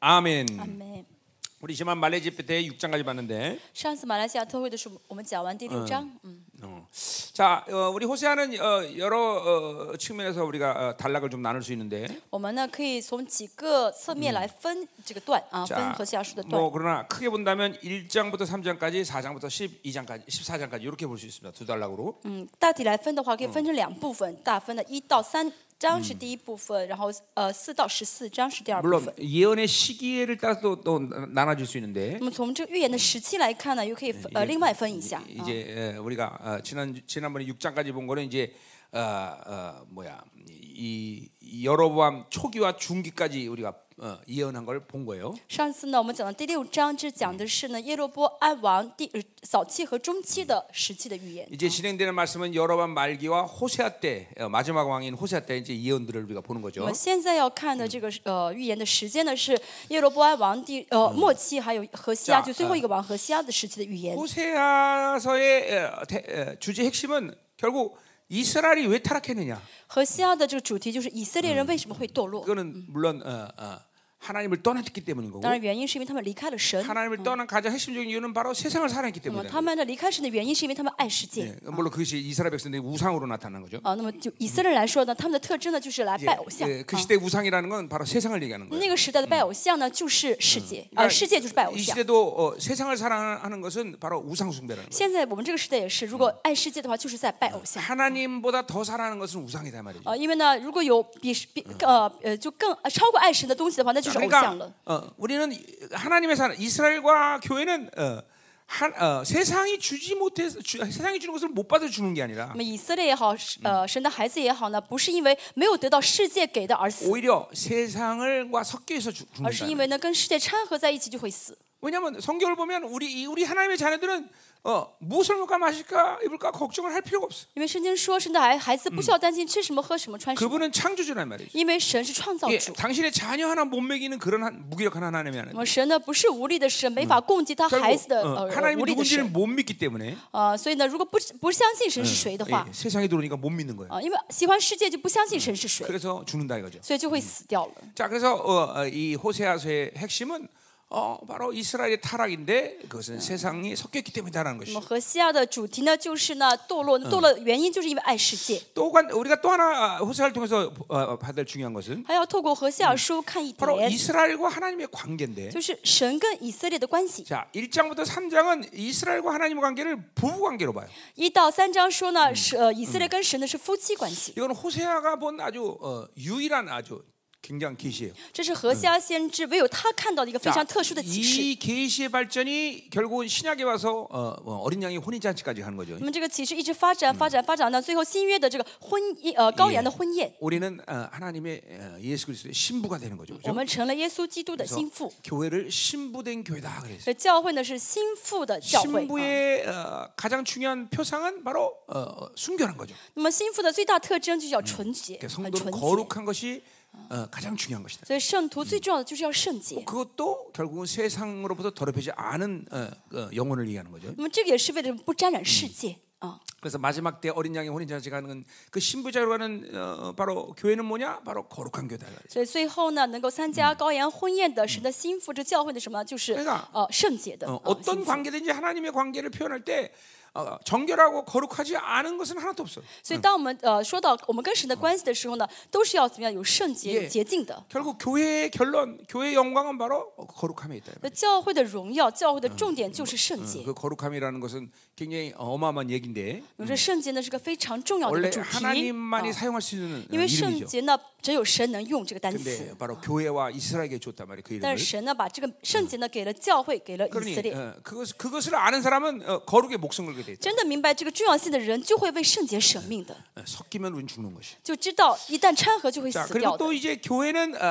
아멘. 阿门。 우리 지난 말레이시아 때 6장까지 봤는데 上次马来西亚特会的时候，我们讲完第六章，嗯， 어. 자, 어, 우리 호세아는 어, 여러 어, 측면에서 우리가 어, 단락을 좀 나눌 수 있는데 我们呢可以从几个侧面来分这个段啊，分 자, 何西阿书的段 뭐 。 그러나 크게 본다면 1장부터 3장까지, 4장부터 12장까지, 14장까지 이렇게 볼 수 있습니다. 두 단락으로. 嗯，大体来分的话，可以分成两部分，大分的一到三章是第一部分，然后呃四到十四章是第二部 물론 分。 예언의 시기를 따라서 또, 또 나눠질 수 있는데 那么从这个预言的时期来看呢，又可以分呃另外分一下啊。 이제 에, 우리가 어, 지난 지난번에 6장까지 본 거는 이제 어, 어, 뭐야 이, 이 여로보암 초기와 중기까지 우리가 어, 예언한 걸 본 거예요. 上次呢，我们讲到第六章，这讲的是呢耶罗波安王第呃早期和中期的时期的预言。 이제 진행되는 말씀은 여로밤 말기와 호세아 때 어, 마지막 왕인 호세아 때 이제 예언들을 우리가 보는 我 거죠. 们现在要看的这个是呃预言的时间呢是耶罗波安王第呃末期，还有何西阿是啊就最后一个王何西阿的时期的预言。 호세아서의 어, 대- 어, 주제 핵심은 결국 이스라엘이 왜 타락했느냐. 何西阿的这个主题就是以色列人为什么会堕落？ 그거는 물론 어, 어, 하나님을 떠났기 때문인 거고 当然原因是因为他们离开了神， 하나님을 떠난 가장 핵심적인 이유는 바로 세상을 사랑했기 那么 때문에 他们的离开神的原因是因为他们爱世界 예, 。 물론 그것이 이스라엘 백성들이 우상으로 나타난 거죠. 啊，那么就以色列人来说呢，他们的特征呢就是来 예, 拜偶像。 예, 그 啊， 시대 우상이라는 건 바로 세상을 얘기하는 거예요. 那个时代的拜偶像呢就是世界，啊， 그러니까 世界就是拜偶 이 像。 시대도 어, 세상을 사랑하는 것은 바로 우상 숭배라는 거예요. 现在我们这个时代也是，如果爱世界的话，就是在拜偶像。嗯 하나님보다 더 사랑하는 것은 우상이다 말이죠. 啊，因为呢，如果有比比呃呃就更呃超过爱神的东西的话，那就是偶像了 그러니까 。 어, 우리는 이- 하나님의 사랑 이스라엘과 교회는 어, 한, 어, 세상이 주지 못해서 주, 세상이 주는 것을 못 받아 주는 게 아니라 那么以色列也好，是呃，神的孩子也好呢，不是因为没有得到世界给的而死， 오히려 세상을과 섞여서 주- 而是 죽는다. 因为呢跟世界掺和在一起就会死。 왜냐하면 성경을 보면 우리 이- 우리 하나님의 자녀들은 어, 무엇을 먹을까 마실까 입을까 걱정을 할 필요가 없어. 因为圣经说，神的孩孩子不需要担心吃什么、喝什么、穿什么， 그분은 창조주란 말이죠. 因为神是创造 예, 主。 당신의 자녀 하나 못 먹이는 그런 한- 무기력한 하나님이 那 아니에요. 么神呢不是无力的神，没法供嗯给他孩 결국 子的 어, 呃呃 하나님이 无力的 누군지를 神。 못 믿기 때문에 啊，所以呢，如果不不相信神是谁的话 예, ， 세상에 들어오니까 못 믿는 거예요. 啊，因为喜欢世界就不相信嗯神是嗯谁， 그래서 죽는다 이거죠. 所以就会死掉了。 자, 그래서 어, 어, 이 호세아서의 핵심은 어, 바로 이스라엘의 타락인데 그것은 세상이 섞였기 때문이다라는 那 것이. 么何西亚的主题呢，就是呢堕落，堕落原嗯因就是因为爱世界。 또 관- 우리가 또 하나 아, 호세아를 통해서 어, 어, 받을 중요한 것은 还要透过何西尔书看一 바로 点， 이스라엘과 하나님의 관계인데. 就是神跟以色列的关系。 자, 1장부터 3장은 이스라엘과 하나님의 관계를 부부 관계로 봐요. 一到三章说呢，是呃以色列跟神的是夫妻关系， 이건 호세아가 본 아주 어, 유일한 아주 굉장한 계시예요. 这是何西阿先知唯有他看到的一个非 자, 常特殊的启示。 이 계시의 발전이 결국은 신약에 와서 어, 뭐 어린 양의 혼인 잔치까지 가는 거죠. 那么这个启示一直发展、发展、发展到最后新约的这个婚宴，呃羔羊的婚宴， 우리는 어, 하나님의 어, 예수 그리스도의 신부가 되는 거죠. 我 그렇죠? 们成了耶稣基督的 그래서 心腹。 교회를 신부된 교회다 그랬어요. 所以教会呢是心腹的教会、啊。 신부의 어, 가장 중요한 표상은 바로 어, 어, 순결한 거죠. 那么心腹的最大特征就是要纯洁， 그러니까 很 성도는 纯洁。 거룩한 것이 어, 가장 중요한 것이다. 所以圣徒最重要的就是要圣洁。 그것도 결국은 세상으로부터 더럽히지 않은 어, 어, 영혼을 얘기하는 거죠. 那么这个也是为了不沾染世界啊。 그래서 마지막 때 어린 양의 혼인 잔치 가는 건 그 신부자로 가는 어, 바로 교회는 뭐냐? 바로 거룩한 교회다. 어, 所以最后呢，能够参加羔羊婚宴的神的心腹，这教会的什么呢？就是对的嗯呃圣洁的。 어, 呃心 어떤 腹 관계든지 하나님의 관계를 표현할 때 어, 정결하고 거룩하지 않은 것은 하나도 없어. 所以当我们呃说到我们跟神的关系的时候呢，都是要怎么样有圣洁、 Yeah 有洁净的。 결국 교회의 결론, 교회의 영광은 바로 거룩함에 있다. 那教会的荣耀，教会的重点就是圣洁。 그 거룩함이라는 것은 굉장히 어마어마한 얘기인데 我们说圣洁呢是个非常重要的一个 원래 主题， 하나님만이 啊 사용할 수 있는 어, 因为圣 이름이죠. 洁呢只有神能用这个单词 근데 ， 바로 교회와 이스라엘에게 줬단 말이에요. 그 但 이름을. 是神呢把这个圣洁呢给了教会，给了以色 그러니 列。 어, 그것 그것을 아는 사람은 어, 거룩에 목숨 걸게 돼 있다. 真的明白这个重要性的人，就会为圣洁舍命的， 어, 섞이면 우린 죽는 것이. 就知道一旦掺和就会 자 死掉 그리고 的 또 。 이제 교회는 어,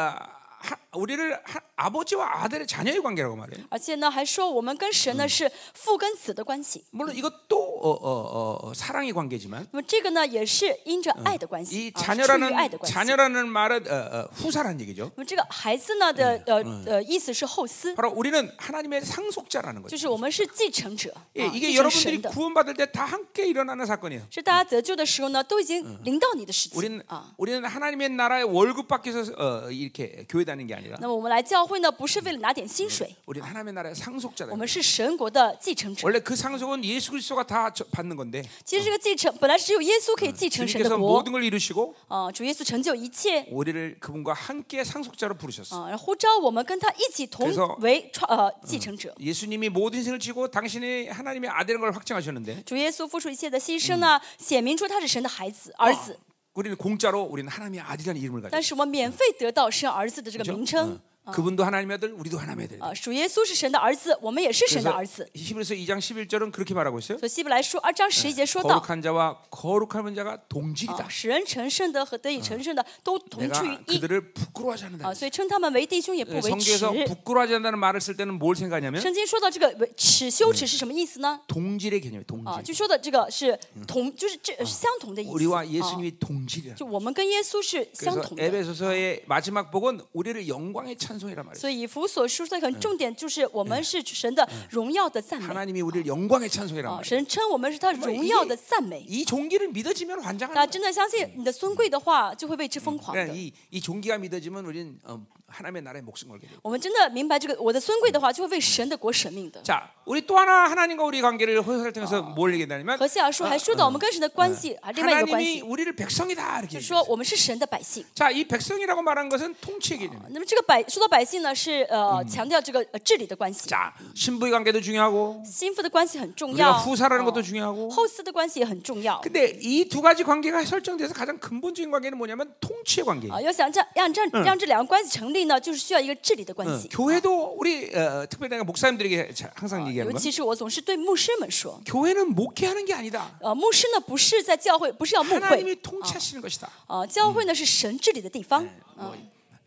하, 우리를 하, 아버지와 아들의 자녀의 관계라고 말해요. 而且呢，还说我们跟神呢是父跟子的关系。 물론 이것도 어, 어, 어, 사랑의 관계지만 那么这个呢，也是因着爱的关 아, 系，이 啊是出于 자녀라는 爱的关系。 자녀라는 말은 어, 어, 후사란 얘기죠. 那么这个孩子呢的呃呃意思是后嗣， 바로 우리는 하나님의 상속자라는 就 거죠. 是我们是继承者， 예, 啊 이게 继承神 여러분들이 的。 구원받을 때 다 함께 일어나는 사건이에요. 是大家得救的时候呢，都已经临到你的事情 우리는 啊。 우리는 하나님의 나라의 월급 밖에서 어, 이렇게 교회 다니는 게 아니라 那么我们来教会呢，不是为了拿点薪水， 우리는 하나님의 나라의 상속자다. 我们是神国的继承者。 원래 그 상속은 예수 그리스도가 다 저- 받는 건데 其实这个继承本来是只有耶稣可以继承神的 주님께서 国 모든 걸 이루시고 啊、主耶稣成就一切 우리를 그분과 함께 상속자로 부르셨어. 啊、然后呼召我们跟他一起同 그래서 为创呃继承者。 예수님이 모든 인생을 지고 당신이 하나님의 아들인 걸 확증하셨는데 主耶稣付出一切的牺牲呢，显明出他是神的孩子、儿子。 우리는 공짜로 우리는 하나님의 아들이라는 이름을 但 가지고 是我们免费得到神儿子的这个 있죠. 名称 어. 그분도 하나님의 아들, 우리도 하나님의 아들. 啊，主耶稣是神的儿子，我们也是神的儿 그래서 子。 히브리서 2장 11절은 그렇게 말하고 있어요. 所以希伯来书二章十一节说到， 거룩한 자와 거룩한 자가 啊， 동질이다. 使人成圣的和得以成圣的都同处于 내가 一 그들을 부끄러워하지 않는다. 啊，所以称他们为弟兄也不 예, 为耻。 성경에서 부끄러워하지 않는다는 말을 쓸 때는 뭘 생각하냐면 圣经说到这个为耻羞耻是什么意思呢？ 동질의 개념이 에요 啊， 동질. 就说的这个是同，就是这是相同的意思。 우리와 啊， 예수님이 동질이야. 就我们跟耶稣是相 그래서 同的。 에베소서의 마지막 복은 우리를 영광의 찬송이란 말이에요. 所以以弗所书的很重点就是我们是神的荣耀的赞美 하나님이 우리를 영광의 찬송이란 啊， 말이에요. 神称我们是他荣耀的嗯赞美。 이 종기를 믿어지면 大家 환장하는 真的相信你的尊贵的话，就会为之疯狂 거예요. 嗯的。 이, 이 종기가 믿어지면 우리는 어, 하나님의 나라에 목숨 걸게 돼요. 我们真的明白这个，我的尊贵的话，就会为神的国舍命的。 자, 우리 또 하나 하나님과 우리 관계를 설명해서 뭘 얘기했냐면 何西尔说还说到我们跟神的关系，啊，另外一个关 하나님이 系 아. 우리를 백성이다 이렇게 就是 얘기해요. 说我们是神的百姓。 자, 이 백성이라고 말한 것은 통치의 개념이에요. 那么这个百说到百姓呢，是呃强调这个呃治理的关系， 자, 신부의 관계도 중요하고 心腹的关系很重 우리가 要， 후사라는 것도 呃 중요하고 后嗣的关系也很重要。 근데 이 두 가지 관계가 설정돼서 가장 근본적인 관계는 뭐냐면 통치의 관계예요. 啊，要想这让这让这两个关系成立呢，就是需要一个治理的关 응. 系。 교회도 우리 어, 특별히 내가 목사님들에게 자- 항상 尤 얘기하는 건 其是我总是对牧师们说， 교회는 목회하는 게 아니다. 呃，牧师呢不是在教会，不 아, 是要牧会， 하나님이 통치하시는 것이다. 啊，教会呢是神治理的地方， 뭐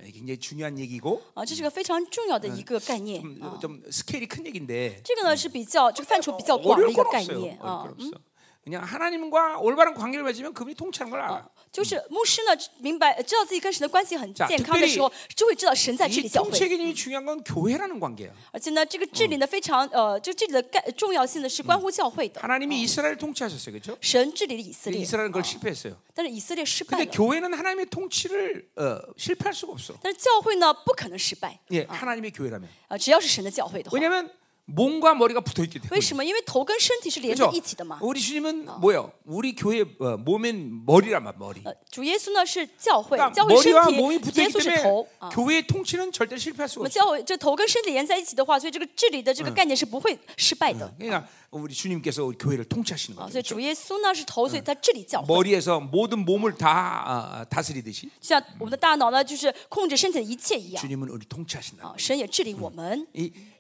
예, 굉장히 중요한 얘기고 啊，这是个非常重要的一个概念。 좀, 좀 스케일이 큰 얘기인데 这个呢是比较这个范畴比较广的 어려울 一个 건 概 없어요. 念 어려울 啊 건 。 없어. 그냥 하나님과 올바른 관계를 맺으면 그분이 통치하는 걸 알아. 就是牧师呢，明白呃知道自己跟神的关系很 자 健康的时候，就会知道神在治理 이 教 통치 会。 개념이 중요한 건 교회라는 관계야. 而且呢，这个治理呢非常呃，就治理的概重要性呢是关乎教会的。 하나님이 이스라엘 통치하셨어요, 그렇죠? 神治理了以色列， 이스라엘은 그걸 실패했어요. 그러니까 但是以色列失败 근데 了。 교회는 하나님의 통치를 어, 실패할 수가 없어. 但是教会呢不可能失败 예, 하나님의 교회라면. 啊，只要是神的教会的话。 왜냐하면 몸과 머리가 붙어 있기 为 때문에. 什么？因为头跟身体是连在 그렇죠? 一起的嘛。 우리 주님은 뭐요? 우리 교회 어, 몸은 머리란 말 머리. 呃，主耶稣呢是教会， 그러니까 教会身 머리와 体 몸이 ，붙어 耶 있기 稣是 때문에 头啊。 교회의 통치는 절대 실패할 수가 我们 없어. 教会这头跟身体连在一起的话，所以这个治理的这个概念是不会失败的。 그러니까 우리 주님께서 우리 교회를 통치하시는 啊， 거예요. 所以主耶稣呢是头，所以他治理教会。 머리에서 모든 몸을 다 아, 다스리듯이 就像我们的大脑呢，就是控制身体的一切一样 주님은 우리 통치하신다. 啊，神也治理我们。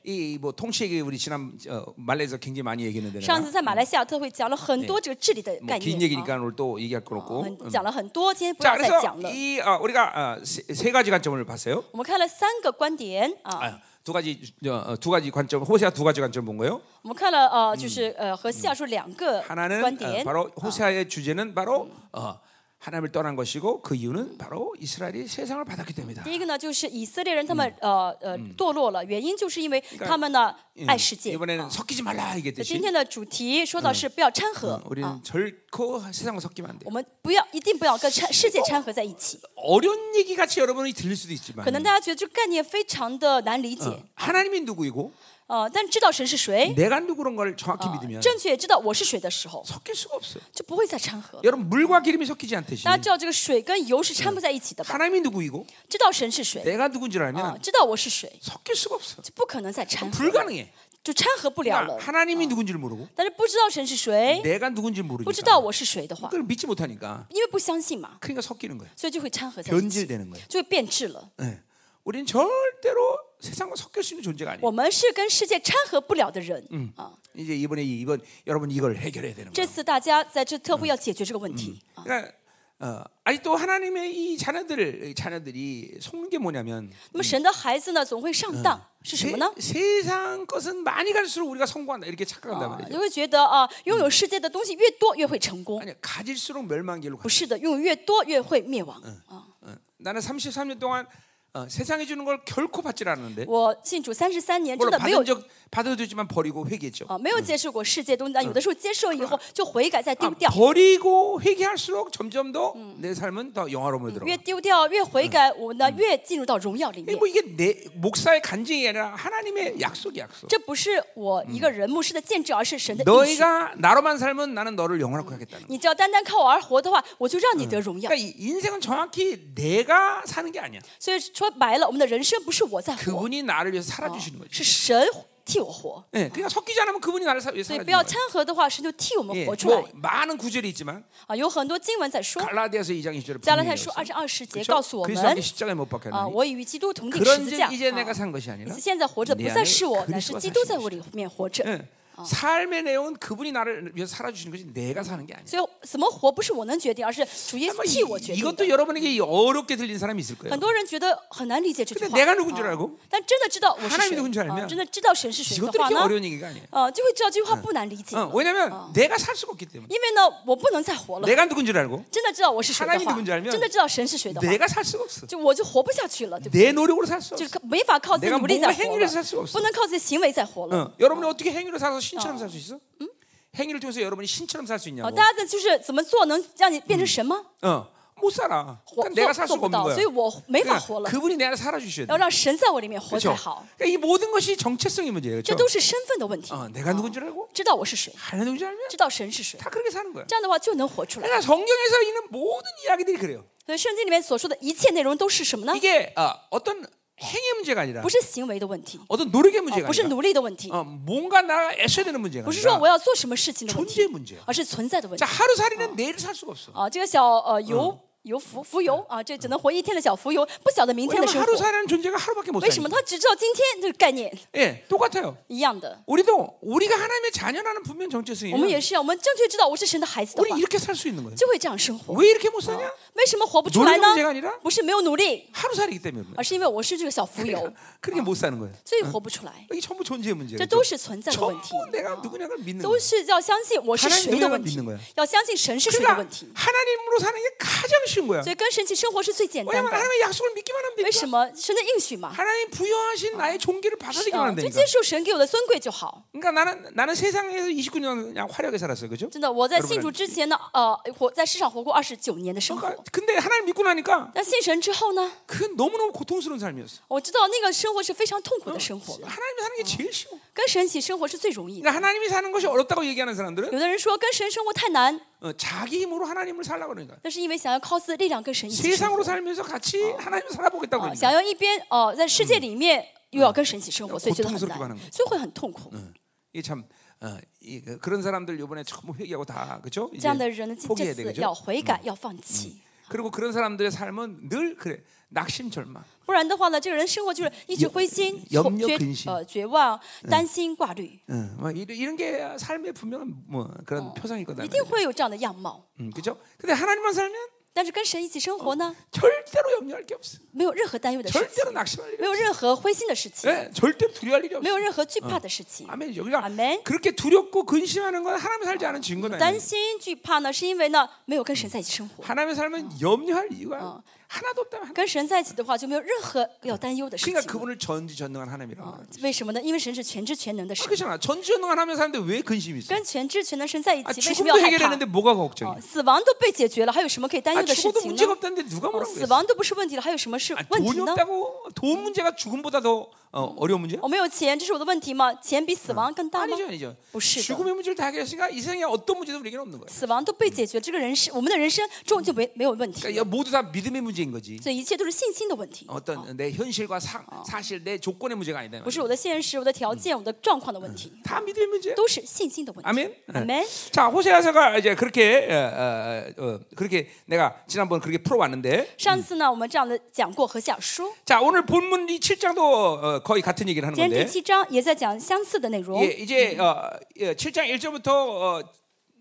이이뭐 통치 얘기 우리 지난 어, 말레에서 굉장히 많이 얘기했는데 上 내가 次在马来西亚特会讲了很多这个治理的概 긴 念，啊뭐 얘기니까 어. 오늘 또 얘기할 거 我 없고 음. 们讲了很多，今天不 자 要再嗯讲 그래서 了。 이 어, 우리가 어, 세, 세 가지 관점을 봤어요. 我们看了三个观点啊， 아, 두 가지 어, 어, 두 가지 관점 호세아 두 가지 관점 본 거예요. 我们看了呃，就是呃和西亚说两个 하나는 观 어, 点， 바로 호세아의 주제는 바로 어, 하나님을 떠난 것이고 그 이유는 바로 이스라엘이 세상을 받았기 때문이다. 第一个呢就是以色列人他们呃呃堕落了，原因就是因为他们呢爱世界。嗯 이번에는 섞이지 말라 那今 이겠듯이 天的主题说到是不要掺和 어, ， 우리는 啊， 결코 세상과 섞이면 안 돼. 我们不要一定不要跟掺世界掺合在一起。 어려운 얘기 같이 여러분이 들릴 수도 可 있지만 예, 能大家觉得这个概念非常的难理解，嗯 하나님이 누구이고 呃，但知道神是谁，哦 내가 누구란 걸 정확히 믿으면 正确知道我是谁的时候， 섞일 수가 없어. 就不会再掺和了。 여러분 물과 기름이 섞이지 않듯이 大家知道这个水跟油是掺不在一起的吧？ 하나님이 누구이고 知道神是谁， 내가 누군지를 啊、 알면 知道我是谁， 섞일 수가 없어. 就不可能再掺合， 불가능해. 就掺合不了 그러니까 了。 하나님이 누군지를 모르고 但是不知道神是谁， 내가 누군지를 不知道 모르니까 我是谁的话， 그걸 믿지 못하니까 因为不相信嘛， 그러니까 섞이는 거예요. 所以就会掺合在一起， 변질되는 거예요. 就会变质了。 예. 우리는 절대로 세상과 섞일 수 있는 존재가 아니에요. 我们是跟世界掺和不了的人、嗯啊。 이제 이번에 이- 이번 여러분 이걸 해결해야 되는 这 거예요. 次大家在这特会要解决这个问嗯题。 그러니까 어, 아니 또 하나님의 이 자녀들 이 자녀들이 속는 게 뭐냐면 那么神的孩子呢，总会上当，是什么呢？ 세, 상 것은 많이 갈수록 우리가 성공한다 이렇게 착각한단 啊 말이에요. 就会觉得啊，拥有世界的东西越多越会成功。 아니 가질수록 멸망길로 가. 不是的，拥有越多越会灭亡。啊 어. 나는 33년 동안 어, 세상이 주는 걸 결코 받질 않는데 我信主三十三年，真 물론 的没有 받은 적 받아도 되지만 버리고 회개했죠. 啊，没有接受过世界东西，但有的时候接受以后就悔改再 아, 음. 丢掉， 버리고 회개할수록 점점 더 내 삶은 더 영화로움으로 들어가. 越丢掉越悔改，我呢越进入到荣耀里面 이게 。뭐 이게 내 목사의 간증이 아니라 하나님의 약속이 약속. 这不是我一个人牧师的见证，而是神的应许。 너희가 나로만 살면 나는 너를 영원하게 하겠다는. 거. 你只要单单靠我而活的话，我就让你得荣耀 그러니까 이 인생은 정확히 내가 사는 게 아니야. 所以说白了，我们的人生不是我在活， 그분이 나를 위해서 살아주시는 거지. 是神替我活。 예, 그러니까 섞이지 않으면 그분이 나를 사- 위해서 所以 살아주는 不要 거지. 掺和的话，神就替我们 예, 活出来 네, 뭐 많은 구절이 있지만 啊。有很多经文在说，《 갈라디아서 2장 20절에 加拉太书》二章二十节告诉我 그리스도께 们 십자가에 못 啊， 박혔나니 我已与基督同定十字架。 그런즉 이제 내가 啊 산 것이 아니라 你现在活着的 내 不 안에 再是我，乃是 그리스도가 基督在 사시는 我 것이다. 里面活着。 예, 삶의 내용은 그분이 나를 위해서 살아주시는 거지 내가 사는 게 아니야. 所以怎么活不是我能决定，而是主耶뭐稣替我决 이, 定 이것도 的。 여러분에게 어렵게 들린 사람이 있을 거예요. 很多人觉得很难理解这句 근데 话， 내가 누군 줄 啊 알고 但真的知道我是 하나님이누군줄 谁， 알면 啊真的知道神是谁的 이것도 话 이렇게 呢， 어려운 얘기가 아니에요. 呃，就会知道这句话不难理解的， 어, 왜냐하면 내가 살 수가 없기 때문에 因为呢，我不能再活了。 내가 누군 줄 알고 真的知道我是谁的 하나님이누 话， 군지알면 真的知道神是谁的话， 내가 살 수가 없어. 就我就活不下去了，对不对？ 내 노력으로 살 수 就是 없어. 靠没法靠自己 내가 努力再 뭔가 活 행위를살수없어 了，不能靠自己行为再活了。 어, 여러분이 어떻게 행위로 살아서 신처럼 살 수 있어? 어, 행위를 통해서 여러분이 신처럼 살 수 啊，嗯 있냐고? 大家的就是怎么做能让你变成神吗？ 어, 못 살아. 活 그러니까 내가 做 살 做 수가 不 없는 到， 거야. 所以我没法活 그러니까 了， 그분이 내가 살아주셔야 돼. 要让神在我里面活 그렇죠? 才好。 그러니까 이 모든 것이 정체성의 문제예요. 这 그렇죠? 都是身份的问题。 어, 내가 누군 줄 알고 知道我是谁， 하나님 누군 줄 알면 知道神是谁， 다 그렇게 사는 거야. 这样的话就能活出来。 그러니까 성경에서 있는 모든 이야기들이 그래요. 所以圣经里面所说的一切内容都是什么呢？ 이게 어, 어떤 행위 문제가 아니라 不是行为的问题， 어떤 노력의 啊， 문제가 不是 아니라 努力的问题， 어, 뭔가 나 애써야 되는 문제가 不是说 아니라 我要做什么事情的问 존 题 재문제야 ，而是存在的问题 자 。 하루살이는 내일 살 수가 없어. 아, 啊，这个小呃游游浮浮游啊，这只能活一天的小浮游，不晓得明天的 왜냐면 生活。 하루살이라는 존재가 하루밖에 못 为什么 사니까. 他只知道今天这个概念 예, 똑같아요. 一样的？ 우리도 우리가 하나님의 자녀라는 분명 我们 정체성이에요. 也是啊，我们正确知道我是神的孩子的 우리 话， 이렇게 살 수 있는 거예요. 就会这样生活。 왜 이렇게 못 사냐? 为什么活不出来呢 노력의문제가아니라 ？不是没有努力， 하루살이기 때문에. 그러니까 而是因为我是这个小浮 游， 그렇게 못 사는 거예요. 所以活不出来。 이게 전부 존재의 문제예요. 这 그렇죠? 都嗯是存在的问题。 전부 내가 누구냐를 믿는 都 거예요. 是要相信我是谁的问 하나님누구냐를믿 题 는거야 ，要相信神是啊谁的问 그러니까 题。 하나님으로 사는 게 가장 쉬운 거야. 所以跟神去生活是最简单 왜냐면 的。 하나님의 약속을 믿기만 하면 为 되니까. 什么神的应许嘛？ 하나님 부여하신 나의 종기를 받아들이기만 啊， 하면 就 되니까. 接受神给我的尊贵就好。 그러니까 나는 나는 세상에서 29년 그냥 화려하게 살았어요. 그죠? 真的，我在信主 여러분, 之前呢，呃，活在世上活过二十九年的生 그러니까 活。 근데 하나님 믿고 나니까 但信神之后呢， 그 너무너무 고통스러운 삶이었어. 我知道那个生活是非常痛苦的生活了。 하나님 사는 게 제일 쉬워. 跟神一起生活是最容易的。 그러니까 하나님이 사는 것이 어렵다고 얘기하는 사람들은 有的人说跟神生活太难， 어, 자기 힘으로 하나님을 살라고 그러니까. 那是因为想要靠自己的力量跟神一起生活， 세상으로 살면서 같이 하나님 살아보겠다고 啊 그러니까. 想要一边哦、呃在世界里面又要跟神一起生活，所以觉得很 고통스럽게하는 难 거죠 ，所以会很痛苦。 이게 참 어, 이, 그- 그런 사람들 요번에 전부 회개하고 다 그죠? 这样的人呢，这这 포기해야 次 되죠. 要悔改，要放弃， 그리고 그런 사람들의 삶은 늘 그래 낙심 절망. 不然的话呢，这个人生活就是一直灰心、 염 愁 염려 绝 근심 呃绝望、担心、挂虑， 응, 뭐 이런, 이런 게 삶의 분명한 뭐 그런 표상이거든요. 一定会有这样的样貌。 음, 그죠? 근데 하나님만 살면 但是跟神一起生活哦呢， 절대로 염려할 게 없어. 没有任何担忧的事情， 절대로 낙심할 일이 没有任何灰心的事情， 없어. 네, 절대로 두려워할 일이 없어. 没有任何惧怕的事情。 네. 아멘이죠. 그러니까 아멘. 그렇게 두렵고 근심하는 건 하나님 살지 않은 증거다. 担心、惧怕呢，是因为呢没有跟神在一起生活。 하나님의 삶은 염려할 이유가 하나도 없다면. 하나- 跟神在一起的话，就没有任何要担忧的事 그러니까 情了。 그분을 전지전능한 하나님이라고 말해요. 为什么呢？因为神是全知全能的 아 神， 그렇잖아. 전지전능한 하나님 사는데 왜 근심이 있어? 跟全知全能神啊在一 아, 起，为什么要 죽음도 害怕？ 해결했는데 뭐가 걱정이야? 哦死亡都被解决了，还有什么可以担忧 어. 아, 的事 죽어도 情呢 문제가 ？ 없다는데 누가 哦 뭐라고 死 그랬어? 亡都不是问题了，还啊有什么是 아, 问题 돈이 呢？ 없다고 돈 문제가 죽음보다 더 어, 어려운 문제야? 我没有钱，这是我的问题吗？钱比死亡更大吗 아니죠, ？ 아니죠. 없이다. 죽음의 문제를 다 해결했으니까 이 세상에 어떤 문제도 우리에게는 없는 거예요. 死亡都被解决，这个人生，我们的人生终究没没有问题 그러니까 了， 모두 다 믿음의 문제인 거지. 所以一切都是信哦心的问题，啊 어떤 어. 내 현실과 사, 사실 내 조건의 문제가 아니다. 不是我的现实、我的条件、我的状况的问题， 다 믿음의 문제야. 都是信心的问题。 아멘. 아멘 자, 호세아서가 이제 그렇게 어, 어, 어, 그렇게 내가 지난번 그렇게 풀어왔는데, 上次呢，我们这样的讲过和下书， 자 오늘 본문 이 7장도 어, 거의 같은 얘기를 하는 今天第 건데, 七章也在讲相似的内容 네. 예, 。 이제 어, 예, 7장 1절부터 어,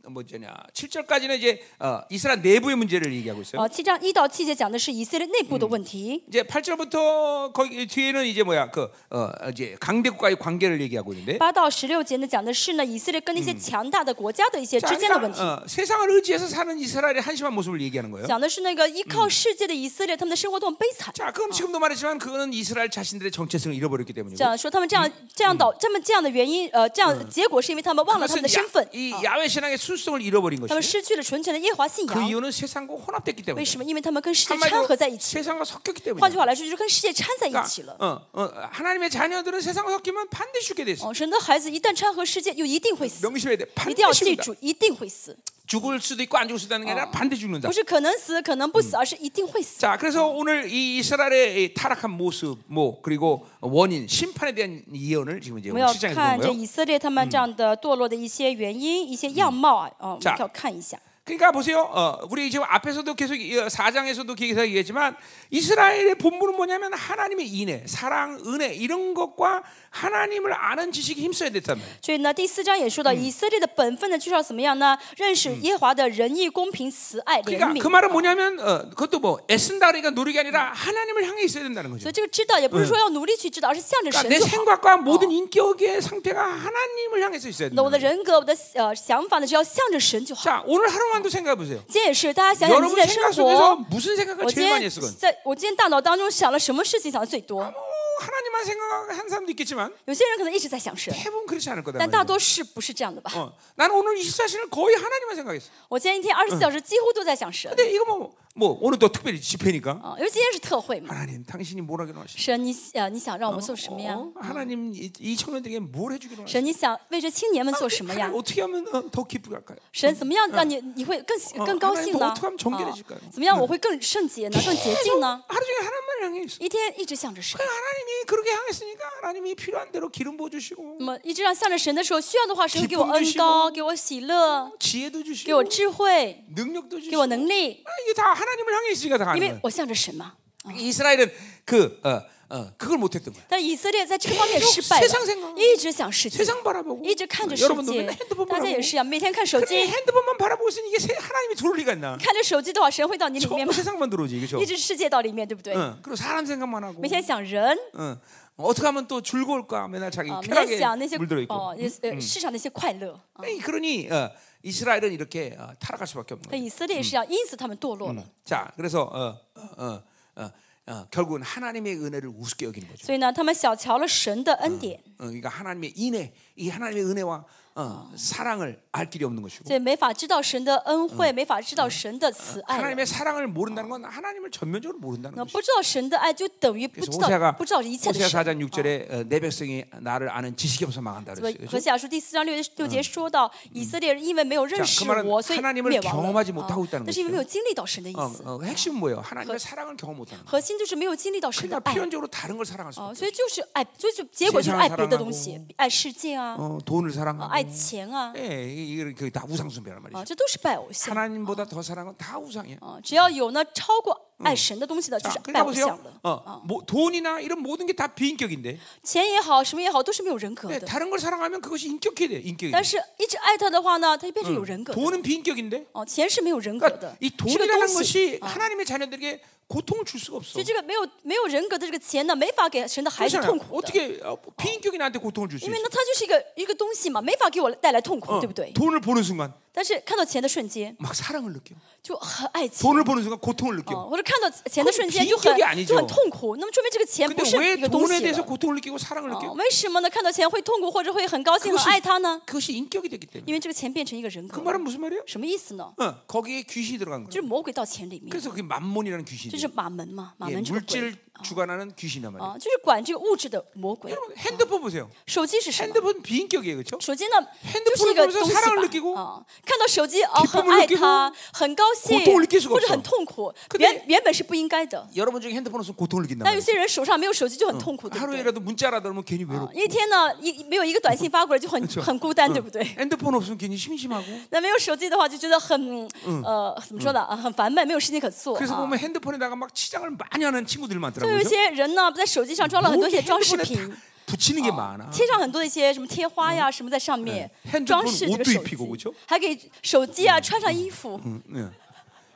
뭐냐 7절까지는 이제 어, 이스라엘 내부의 문제를 얘기하고 있어요. 啊，七章一到七节讲的是以色列内部的问题。 이제 8절부터 거기 뒤에는 이제 뭐야 그 어, 이제 강대국과의 관계를 얘기하고 있는데 八到十六节呢，讲的是呢以色列跟那些强大的国家的一些 자, 之间嗯的问嗯题， 그러니까, 어, 세상을 의지해서 사는 이스라엘의 한심한 모습을 얘기하는 거예요. 讲的是那个依靠世界的以色列，他们的生活多么悲惨。 자, 그럼 지금도 말했지만 그거는 이스라엘 자신들의 정체성을 잃어버렸기 때문이고. 讲说他们这样这样导这么这样的原因，呃，这样结果是因为他们忘了他们 그것은 的身份 야, ，이 啊 야외 신앙의 순수성을 잃어버린 他们 것이. 失去了纯全的耶和华信 그 仰。 이유는 세상과 혼합됐기 为 때문에. 什么？因为他们跟世界掺 한마디로 合在一起。 세상과 섞였기 换 때문에. 句话来说，就是跟世界掺在一起了。 어, 어, 하나님의 자녀들은 세상과 섞이면 반드시 죽게 돼 있어. 哦，神的孩子一旦掺和世界，就一定会死， 명심해야 돼. 一定要 반드시 记 죽는다. 어. 住，一定会死， 죽을 수도 있고 안 죽을 수도 있는 게 아니라 반드시 죽는다. 不是可能死，可能不死，而是一定会死。 자, 그래서 오늘 이 이스라엘의 이 타락한 모습, 뭐 그리고 원인, 심판에 대한 예언을 지금 이제 我们要 7장에서 看 본 这 거예요. 以色列他们这样的堕落的一些原因、一些样貌啊，哦，我 자 们要看一下。 그러니까 보세요. 어, 우리 지금 앞에서도 계속 4장에서도 계속 얘기했지만 이스라엘의 본분은 뭐냐면 하나님의 인애, 사랑, 은혜 이런 것과 하나님을 아는 지식에 힘써야 됐다면. 所以呢，第四章也说到以色列的本分呢，就是要怎么样呢？认识耶和华的仁义、公平、慈爱、怜 그러니까 悯 그 。 말은 뭐냐면 어, 그것도 뭐 애쓴다 그러니까 노력이 아니라 하나님을 향해 있어야 된다는 거죠. 所以这个知道也不是说要努力去知道，而是向着 그러니까 神 내 就好。 생각과 모든 인격의 상태가 하나님을 향해서 있어야 那我的 된다. 人格、我的呃想法呢，只要向着神就好。 자, 오늘 하루만도 생각해 보세요. 今天也是，大家想想你自 여러분 己的生 생각 活 속에서 。 무슨 생각을 我今 제일 많이 했을 天 건 어, 在我今天大脑当中想了什么事情想的最多？ 하나님만 생각한 사람도 있겠지만 有些人可能一直在想神， 대부분 그렇지 않을 거다. 但大多是不是这样的吧？ 어, 나는 오늘 24시간 거의 하나님만 생각했어. 我今天一天二十四小时几乎都在想神 근데 이거 뭐, 뭐 오늘 또 특별히 집회니까 啊，因为今天是特会 嘛。 하나님 당신이 뭘 하기로 하시죠? 神，你呃你想让我们做什么呀？ 하나님 이, 이 청년들에게 뭘 해주기로 하시죠? 神，你想为这青年们做什么呀 하나님 ？ 어떻게 하면 어, 더 기쁘게 할까요? 神，怎么样让你你会更更高兴呢？ 하나님도어떻게하면정결해질까요 啊怎么样我会更圣洁呢？更洁净呢？ 하루 종일 하나님만 향해 있어. 一天一直向着 神， 하나님이 그렇게 향했으니까 하나님이 필요한 대로 기름 부어 주시고 那么一直让向着神的时候，需要的话，神给我 기쁨주시 恩 고 高，给我喜乐， 지혜도 给我 주시고 智慧， 능력도 给 주시고 我能力， 아, 이게 다 하나님을 향해 있으니까 다 가는 因为 거야. 我向着神嘛。 그러니까 이스라엘은 그 어, 어, 그걸 못했던 거야. 但以色列在这个方面 계속 失败了 세상생각 ，一直想世界， 세상 바라보고 一直看着世 여러분도 界 맨날 。 핸드폰 大家 바라보고 也是一样，啊每天看手 그래, 机， 핸드폰만 바라보고 있으니 이게 세, 하나님이 들어올 리가 있나? 看着手机的话，神会到你里面 전부 吗？ 세상만 들어오지, 그렇죠? 一直世界到里面，对不对？ 응. 그리고 사람 생각만 하고. 每天想人 응. 어떻게 하면 또 즐거울까? 맨날 자기 啊，每天 쾌락에 想那些 물들어 있고. 哦，也是呃世上的一些快乐。 에이, 그러니 어, 이스라엘은 이렇게 어, 타락할 수밖에 없는 那 거예요. 以色列也是一样，因此他们堕落了。 자, 그래서 어, 어, 어, 어, 어, 결국은 하나님의 은혜를 우습게 여기는 거죠. 所以呢，他们小瞧了神的恩典， 어, 그러니까 하나님의 인애, 이 하나님의 은혜와 어, 사랑을 알 길이 없는 것이고. 所以没法知道神的恩惠，没法知道神的慈爱。 하나님의 사랑을 모른다는 건 하나님을 전면적으로 모른다는 那 거죠. 不知道神的爱，就等于不 그래서 知道 호세아가 不知道一切的 호세아 神。 4장 6절에 어, 내 백성이 나를 아는 지식이 없어 망한다 所 그랬어요. 以嗯 그죠? 何西雅书第四章六六节说到，以色列人因为没有认识 자그말은 我，所以 하나님을 灭亡啊 경험하지못하고있다는거죠 但是因为没有经历到神的意 어, 思， 어, 핵심은 뭐예요? 하나님의 사랑을 경험 못하는 거. 核心就是没有经历到神的 그러니까 爱。 필연적으로 다른 걸 사랑할 수 哦， 없어. 所以就是爱，所以就结果就是爱别的东西，爱世界啊， 어, 돈을 啊 사랑하고. 爱钱啊， 예, 이게 그다 우상 숭배란 啊， 말이죠. 这都是拜偶像。 하나님보다 더 사랑은 다 우상이에요. 啊，只要有呢超过爱神的东西呢，就 자, 是拜 그러니까 偶像 보세요. 的。 어, 뭐, 돈이나 이런 모든 게 다 비인격인데 钱也好，什么也好，都是没有人格 예, 的。 다른 걸 사랑하면 그것이 인격이 돼요. 인격이. 但是一直爱他的话呢，他就变成有人格的。 돈은 비인격인데 哦，钱是没有人格 그러니까 的， 이 是个东 돈이라는 西。 것이 하나님의 자녀들에게 고통을 줄 수가 없어. 所以这个没有没有人格的这个钱呢，没法给神的孩子 그렇잖아요. 痛苦的， 어떻게 어, 비인격이 나한테 고통을 줄 수 因为 있어? 呢，它就是一个一个东西嘛，没法给我带来痛苦， 어, 对不对？ 돈을 보는 순간 但是看到钱的瞬间 막 사랑을 느껴. 就很爱钱。 돈을 보는 순간 고통을 느껴. 哦，或者看到钱的瞬间就 그건 很 비인격이아니죠 就很痛苦，那么说明这个钱 근데 不是 왜 一个东 돈에 어. 西 대해서 了。 고통을 느끼고 사랑을 哦 느껴? 为什么呢？看到钱会痛苦，或者会很高兴、 그것이- 很爱他呢？ 그것이 인격이 됐기 因 때문에. 为这个钱变成一个人 그 格了， 말은 무슨 말이에요? 什么意思呢？ 어, 거기에 귀신이 들어간 就是 거예요. 魔鬼到钱里面， 그래서 그게 만몬이라는 귀신이. 就是马门嘛，马 예, 门这个鬼 물질 주관하는 귀신이란 말이에요. 啊，就是管这个物质的魔鬼。 여러분 핸드폰 보세요. 手机是什么？ 핸드폰 비인격이에요, 그렇죠? 手机呢， 핸드폰을 就是一个东 보면서사랑을느끼 西 고 吧。啊，看到手机哦， 기쁨을 很爱 느끼고 它，很高兴 고통을느낄수가없어 ，或者很痛苦。 근데 原原本是不应该的， 여러분 중에 핸드폰 없으면 고통을 느낀단 但有 말이에요. 些人手上没有手机就很痛苦，对不对？ 하루에라도 문자라도 하면 괜히 啊 외롭고 一天呢，一没有一个短信发过来就很很孤单，对不对？ 핸드폰 없으면 괜히 심심하고 那没有手机的话，就觉得很呃怎么说呢啊，很烦闷，没有事情可做 그래서 啊。 보면 핸드폰에다가 막 치장을 많이 하는 친구들 就 어. 많더라고요. 有一 그죠? 些人呢，在手机上装了很多一些装饰 핸드폰에 品뭐 다 붙이는 게 많아. 贴上很多一些什么贴花呀、什么在上面嗯핸드폰을 装饰这个 옷도입 手 히고그 机 죠 ，还给手机啊穿上衣服。 예.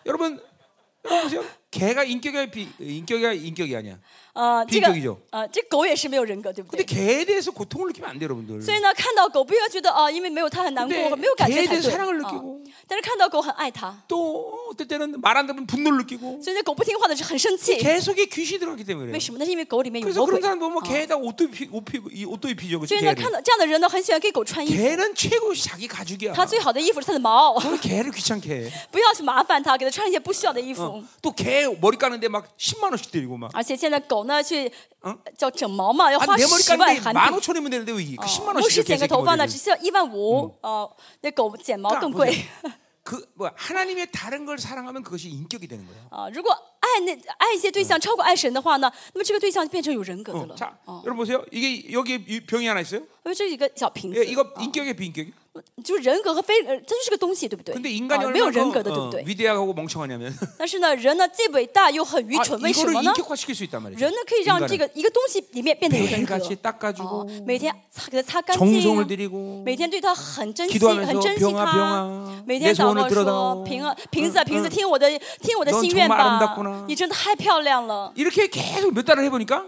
여러분 여러분 보세요. 개가 인격이야 비, 인격이야 인격이 아니야. 呃，这 비인격이죠 个呃，这狗也是没有人格，对不 근데 对？ 개에 대해서 고통을 느끼면 안 돼요, 여러분들. 所以呢，看到狗不要觉得哦，因为没有它很难过， 근 很 데 没有感觉才 개에대해서사랑을 对。 느끼 啊 고 但是看到狗很爱它， 또 어떨 때는 말 안 들으면 분노를 느끼고 所以那狗不听话的就很生气。 계속에 귀신이 들어가기 때문에 为 그래요. 什么？那是因为狗里面有뭐 그래서 아. 魔鬼。 그런 사람 보면 啊 개에다 옷도 입히, 옷피, 이 옷도 입히죠, 그렇죠? 所以呢，看到这样的人呢，很喜欢给狗穿衣服。 개는 최고 자기 가죽이야. 它最好的衣服是它的毛， 그걸 개를 귀찮게 해. 不要去麻烦它，给它穿一些不需要的衣 어. 服。 또 개 머리 까는데 막 10만 원씩 들이고 막. 而且现在狗呢，去叫整嗯啊毛嘛，要 아니, 어, 花 내 머리 十万 까는데 韩 1만 币。 5천이면 되는데 왜 이게 10만 牧师 원씩 剪 이렇게 个头发呢， 머리를. 只需要一万五。哦，那狗剪毛更 贵。 그러니까 그뭐 하나님의 다른 걸 사랑하면 그것이 인격이 되는 거야. 啊，如果爱那爱一些对象超过爱神的话呢，那么这个对象就变成有人格的 어, 了。 자, 哦， 여러분 보세요. 이게 여기 이 병이 하나 있어요. 因为这是呃一个小瓶 예, 子， 이거 인격의 비인격이. 就是人格和非，呃这就是个东西，对不对？ 근데 인간이 啊没 얼마나 有人格的，对 어, 不对？ 위대하고 멍청하냐면 但是呢，人呢既伟大又很愚 아, 蠢，为什 이거를 么呢？ 인격화시킬 수 있단 말이죠. 人呢可以让这 인간을. 个一个东西里面变得有 人格。 매일같이 닦아주고 哦，每天擦给它擦干净 정성을 啊， 드리고 每天对它很珍惜， 기도하면서 很珍惜 병아병 它 아。 每天祷 내소원을 告 들어다 说 오：“ 瓶啊，瓶子啊，瓶子，听我的，听我的 넌 心愿 정말 吧 아름답구나 ！你真的太漂亮了。” 이렇게 계속 몇 달을 해보니까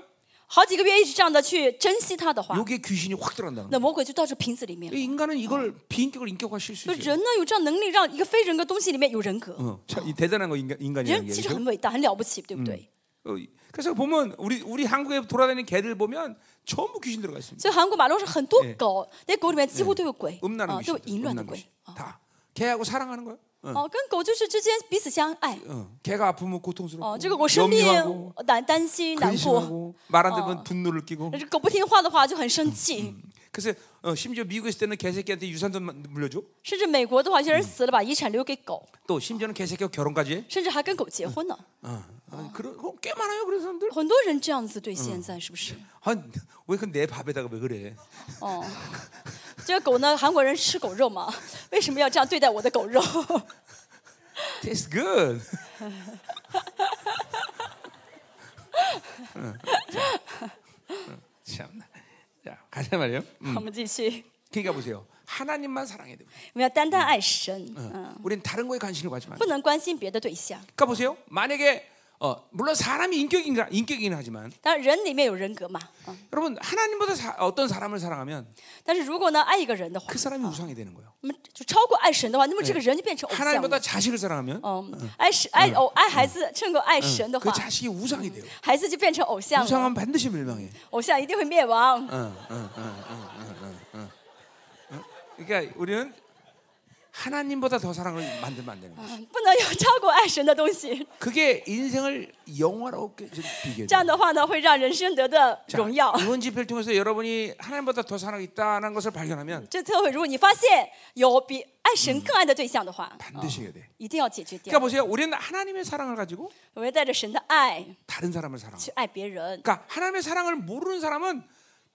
好几个月一直这样的去珍惜它的话， 여기에 귀신이 확 들어간다는 那魔鬼就到这瓶子里面了。 거예요. 인간은 이걸 비인격을 인격화시킬 수 就 있어요. 人呢有这样能力，让一个非人格东西里面有人格， 어, 참, 이 대단한 거 인간, 인간이라는 人 게 其实 그죠? 很伟大，很了不起，对不对？ 어, 그래서 보면 우리 우리 한국에 돌아다니는 개들 보면 전부 귀신 들어가 있습니다. 所以韩国马路上很多狗，那狗里面几乎都有鬼， 음란한 啊， 귀신, 都有淫乱的 음란 鬼 귀신 。 다. 개하고 사랑하는 거야. 哦，跟狗就是之间彼此相爱。 어, 개가 아프면 哦， 고통스럽고 这个我生病呃 염려하고 ，担担心、难뭐过。 근심하고 어. 말 안 들으면 분노를 끼고 那这狗不听话的话就很生气， 그래서 어, 심지어 미국에 있을 때는 개새끼한테 유산도 마- 물려줘. 甚至美国的话，有些人死了把遗产留给狗， 또 심지어는 개새끼와 결혼까지 해. 甚至还跟狗结 婚呢。 어. 어, 그런 어, 꽤 많아요 그런 사람들. 很多人这样子对现在是不是？ 아왜그내 밥에다가 왜 그래? 哦，这个狗呢，韩国人吃狗肉嘛， 为什么要这样对待我的狗肉？ Tastes good. 어, 참나. 자 가자 말이요. 我们继续， 그러니까 보세요. 하나님만 사랑해야 돼요. 我们要单单爱神， 어. 嗯， 우리는 다른 거에 관심을 가지 마. 不能关心别的对象。 그러니까 보세요. 만약에 어, 물론 사람이 인격인가 인격이긴 하지만 当然，人里面有人格嘛，嗯， 여러분 하나님보다 사- 어떤 사람을 사랑하면 但是如果呢，爱一个人的话 그 ， 사람이 우상이 되는 거예요. 那么就超过爱神的话，那么这个人就그变成偶像 하나님보다 了。 자식을 사랑하면 嗯，爱神爱偶爱孩嗯子胜过爱神的 그 话， 자식이 우상이 돼요. 孩子就变成偶像了， 우상은 반드시 멸망해. 어, 偶像一定会灭亡。 그러니까 우리는 하나님보다 더 사랑을 만들면 안 되는 거예요. 嗯不能有超过爱神的东嗯西， 그게 인생을 영화로 비교해요. 这样的话呢，会让人生得的 자, 荣耀。 이번 집회를 통해서 여러분이 하나님보다 더 사랑있다는 것을 발견하면 这特会，如果你发现有比爱神更爱的对象的话，嗯嗯 반드시 해야 돼. 一定要解决 그러니까 掉。 보세요. 우리는 하나님의 사랑을 가지고 我们带着神的爱 다른 사람을 사랑해. 去爱别人， 그러니까 하나님의 사랑을 모르는 사람은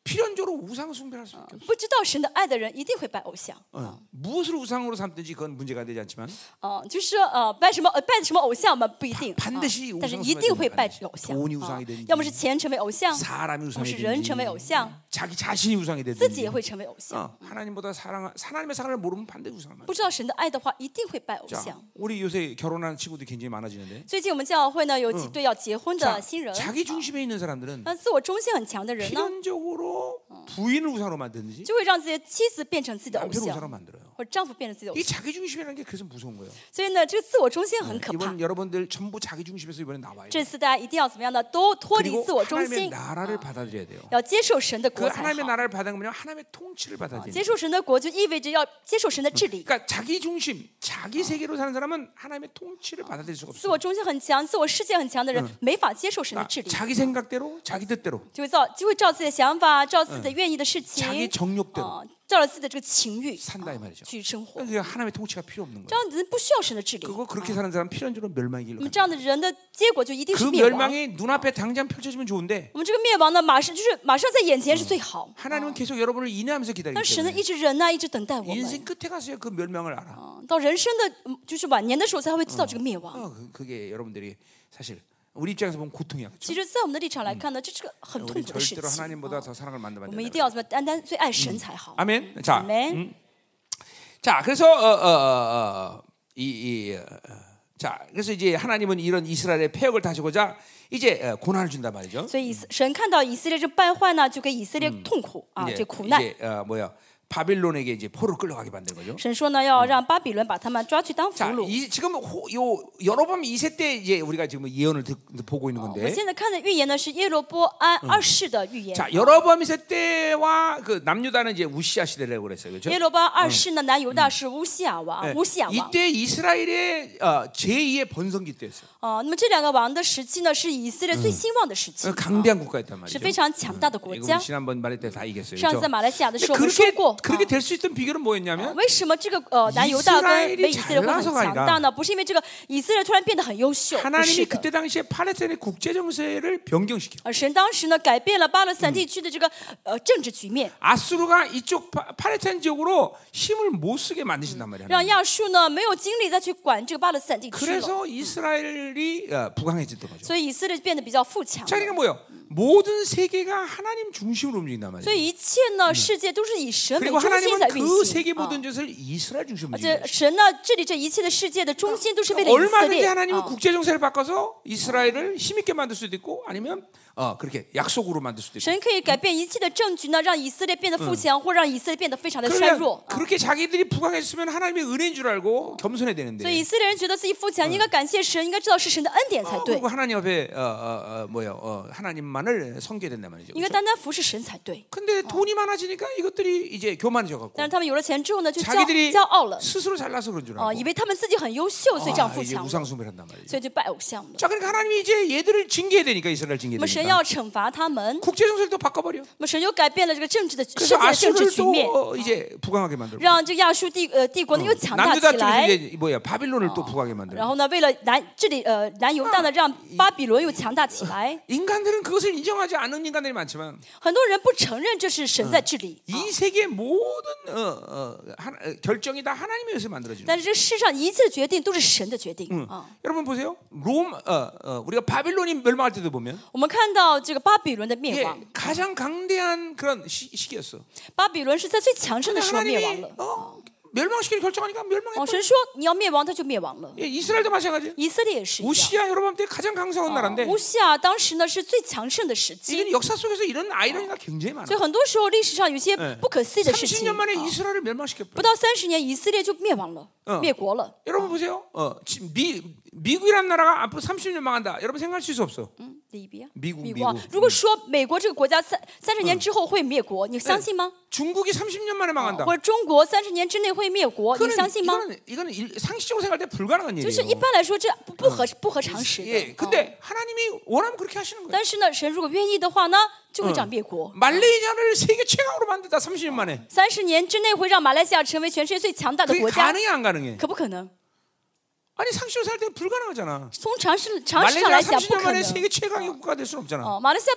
필연적으로 우상 숭배할 수 있게. 不知道神的爱的人一定会拜偶像。 어. 무엇을 우상으로 삼든지 그건 문제가 되지 않지만 啊、就是呃，拜什么呃拜什么偶像嘛，不一定， 반반 啊 드시 但是 우상숭배되는거아니지 一定会拜偶像， 돈이우상이 啊 되든지 要么是钱成为偶像， 사람이 或 우상이 是人成为偶 되든지 像， 자기 자신이 우상이 自己 되든지 也会成为偶像。 어, 하나님보다 사랑 하나님의 사랑을 모르면 반드시 우상을 만들. 不知道神的爱的话，一定会拜偶 자, 像。 우리 요새 결혼하는 친구들이 굉장히 많아지는데 最近我们教会呢有几对要结婚 자, 的新人，嗯 자기 중심에 있는 사람들은 那自我中心很强的人呢， 필연적으로 부인을 우상으로 만드는지 就会让自己的妻子变成自己的偶 남편을 像 우상으로 ， 만들어요. 或者丈夫变成自己的偶像 이 자기 중심이라는 게 그래서 무서운 거예요. 所以呢，这个自我中心很可怕 이번 。 여러분들 전부 자기 중심에서 이번에 나와야 돼요. 这次大家一定要怎么样呢？都脱离 그리고 自我中 하나님의 心， 나라를 받아들여야 돼요. 要接受神的 그 国才 하나님의 好。 나라를 받아들면 하나님의 통치를 받아들여요. 接受神的国就意味着要接受神的治理。 그러니까 자기 중심, 자기 세계로 사는 사람은 하나님의 통치를 받아들일 아. 수가 自 없어요. 我中心很强、自我世界很强的人，没法接受神的 그러니까 治理， 자기 생각대로, 자기 뜻대로, 就会造就会照自己的想法、照自己的愿意的事情， 자기 啊， 정욕대로 照着自己的这个情欲啊 산다 이 말이죠. 去生活。 그러니까 하나님의 통치가 필요 없는 这 거예요. 样子不需要神的治理， 그거 그렇게 사는 사람 필연적으로 멸망의 길로 那么 가요. 这样的人的结果就一定 그 是灭亡。 멸망이 눈앞에 당장 펼쳐지면 좋은데 我们这个灭亡呢，马上就是马上在眼前是最好， 하나님은 계속 여러분을 인내하면서 기다리기 但是神呢 때문에 一直忍耐，一直等待我们。啊 인생 끝에 가서야 그 멸망을 알아. 到人生的嗯就是晚年的时候才会知道这个灭亡。 어, 그, 그게 여러분들이 사실 우리 입장에서 보면 고통이야. 그렇죠? 其实，在我们的立场来看呢，这是个很痛 우리 苦的事 절대로 情。 하나님보다 더 사랑을 만나면 안嗯我们一 된다. 定要怎么单单最爱神才好。 아멘. 자, 嗯阿嗯门。 자, 그래서 어, 어어어이이 자, 그래서 이제 하나님은 이런 이스라엘의 폐역을 다시고자 이제 어, 고난을 준단 말이죠. 所以以色神看到以色列这败坏呢，就给以色列痛苦啊， 아, 이제, 这苦难。 이제 어, 뭐야 바빌론에게 이제 포로 끌려가게 만든 거죠. 神说呢，要让巴比伦把他们抓去当俘 자, 虏。 이 지금 호, 요 여로밤 2세 때 이제 우리가 지금 예언을 듣, 보고 있는 我们 건데. 现在看的预言呢是耶罗波安二世的预言。 자, 여로밤 2세 때와 그 남유다는 이제 우시아 시대라고 그랬어요. 그렇죠? 네. 耶罗波安二世呢，南犹大是乌西亚王，乌西亚王。 이때 이스라엘의 어, 제2의 번성기 때였어요. 哦、那么这两个王的时期呢，是以色列最兴旺的时期， 어, 강대한 국가였단 是 말이죠. 非常强大的国 이거 家。 지난번 말할 때 다 이겼어요. 上次 그렇죠? 在马来西亚的时 근데 候，我们说 그렇게 过。 그렇게 啊 될 수 있던 비결은 뭐였냐면 为什么这个呃南犹大跟 이스라엘이 北以色列会 잘나서가 很 아니라 强大呢？不是因为这个以色列突然变得很优秀，不 하나님이 是的 그때 당시에 팔레스타인의 국제 정세를 변경시켜. 而神当时呢改变了巴勒斯坦地区的这个、呃政治局面， 아수르가 이쪽 파, 팔레스타인 지역으로 힘을 못 쓰게 만드신단 음. 말이야. 让 하나님. 亚述呢没有精力再去管这个巴勒斯坦地区了， 그래서 이스라엘이 어, 부강해졌던 거죠. 所以以色列变得比较富强。 자, 그러니까 뭐요? 모든 세계가 하나님 중심으로 움직인단 所 말이에요. 以一切呢，世界都是以神嗯为 그리고 中心在 하나님은 运 그 行 세계 啊 모든 것을 이스라엘 중심으로 而 움직인다. 且神呢，治理这一切的世界的中心都是为了以色 얼마든지 列。 하나님은 啊 국제 정세를 바꿔서 이스라엘을 힘있게 만들 수도 있고 아니면 어, 그렇게 약속으로 만들 수도 있고. 神可以改变一切的政局呢，让以色列变得富强，或让以色列变得非常的衰嗯 그러면 弱。啊 그렇게 자기들이 부강했으면 하나님의 은혜인 줄 알고 겸손해야 되는데. 所以以色列人觉得自己富嗯强，应该感谢神，应该知道是神的恩典才 어, 对 그리고 ， 하나님 앞에 어, 어, 어, 뭐야 어, 하나님만을 섬겨야 된단 말이죠. 应该 그렇죠? 单单服侍神才对。 근데 돈이 많아지니까 이것들이 이제 교만해져 갖고 但是他们有了钱之后呢，就骄 자기들이 骄傲了 스스로 잘나서 그런 줄 啊， 알고 以为他们自己很优秀，所以这样 아, 富 이제 强了， 우상숭배를 한단 말이죠. 所以就拜偶像了。 자 그러니까 하나님이 이제 얘들을 징계해야 되니까 이스라엘 那么 징계해야 神 되니까 要惩罚他们，那 국제 정세를 또 바꿔버려. 么神又改变了这个政治的世界 그래서 的政治 아수르를 局 또 面， 어, 이제 부강하게 만들고 让这个亚述帝呃帝国呢又强大起 어, 남유다 来 쪽에서 。 이제 뭐야 바빌론을 또 부강하게 然 만들고 后呢，为了南这里呃南犹大呢，让巴比伦又强大起来。 인간들은 그것을 인정하지 않는 인간들이 많지만 很多人不承认这是神在治理，啊 이 세계 모든 어, 어, 하나- 어, 결정이 다 하나님에 의해서 만들어지는 但是这世上一切的决定都是神的决定啊。 여러분 보세요. 롬, 어, 어, 우리가 바빌론이 멸망할 때도 보면 我们看到这个巴比伦的灭 이게 亡， 가장 강대한 그런 시, 시기였어. 巴比伦是在最强盛 근데 的时候灭亡 하나님이 了。 어, 멸망시키는 결정하니까 哦， 멸망했다. 神说你要灭亡，他就灭亡了。 예, 이스라엘도 어, 마찬가지. 以色列也是一样。 우시아 여러분 때 가장 강성한 나라인데 乌西亚当时呢是最强盛的时期， 이건 역사 속에서 이런 아이러니가 굉장히 많아. 所以很多时候历史上有一些不可思议的事情啊 30년 。 만에 이스라엘을 멸망시켰어요. 不到三十年，以色列就灭亡了，灭国了。 여러분 보세요. 어, 지금 미 미국이란 나라가 앞으로 30년 망한다. 여러분 생각하실 수 없어. 嗯，利比亚，米国米国啊米国。如果说美国这个国家三三十年之后会灭国，你相信吗？ 중국이 30년 만에 망한다. 或者中国三十年之内会灭国，你 그거는 相信吗？ 이거는 이거는 일- 상식적으로 생각할 때 불가능한 就是一 일이에요. 般来说，这不不合不合常识 예, 的。嗯 근데 하나님이 원하면 그렇게 하시는 거예요. 但是呢，神如果愿意的话呢，就会这样灭国。 말레이시아를 세계 최강으로 만든다 30년 만에. 三十年之内会让马来西亚成为全世界最强大的 어. 그게 国家， 가능해 안 가능해? 可不可能？ 아니 상식적으로 생각할 때 불가능하잖아. 从常识常识上 말레이시아 来讲，不 30년 可 만에 能。 세계 최강의 국가가 될 수는 없잖아. 哦，马来西亚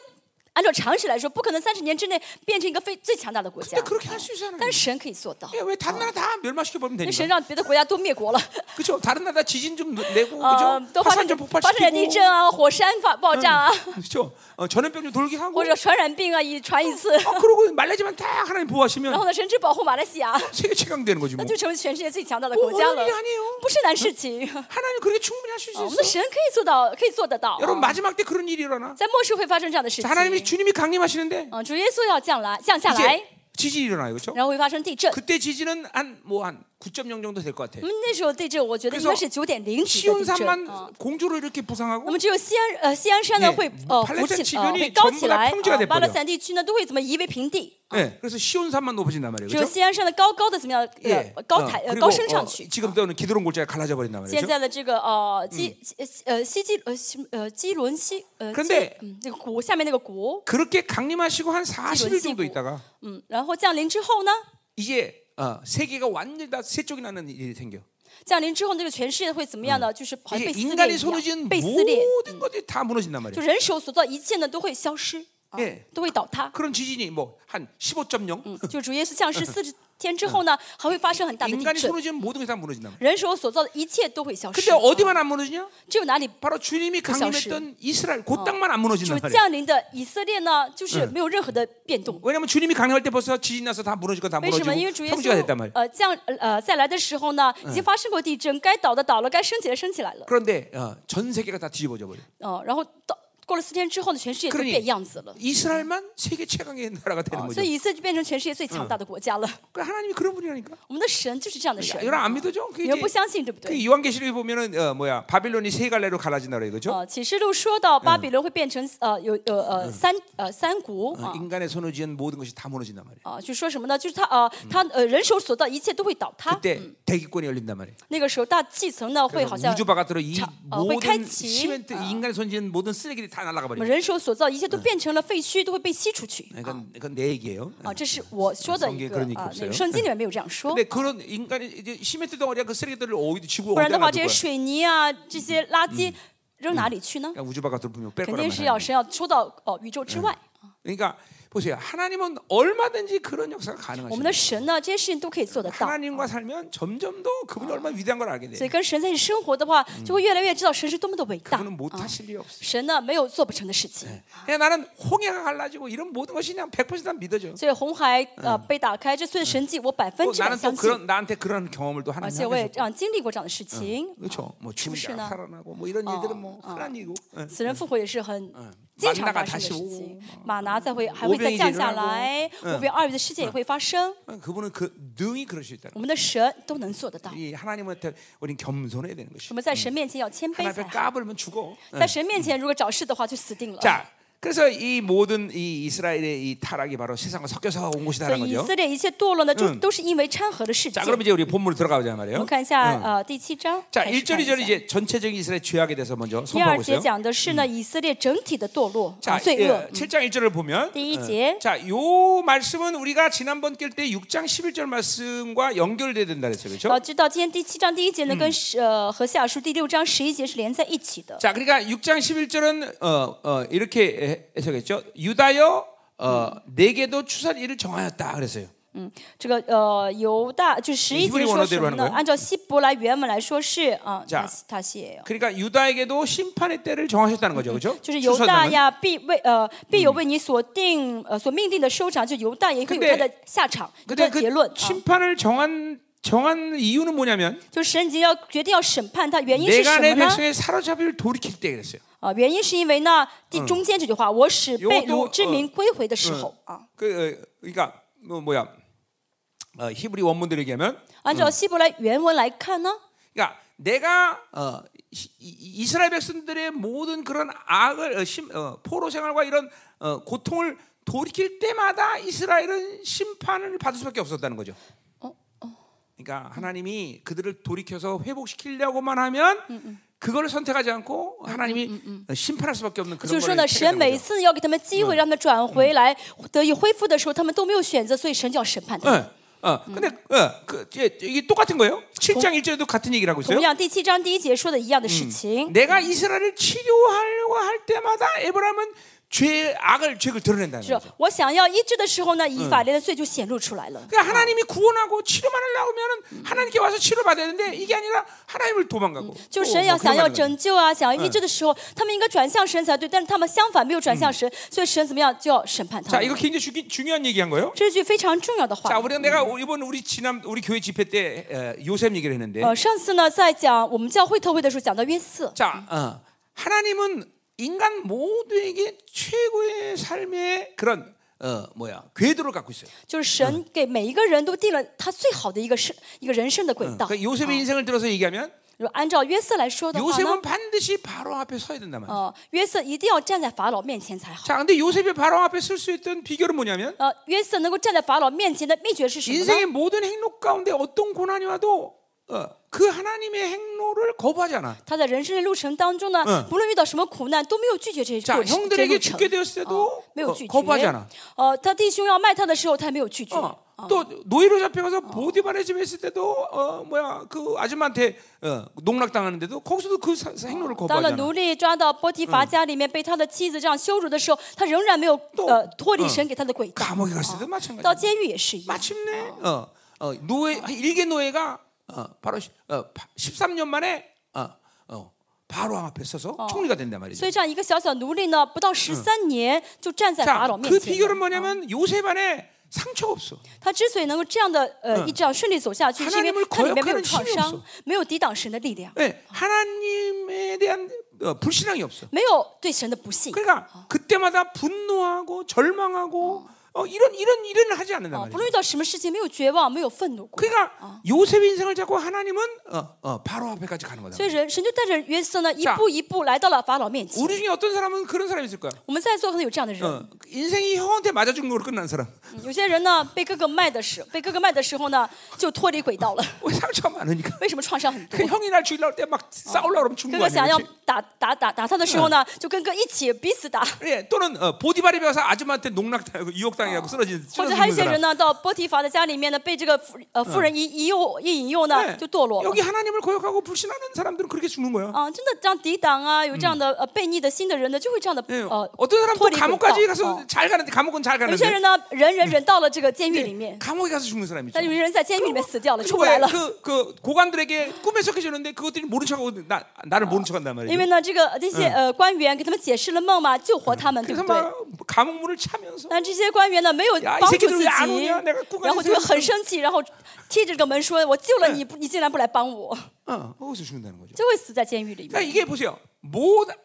按照常识来说，不可能三十年之内变成一个非最强大的国家 근데 ， 그렇게 할 수 있잖아. 但是神可以做到。 왜 다른 나라 다그 어. 멸망시켜 버리면 那 되니까. 神让别的国家都灭国了， 그렇죠. 다른 나라 지진 좀 내고 呃 그죠? 都发 어, 화산 좀生发生点 폭발시키고 地震啊、火山发爆炸啊， 그렇죠. 어, 전염병 좀 돌게 하고 或者传染病啊，一传一次。 어, 그러고 말레이시아만 다 하나님 然 보호하시면 后呢，神只保护马来西亚， 세계 최강 되는 거지 뭐. 那就成为全世界最强嗯大的啊 뭐, 国家 어려운 了 일 ， 아니에요. 不是难事 情。啊 하나님 그렇게 충분히 하실 수 我们的 있어. 神可以做到，可以做得到啊。 여러분 마지막 때 그런 일이 일어나. 在末世会发生这样的事 자, 하나님이 情。 주님이 강림하시는데 嗯，主耶稣要降来，降下来， 이제 지진이 어, 일어나요, 그렇죠? 然后会发生地震。 그때 지진은 한 뭐 한 9.0 정도 될 것 같아. 嗯，那时候地震，我觉得应该是九点零级的地震。啊 시온산만 공조로 이렇게 那 부상하고 么只有西安呃西安山呢 예 会呃 팔레스타인 浮起 주변이 呃会高 전부 起 다 来， 평지가 呃巴 돼버려 勒斯坦地区呢都会怎么夷为平地， 예, 그래서 시온산만 높아진단 말이에요. 只有 그렇죠? 西安山的高高的怎么样呃 예. 高 어, 台呃 그리고 高升 어, 上去。 지금 또는 기드론 골짜기 갈라져 버린단 现 말이죠. 在的这个呃基基呃西基呃西呃基伦西呃 근데 基嗯那个国下面那个国 그렇게 강림하시고 한 40일 정도 있다가 嗯，然后降临之后呢， 이제 어, 세계가 완전히 다 세 쪽이 나는 일이 생겨. 降临之后那个全世界会怎么样呢？就是好像 이게 被撕裂 인간이 一 손을 样， 지은 被撕裂， 모든 것들이 다 무너진단 就 말이에요. 人手所做一切呢都会消失。啊 예. ，都会倒塌。 그런 지진이 뭐 한 15.0. 嗯，就主耶稣降世四十天之后呢，还会发生很大的地 인간이 震， 무너지면 모든 게 다 무너진다. 人手所造的一切都会消失 근데 。 어디만 안 무너지냐? 只有哪里 바로 주님이 강림했던 이스라엘 그 땅만 안 主 무너진단 말이야. 降临的以色列呢，就是没有任何的变动。 왜냐면 주님이 강림할 때 벌써 지진 나서 다 무너지고 다 为什 무너지고 么？因为主耶 평지가 됐단 稣 말이야. 呃降呃再来的时候呢，已经发生过地震，该倒的倒了，该升起的升起来了。 그런데 어, 전 세계가 다 뒤집어져 버려. 哦，然后到过了四天之后呢，全世界都 그러니 变样子了。 이스라엘만 세계 최강의 나라가 되는 哦 거죠. 所以以色列就变成全世界最强大的国家了。 그 하나님이 그런 분이라니까. 我们的神就是这样的神 야, ， 이건 안 믿어죠? 你们不相信对不 그 对？ 요한계시록에 보면은 어, 뭐야 바빌론이 세 갈래로 갈라진다 그래 그죠? 啊，启示录说到巴比伦会变成呃有有呃三呃三国 어, 啊 인간의 손으로 지은 모든 것이 다 무너진단 말이야. 啊，就说什么呢？就是他呃他呃人手所造一切都会倒塌。 그때 대기권이 열린단 말이야. 那个时候大气层呢会好像 우주 바깥으로 이 자- 어, 모든 회칼치. 시멘트 어. 인간의 손 지은 모든 쓰레기들이 다 날아가 我们 버려. 人手所造一切都变成了废墟，都会被吸出去。 그건 그건 내 얘기예요. 어. 啊，这是我说的一 성경에그 个 런얘기없어요 啊，那个圣经里面没有这样说 근데 。 그런 인간이 이제 시멘트 덩어리야 그 쓰레기들을 어디 지구 不然的 어디다 话， 놔둘 这 거야? 些水泥啊，这些垃圾扔哪里去呢？ 그러니까 우주 바깥으로 분명 뺄 肯 거란 定是要 말이야. 神要抽到哦宇宙之外。 그러니까 보세요. 하나님은 얼마든지 그런 역사가 我们 가능하시다. 的神呢，这些事情都可以做得到。 하나님과 살면 점점 더 그분이 얼마나 위대한 걸 알게 所 돼. 以跟神在一起生活的话，就会越来越知道神是多么的伟大。 그분은 못하실 일이 없어. 神呢，没有做不成的事情。 아. 그냥 나는 홍해가 갈라지고 이런 모든 것이 그냥 100%다 믿어져. 所以红海呃被打开，这所有的神迹，嗯我百分 또 之百 나는 또 相信， 그런 나한테 그런 경험을 또 而 하나님 且我也 하셔. 这样经历过这样的事情。 그렇죠. 뭐 죽은 자 혹시나. 살아나고 뭐 이런 일들은 뭐 흔한 일이고. 예. 死人复活也是很经常发生的事情。马拿再会还会再降下来，五变二月的事件也会发生。 어, 그분은 그 능히 그럴 수 있다는 我们的神都能做得到 거 。이 하나님한테 우린 겸손해야 되는 것이. 我们在神面前要谦卑 하나님 才 앞에 好， 까불면 죽어. 在神面前如果找事的话就死定了。 자, 그래서 이 모든 이 이스라엘의 이 타락이 바로 세상과 섞여서 온 所 것이다라는 以以 거죠. 色列一切堕落呢，就都是因为掺和的事 자, 件。 그럼 我 이제 우리 본문으로 들어가보자 们 말이에요. 看一下呃第七章。 자, 开始 1절 看一下 2절 이제 전체적인 이스라엘 죄악에 대해서 먼저 第二 선포하고 节 있어요. 讲的是呢以色列整体的堕落、 자, 啊罪恶 예, 。 7장 1절을 보면 第一节 자, 요 말씀은 우리가 지난번 깰 때 6장 11절 말씀과 연결돼야 된다 그랬어요. 그렇죠? 要知道哦今天第七章第一节呢跟十呃和下书第六章十一节是连在一起的。 자, 그러니까 6장 11절은 어, 어, 이렇게 해- 해석했죠. 유다여 어, 내게도 추산 일을 정하였다 그랬어요. 嗯，这个呃犹大就十一节说你希什么伯来文的对吧呢？按照希伯来原文来说是啊， 자 塔塔谢。 그러니까 유다에게도 심판의 때를 정하셨다는 거죠. 그렇죠? 就是犹大 추산하는. 呀，必为呃必有为你所定呃所命定的收场，就犹大也会有 근데 他的下场，有他 근데 的 그 结论啊。 심판을 정한 정한 이유는 뭐냐면 就神已经要决定要审判他，原因是什 내가 么 내 呢？ 백성의 사로잡이를 돌이킬 때 그랬어요. 啊，原因是因为呢，第中间这句话，我使被 요것도 掳之民归回的时候啊， 그 어, 그러니까 뭐 뭐야 어, 히브리 원문대로 얘기하면 按照希伯来原文来看呢， 그러니까 내가 어, 이- 이- 이스라엘 백성들의 모든 그런 악을 어, 심, 어, 포로 생활과 이런 어, 고통을 돌이킬 때마다 이스라엘은 심판을 받을 수밖에 없었다는 거죠. 그러니까 하나님이 그들을 돌이켜서 회복시키려고만 하면 그걸 선택하지 않고 하나님이 어, 심판할 수밖에 없는 就 그런 是说 거를 呢，神 택했다는 每 거죠. 次要给他们机会，让他们转回来得以恢复的时候，他们都没有选择，所以神就要审判他们。 예, 어, 근데 어, 그, 이게, 이게 똑같은 거예요. 7장 1절에도 같은 얘기를 하고 同 있어요. 样，第七章第一节说的一样的事情， 내가 이스라엘을 치료하려고 할 때마다 에브라임은 죄 악을 죄를 드러낸다는 是 거죠. 我想要医治的时候呢，以法莲的罪就显露出来了。 그러니까 하나님이 구원하고 치료만 하려고 하면 하나님께 와서 치료받아야 되는데 이게 아니라 하나님을 도망가고. 就 또 神要 뭐 想 그런 要 말이거든요. 拯救啊，想要医治的时候，他们应该转向神才对，但是他们相反没有转向神，所以神怎么样就要审判他 자, 이거 们。 굉장히 중요- 중요한 얘기한 거예요. 这是句非常重要的 자, 话。 우리가 내가 이번 우리 지난 우리 교회 집회 때 어, 요셉 얘기를 했는데 呃，上次呢，在讲我们教会特会的时候，讲到约瑟， 자, 어, 하나님은 인간 모두에게 최고의 삶의 그런 어, 뭐야 궤도를 갖고 있어요. 就是神给每一个人都定了他最好的一个生一个人生的轨道。 그러니까 요셉의 인생을 들어서 얘기하면 如果按照约瑟来说的话呢 요셉은 ， 반드시 바로 앞에 서야 된단 말이야. 呃，约瑟一定要站在法老面前才好。 자, 근데 요셉이 바로 앞에 설 수 있던 비결은 뭐냐면 呃，约瑟能够站在法老面前的秘诀是什么呢？ 인생의 모든 행복 가운데 어떤 고난이 와도 어, 그 하나님의 행로를 거부하지 않아. 他在人生的路程当中呢，不论遇到什么苦难，都没有拒绝这 자, 过程这 형들에게 路程 죽게 。 되었을 哦 때도 ，没 어, 有拒绝。 거부하지 않아. 呃，他弟兄要卖他的时候，他没有拒绝。 어, 또 노예로 잡혀가서 보디발의 집에 있을 때도 어, 뭐야 그 아줌마한테 어, 농락당하는데도 거기서도 그 사- 사- 행로를 当了 거부하잖아. 奴隶抓到波提乏家里面，被他的妻子这样羞辱的时候，他仍然没有都呃脱离神给他的轨道。 감옥에 갔을 때도 到 마찬가지. 监狱也是一样。 마침내 어, 어, 노예 일개 노예가 어, 바로 시- 어, 13년 만에 어, 어, 바로 앞에 서서 총리가 된단 말이죠. 所以这样一个小小奴隶呢，不到十三年就站在法 자, 老 그 面前了。 비결은 뭐냐면 요셉 안에 상처가 없어. 他之所以能够这样的呃一直这样顺利走下去，是因为 하나님을 他里面没有 거역하는 创 힘이없어 伤，没有抵挡神的力量， 예, 하나님에 대한 어, 불신앙이 없어. 没有对神的不信。 그러니까 그때마다 분노하고 절망하고 어, 이런 이런 일은 하지 않는단 啊， 말이에요. 不论遇到什么事情，没有绝望，没有愤怒过。 그러니까 요셉의 인생을 잡고 하나님은 어, 어, 바로 앞에까지 가는 거다. 所以人神就带着约瑟呢，一 자 步一步来到了法老面前。 우리 중에 어떤 사람은 그런 사람이 있을 거야. 我们在座可能有这样的人， 어, 인생이 형한테 맞아 죽는 걸로 끝난 사람. 嗯有些人呢被哥哥卖的时，被哥哥卖的时候呢就脱离轨道了。 왜 어, 상처가 많으니까. 为什么创伤很多 그 ？ 형이 날 죽이려고 때막 싸우려고 어. 그러면 哥 죽는 哥 거야. 想要打打打打他的时候呢，就跟哥一起彼此打。 예, 또는 어, 보디발이 배워서 아줌마한테 농락당하고 그 유혹당하고 쓰러진 或 쓰러진 者还有一些 사람. 人呢，到波提乏的家里面呢，被这个妇呃妇人一一诱一引诱呢， 네. 就堕落了 여기 。 하나님을 거역하고 불신하는 사람들은 그렇게 죽는 거야. 啊，真的这样抵挡啊，有这样的呃悖逆的心的人呢，就会这样的 예. 呃 어떤 脱 사람도 어. 离轨 감옥까지 道。 가서 啊 잘 가는데 감옥은 잘 有些 가는데 예, 人呢，忍忍忍到了这个监哎狱里面， 감옥에 가서 죽는 사람이 있죠. 但有些人在监狱里面死掉了，出 그리고 来了。 그 그 고관들에게 꿈에서 해주는데 그것들이 모른 척하고 나 나를 모른 척한단 因为 말이에요. 呢，这个这些呃官员给他们解释了梦嘛，救活他们，对 그래서 네. 不对？ 막 감옥 문을 차면서 但这些官员呢，没有呀帮助 이 自 새끼들왜안 己 오냐，내가꾸가지 然后就会很生气，然后踢着这个门说：“我救了你，不你竟然不来帮我， 어, 거기서 죽는다는 거죠. 就会死在监狱里面。” 그러니까 이게 보세요. 모든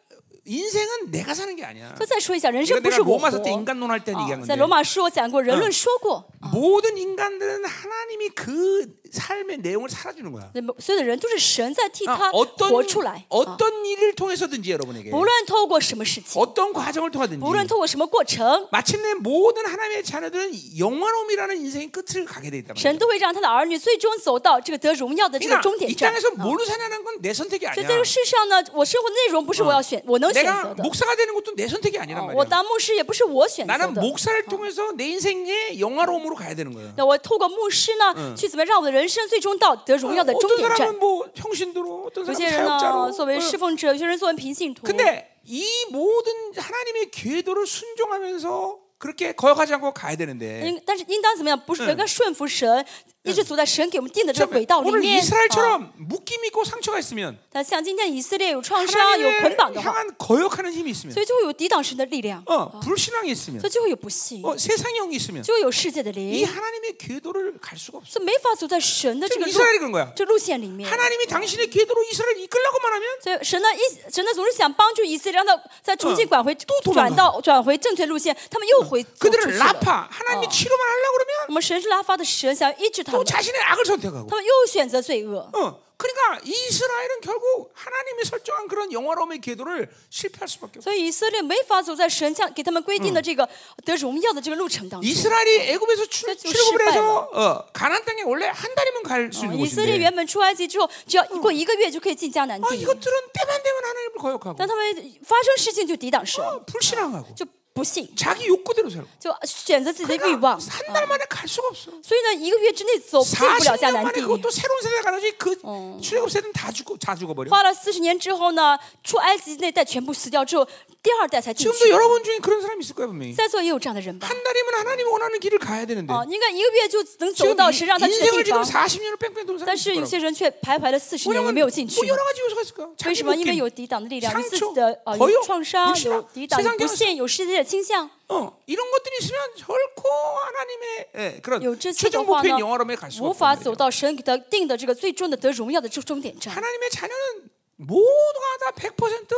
인생은 내가 사는 게 아니야. 就再说一下，人生 이건 不 그러니까 내가 是我 로마서 때 活。 인간론 할 때 啊 얘기한 在 건데 罗马书我讲过，人论说过， 어. 모든 인간들은 하나님이 그 삶의 내용을 살아주는 거야. 那么所有的人都是神在替 아, 他 어떤 活出来， 어떤 일을 통해서든지 여러분에게 不论透过什么事情， 어떤 과정을 통하든지 不论透过什么过程， 마침내 모든 하나님의 자녀들은 영원함이라는 인생의 끝을 가게 돼 있단 말이야. 神都会让他的儿女最终走到这个得荣耀的这个 그러니까 终点 이 站。 땅에서 뭘로 사냐는 건 내 선택이 所 아니야. 以在这个世上呢，我生活的内容不是我要选，我能选 내가 择的。 목사가 되는 것도 내 선택이 아니란 啊我 말이야. 当牧师也不是我选择 나는 的。 목사를 통해서 내 인생의 영화로움으로 가야 되는 거야. 那我透过牧师呢，去怎么让我的人生最终到得荣耀的终 어떤 点站 사람은 ？뭐 평신도로, 어떤 有嗯 사람은 些人呢， 사역자로. 作为 어. 侍奉者；有些人作为平信徒。 근데 이 모든 하나님의 궤도를 순종하면서 그렇게 거역하지 않고 가야 되는데 应但是应当怎么样？不是应该顺服神，一直走在神给我们定的嗯这个轨道里 오늘 面。啊 이스라엘처럼 묶임 있고 상처가 있으면 但像今天以色列有创伤、有捆 하나님을 绑的话， 향한 거역하는 힘이 있으면 所以就会有抵挡神的力量， 어, 불신앙이 있으면 所以就会有不信， 어, 세상형이 있으면 就会有世界的 이 灵， 하나님의 궤도를 갈 수가 없어. 所以没法走在神的这个 지 路 이스라엘이그런거야 这路线里面。 하나님이 당신의 궤도로 이스라엘 이끌려고만 하면 所以神呢，一神呢总是想帮助以色列，让他再重新拐回、 도망가 转到转回正确路线，他们又回走出去 그들을 了。啊 라파 어. 하나님이 치료만 하려고 그러면 我们神是拉法的神，想要医治他 또 们， 자신의 악을 선택하고. 他们又选择罪恶。 어, 그러니까 이스라엘은 결국 하나님이 설정한 그런 영화로움의 궤도를 실패할 수밖에 없어. 所以以色列没法走在神像给他们规定的这个得荣耀的这个路程当中。 이스라엘이 애굽에서 출- 그래서 출국을 해서 실패하는 어, 가나안 땅에 원래 한 어, 달이면 갈 수 哦 있는 以色列 곳인데 原本出埃及之后，只要过一个月就可以进迦南 아, 地， 이것들은 때만 되면 하나님을 거역하고 但他们发生事情就抵挡神， 어, 불신앙하고 就不信， 자기 욕구대로 살고 就选择自己的欲 그러니까 望。 한 달 만에 갈 수가 없어 所以呢，一个月之内走进不了迦 40년 南 만에 地。 그것도 새로운 세대가 나지 그 출애굽 세대는 다 죽고 다 죽어버려 花了四十年之后呢，出埃及那代全部死掉之后，第二代才进 지금도 去。 여러분 중에 그런 사람이 어. 있을 거야 분명히 在座也有这样的人吧？ 한 달이면 하나님이 원하는 길을 가야 되는데 哦，应该一个月就能走 지금 到神让他 이- 去的 인생을 地 지금 方， 40년을 뺑뺑 도는 사람이 但是 있을 有 거라고 些人却徘徊了四十年也 왜냐면 没有进去 뭐 。 여러 가지 요소가 있을까 为 자기 什么？因为 욕심. 有抵挡的力量，有自己 상처, 的呃有 거역, 创伤， 불신앙, 有抵挡、有 세상 不 경험 信、有世界的倾向。 어, 이런 것들이 있으면 결코 하나님의 예, 有 그런 这些的 최종 话 목표인 呢 영화로움에 갈 ， 수가 无法 없단 走 말이에요. 到神给他定的这个最终的得荣耀的终终点站。 하나님의 자녀는 모두가 다 100%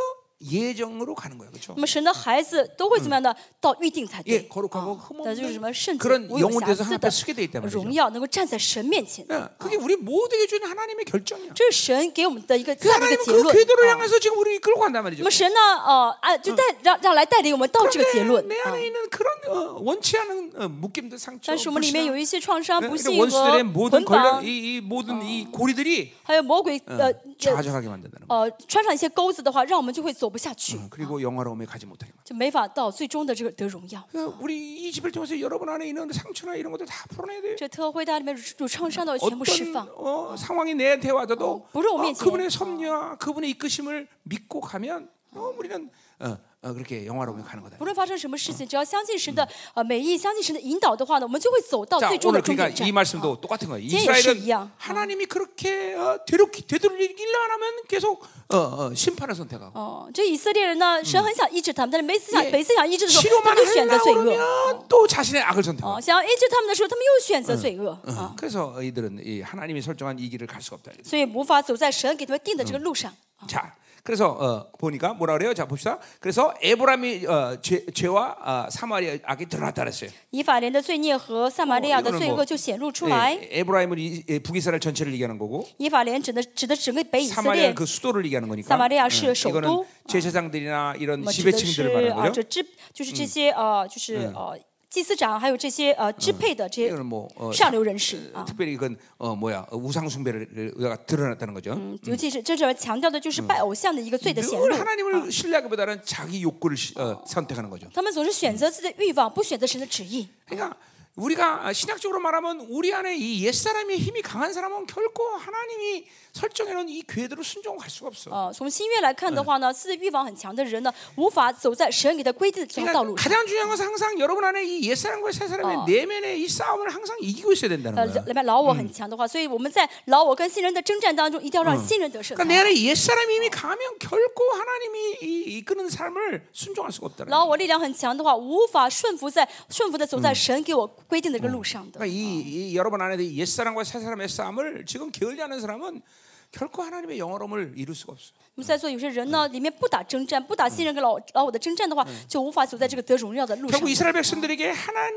예정으로 가는 거예요. 그렇죠? 那么神的孩子都会怎么样呢？到预定才 예, 对。 거룩하고 那就是什么 흠없는 圣洁 그런 无有 영혼에 瑕 대해서 疵 하나 的 에 서게 돼 있단 말이죠. 荣耀，能够站在神面前。 예, 그게 우리 모두에게 주는 하나님의 결정이야. 这是神给我们的一个 그 下面的 하나님 结 그 论。 궤도를 啊 향해서 지금 우리 이끌고 간단 那 말이죠. 么神呢，呃，啊，就带让让来带领我们到这个结 그런데 论 내 啊。 안에 있는 그런 어, 원치 않은 어, 묶임들 상처, 但是我们里面 불신앙, 有一些创伤、 예, 不 이런 幸和 원수들의 捆 모든 걸려 绑， 이, 이 모든 이 고리들이 还有魔鬼的 어, 좌절하게 만든다는 거. 呃穿上一些钩子的话，让我们就会走不下去， 어, 그리고 영화로움에 가지 못하게 만든다. 就没法到最终的这个得荣耀。 그러니까 우리 이 집을 통해서 여러분 안에 있는 상처나 이런 것들 다 풀어내야 돼요. 这特会大里面有创伤的全部释 어떤 放， 어, 상황이 내한테 와도 아, 어, 물어오면 이제, 그분의 섭리와 그분의 이끄심을 믿고 가면 어, 우리는 어, 어, 그렇게 영화로움에 가는 거다. 不论发生什么事情，只要相信神的呃美意，相信神的引导的话呢，我们就会走到 자 最终 오늘 的终 그러니까 点站哦 이 。 말씀도 똑같은 거예요. 어. 제일 이스라엘은 역시一样. 어. 하나님이 그렇게 어, 되돌리- 되돌리기만 하면 계속 어, 어, 심판을 선택하고 哦，这以色列人呢，神很想医治他们，但是每次想 예 每次想医治的时候，他 치료만 们就选择 하려고 罪恶。 그러면 또 자신의 악을 선택하고 哦，想要医治他们的时候，他们又选择罪恶 어, 啊， 그래서 이들은 이 하나님이 설정한 이 길을 갈 수가 없다. 所以无法走在神给他们定的这个路上。 자, 그래서 어, 보니까 뭐라 그래요? 자, 봅시다. 그래서 에브람이 어, 죄, 죄와 어, 사마리아 악이 드러났다 그랬어요. 以法莲的罪孽和撒玛利亚的罪恶就显露出来。 예, 에브라임은 이- 예, 북이스라엘 전체를 얘기하는 거고 以法莲指的指的整个北以色列 사마리아는 ，그 수도를 얘기하는 거니까. 사마리아 응, 시首都. 이거는 제사장들이나 那 이런 么指的是 지배층들을 말하는 啊，这 거죠. 支就是这些呃，就是呃祭司长，还有这些呃支配的这些 이거는 뭐 어, 上流人呃士啊。 특별히 이건 어, 뭐야 어, 우상 숭배를 우리가 드러났다는 거죠. 嗯尤其是这是强调的就是拜偶像的一个罪的显露 늘 。 하나님을 신뢰하기보다는 자기 욕구를 시- 어, 선택하는 거죠. 他们总是选择自己的欲望，不选择神的旨意。 그러니까 우리가 신약적으로 말하면 우리 안에 이 옛사람의 힘이 강한 사람은 결코 하나님이 설정해 놓은 이 궤대로 순종할 수가 없어. 呃，从新约来看的话呢，自己欲望很强的人呢，无法走在神给他规定的这条道 그러니까 路上。 가장 중요한 것은 항상 여러분 안에 이 옛사람과 새사람의 어. 내면의 이 싸움을 항상 이기고 있어야 呃 된다는 ， 거야. 里面老我很强的话，所以我们在老我跟新人的征战当中，一定要让新人得胜。 그러니까 내 안에 이 옛사람이 이미 가면 결코 하나님이 이- 이끄는 삶을 순종할 수가 없다는 거야. 老我力量很强的话，无法顺服在顺服的走在神给我规定的这个路上的。 그러니까 이, 이 여러분 안에 이 옛사람과 새사람의 싸움을 지금 게을리하는 사람은 결코 하나님의 영어로움을 이룰 수가 없어. 那么在座有些人呢，里面不打征战，不打新人跟老老我的征战的话，就无法走在这个得荣耀的路上 결국 。 이스라엘 백성들에게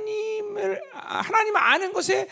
하나님을 아, 하나님 아는 것에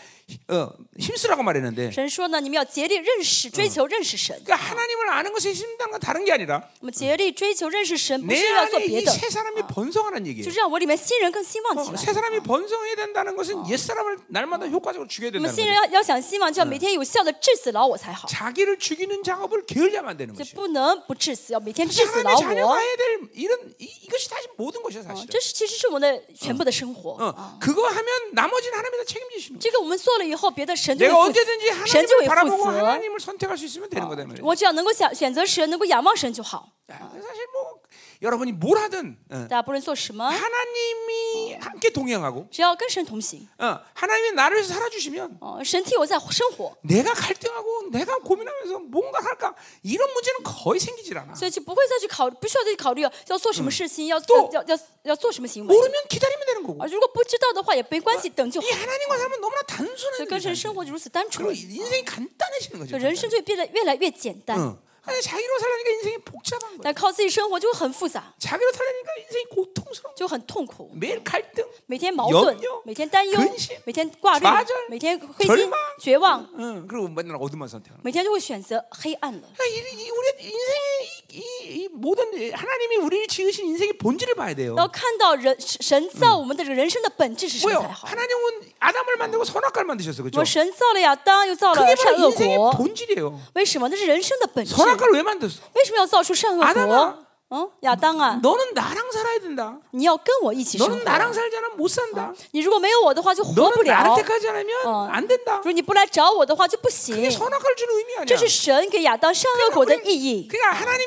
어, 힘쓰라고 말했는데 神说呢，你们要竭力认识、追求认识神。 그러니까 하나님을 아는 것에 힘쓰는 건 다른 게 아니라 那么竭力追求认识神，不 내 是要做 안에 别的 이 ，세 사람이 번성하는 就 얘기예요. 让我里面新人更兴旺起 어, 세 来。 사람이 번성해야 된다는 것은 옛 사람을 날마다 효과적으로 죽여야 那么 된다는 新人 거예요. 要要想兴旺，就要每天有效的致死老我才好， 자기를 죽이는 작업을 게을리하면 안 되는 就 것이죠. 不能不致死，要每天致死老 하나님의 我 자녀가 。 해야 될 이런 이, 이것이 다시 모든 것이야 啊 사실은. 这是嗯其实是我们的全部的生活。 어, 그거 하면 나머지는 하나님이 다 책임지시는 거예요. 这个我们做了以后，别的神就 내가 会负责 언제든지 ，神就 하나님을 아. 会负 바라보고 责。 하나님을 선택할 수 있으면 되는 거다 이 말이에요. 我只要能够想选择神，能够仰望神就好。 자, 사실 뭐 여러분이 뭘 하든 어, 大家不论做什么， 하나님이 함께 동행하고 只要跟神同行， 어, 하나님이 나를 위해서 살아주시면 哦，神替我在生活， 내가 갈등하고 내가 고민하면서 뭔가 할까 이런 문제는 거의 생기질 않아. 所以就不会再去考，不需要再去考虑要做什么事情，要 또 要要要要做什么行为。 모르면 기다리면 되는 거고. 啊，如果不知道的话也没关系，等就好 이 。 하나님과 살면 너무나 所 단순한 以跟神 일이잖아요. 生活就如此单 그리고 纯， 인생이 간단해지는 거죠. 就人生就变得越来越简单。 어. 아니, 자기로 살려니까 인생이 복잡한 거야. 但靠自己生活就很复杂， 자기로 살려니까 인생이 고통스러운 거야. 就很痛苦， 매일 갈등. 每天矛盾 염려， 每天担忧 근심， 每天挂虑 좌절， 每天灰 절망 心、绝望， 응, 어, 그리고 맨날 어둠만 선택하는. 每天就会选择黑暗了。 그러니까 이, 이 우리 인생의 이, 이, 이 모든 하나님이 우리를 지으신 인생의 본질을 봐야 돼요. 要看到人神造我们的这个人生的本质是什么 뭐요? 才好。 하나님은 아담을 만들고 선악과를 만드셨어, 그렇죠? 我神造了亚当，又造了 그게 善 바로 恶 인생의 果， 본질이에요. 为什么？那是人生的本质。 선악과를 왜 만들었어? 为什么要造出善恶 아담아 果？嗯，亚当啊， 너는 나랑 살아야 된다. 你要跟我一起生 너는 活。 나랑 살지 않으면 못 산다. 你如果没有我的话，就活不 너는 了 나를 。 택하지 않으면 어. 안 된다. 如果你不来找我的话，就不 이게 行。 선악과를 주는 의미 这 아니야? 是神给亚当善恶果的意义。 그러니까 하나님이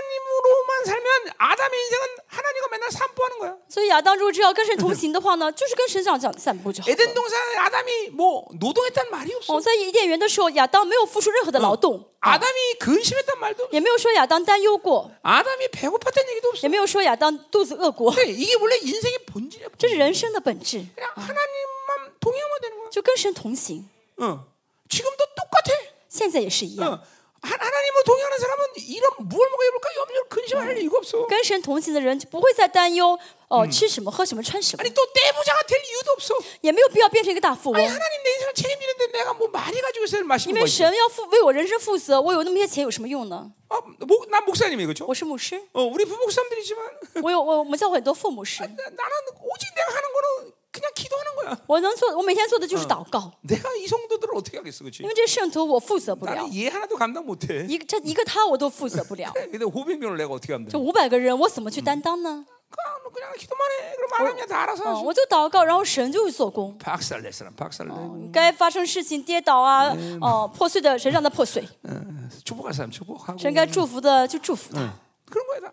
하나님으로만 살면 아담의 인생은 하나님과 맨날散步하는 거야. 所以亚当如果只要跟神同行的话呢，就是跟神这样这样散步就 好了。 에덴 동산에 아담이 뭐 노동했단 말이 없어. 哦，在伊甸园的时候，亚当没有付出任何的劳动， 아담이 근심했단 말도 없어. 也没有说亚当担忧过， 아담이 배고팠다는 얘기도 없어. 也没有说亚当肚子饿过。 근데 이게 원래 인생의 본질이야. 这是人生的本质， 그냥 하나님만 동행하면 되는 거야. 就跟神同行。 어. 지금도 똑같아. 现在也是一样， 어. 하- 하나님을 동행하는 사람은 이런 뭘 먹어야 볼까 염려 근심할 이유가 없어. 跟神同行的人就不会再担忧哦、吃什么、喝什么、穿什么 아니 ，또 떼부자가 될 이유도 없어. 也没有必要变成一个大富翁 아니 ， 하나님 내 인생을 책임지는데 내가 뭐 많이 가지고 있어야 마시는 因为 거지. 神要负哎为我人生负责，我有那么些钱有什么用呢？ 아, 목, 난 목사님이에요, 그렇죠? 我是牧师， 어, 우리 부목사님들이지만 我有我我们教会很多副牧师， 나는 오직 내가 하는 거는 그냥 기도하는 거야. 我能做我每天做的就是祷告， 내가 이 성도들을 어떻게 하겠어, 그렇지? 因为这些圣徒我负责不了 나는 ，얘 하나도 감당 못해. 一个这一个他我都负责不 了， 근데 500명을 내가 어떻게 하면 돼? 这五百个人我怎么去担当呢？ 그냥, 그냥 기도만 해. 그럼 하나님 다 알아서 嗯， 하지. 我就祷告，然后神就会做工。 박살 낼 사람 박살 내. 嗯该发生事情跌倒啊，哦、破碎的神让它破碎， 어, 축복할 사람 축복하고. 예. 神该祝福的就祝福他。 그런 거야 다. 그러니까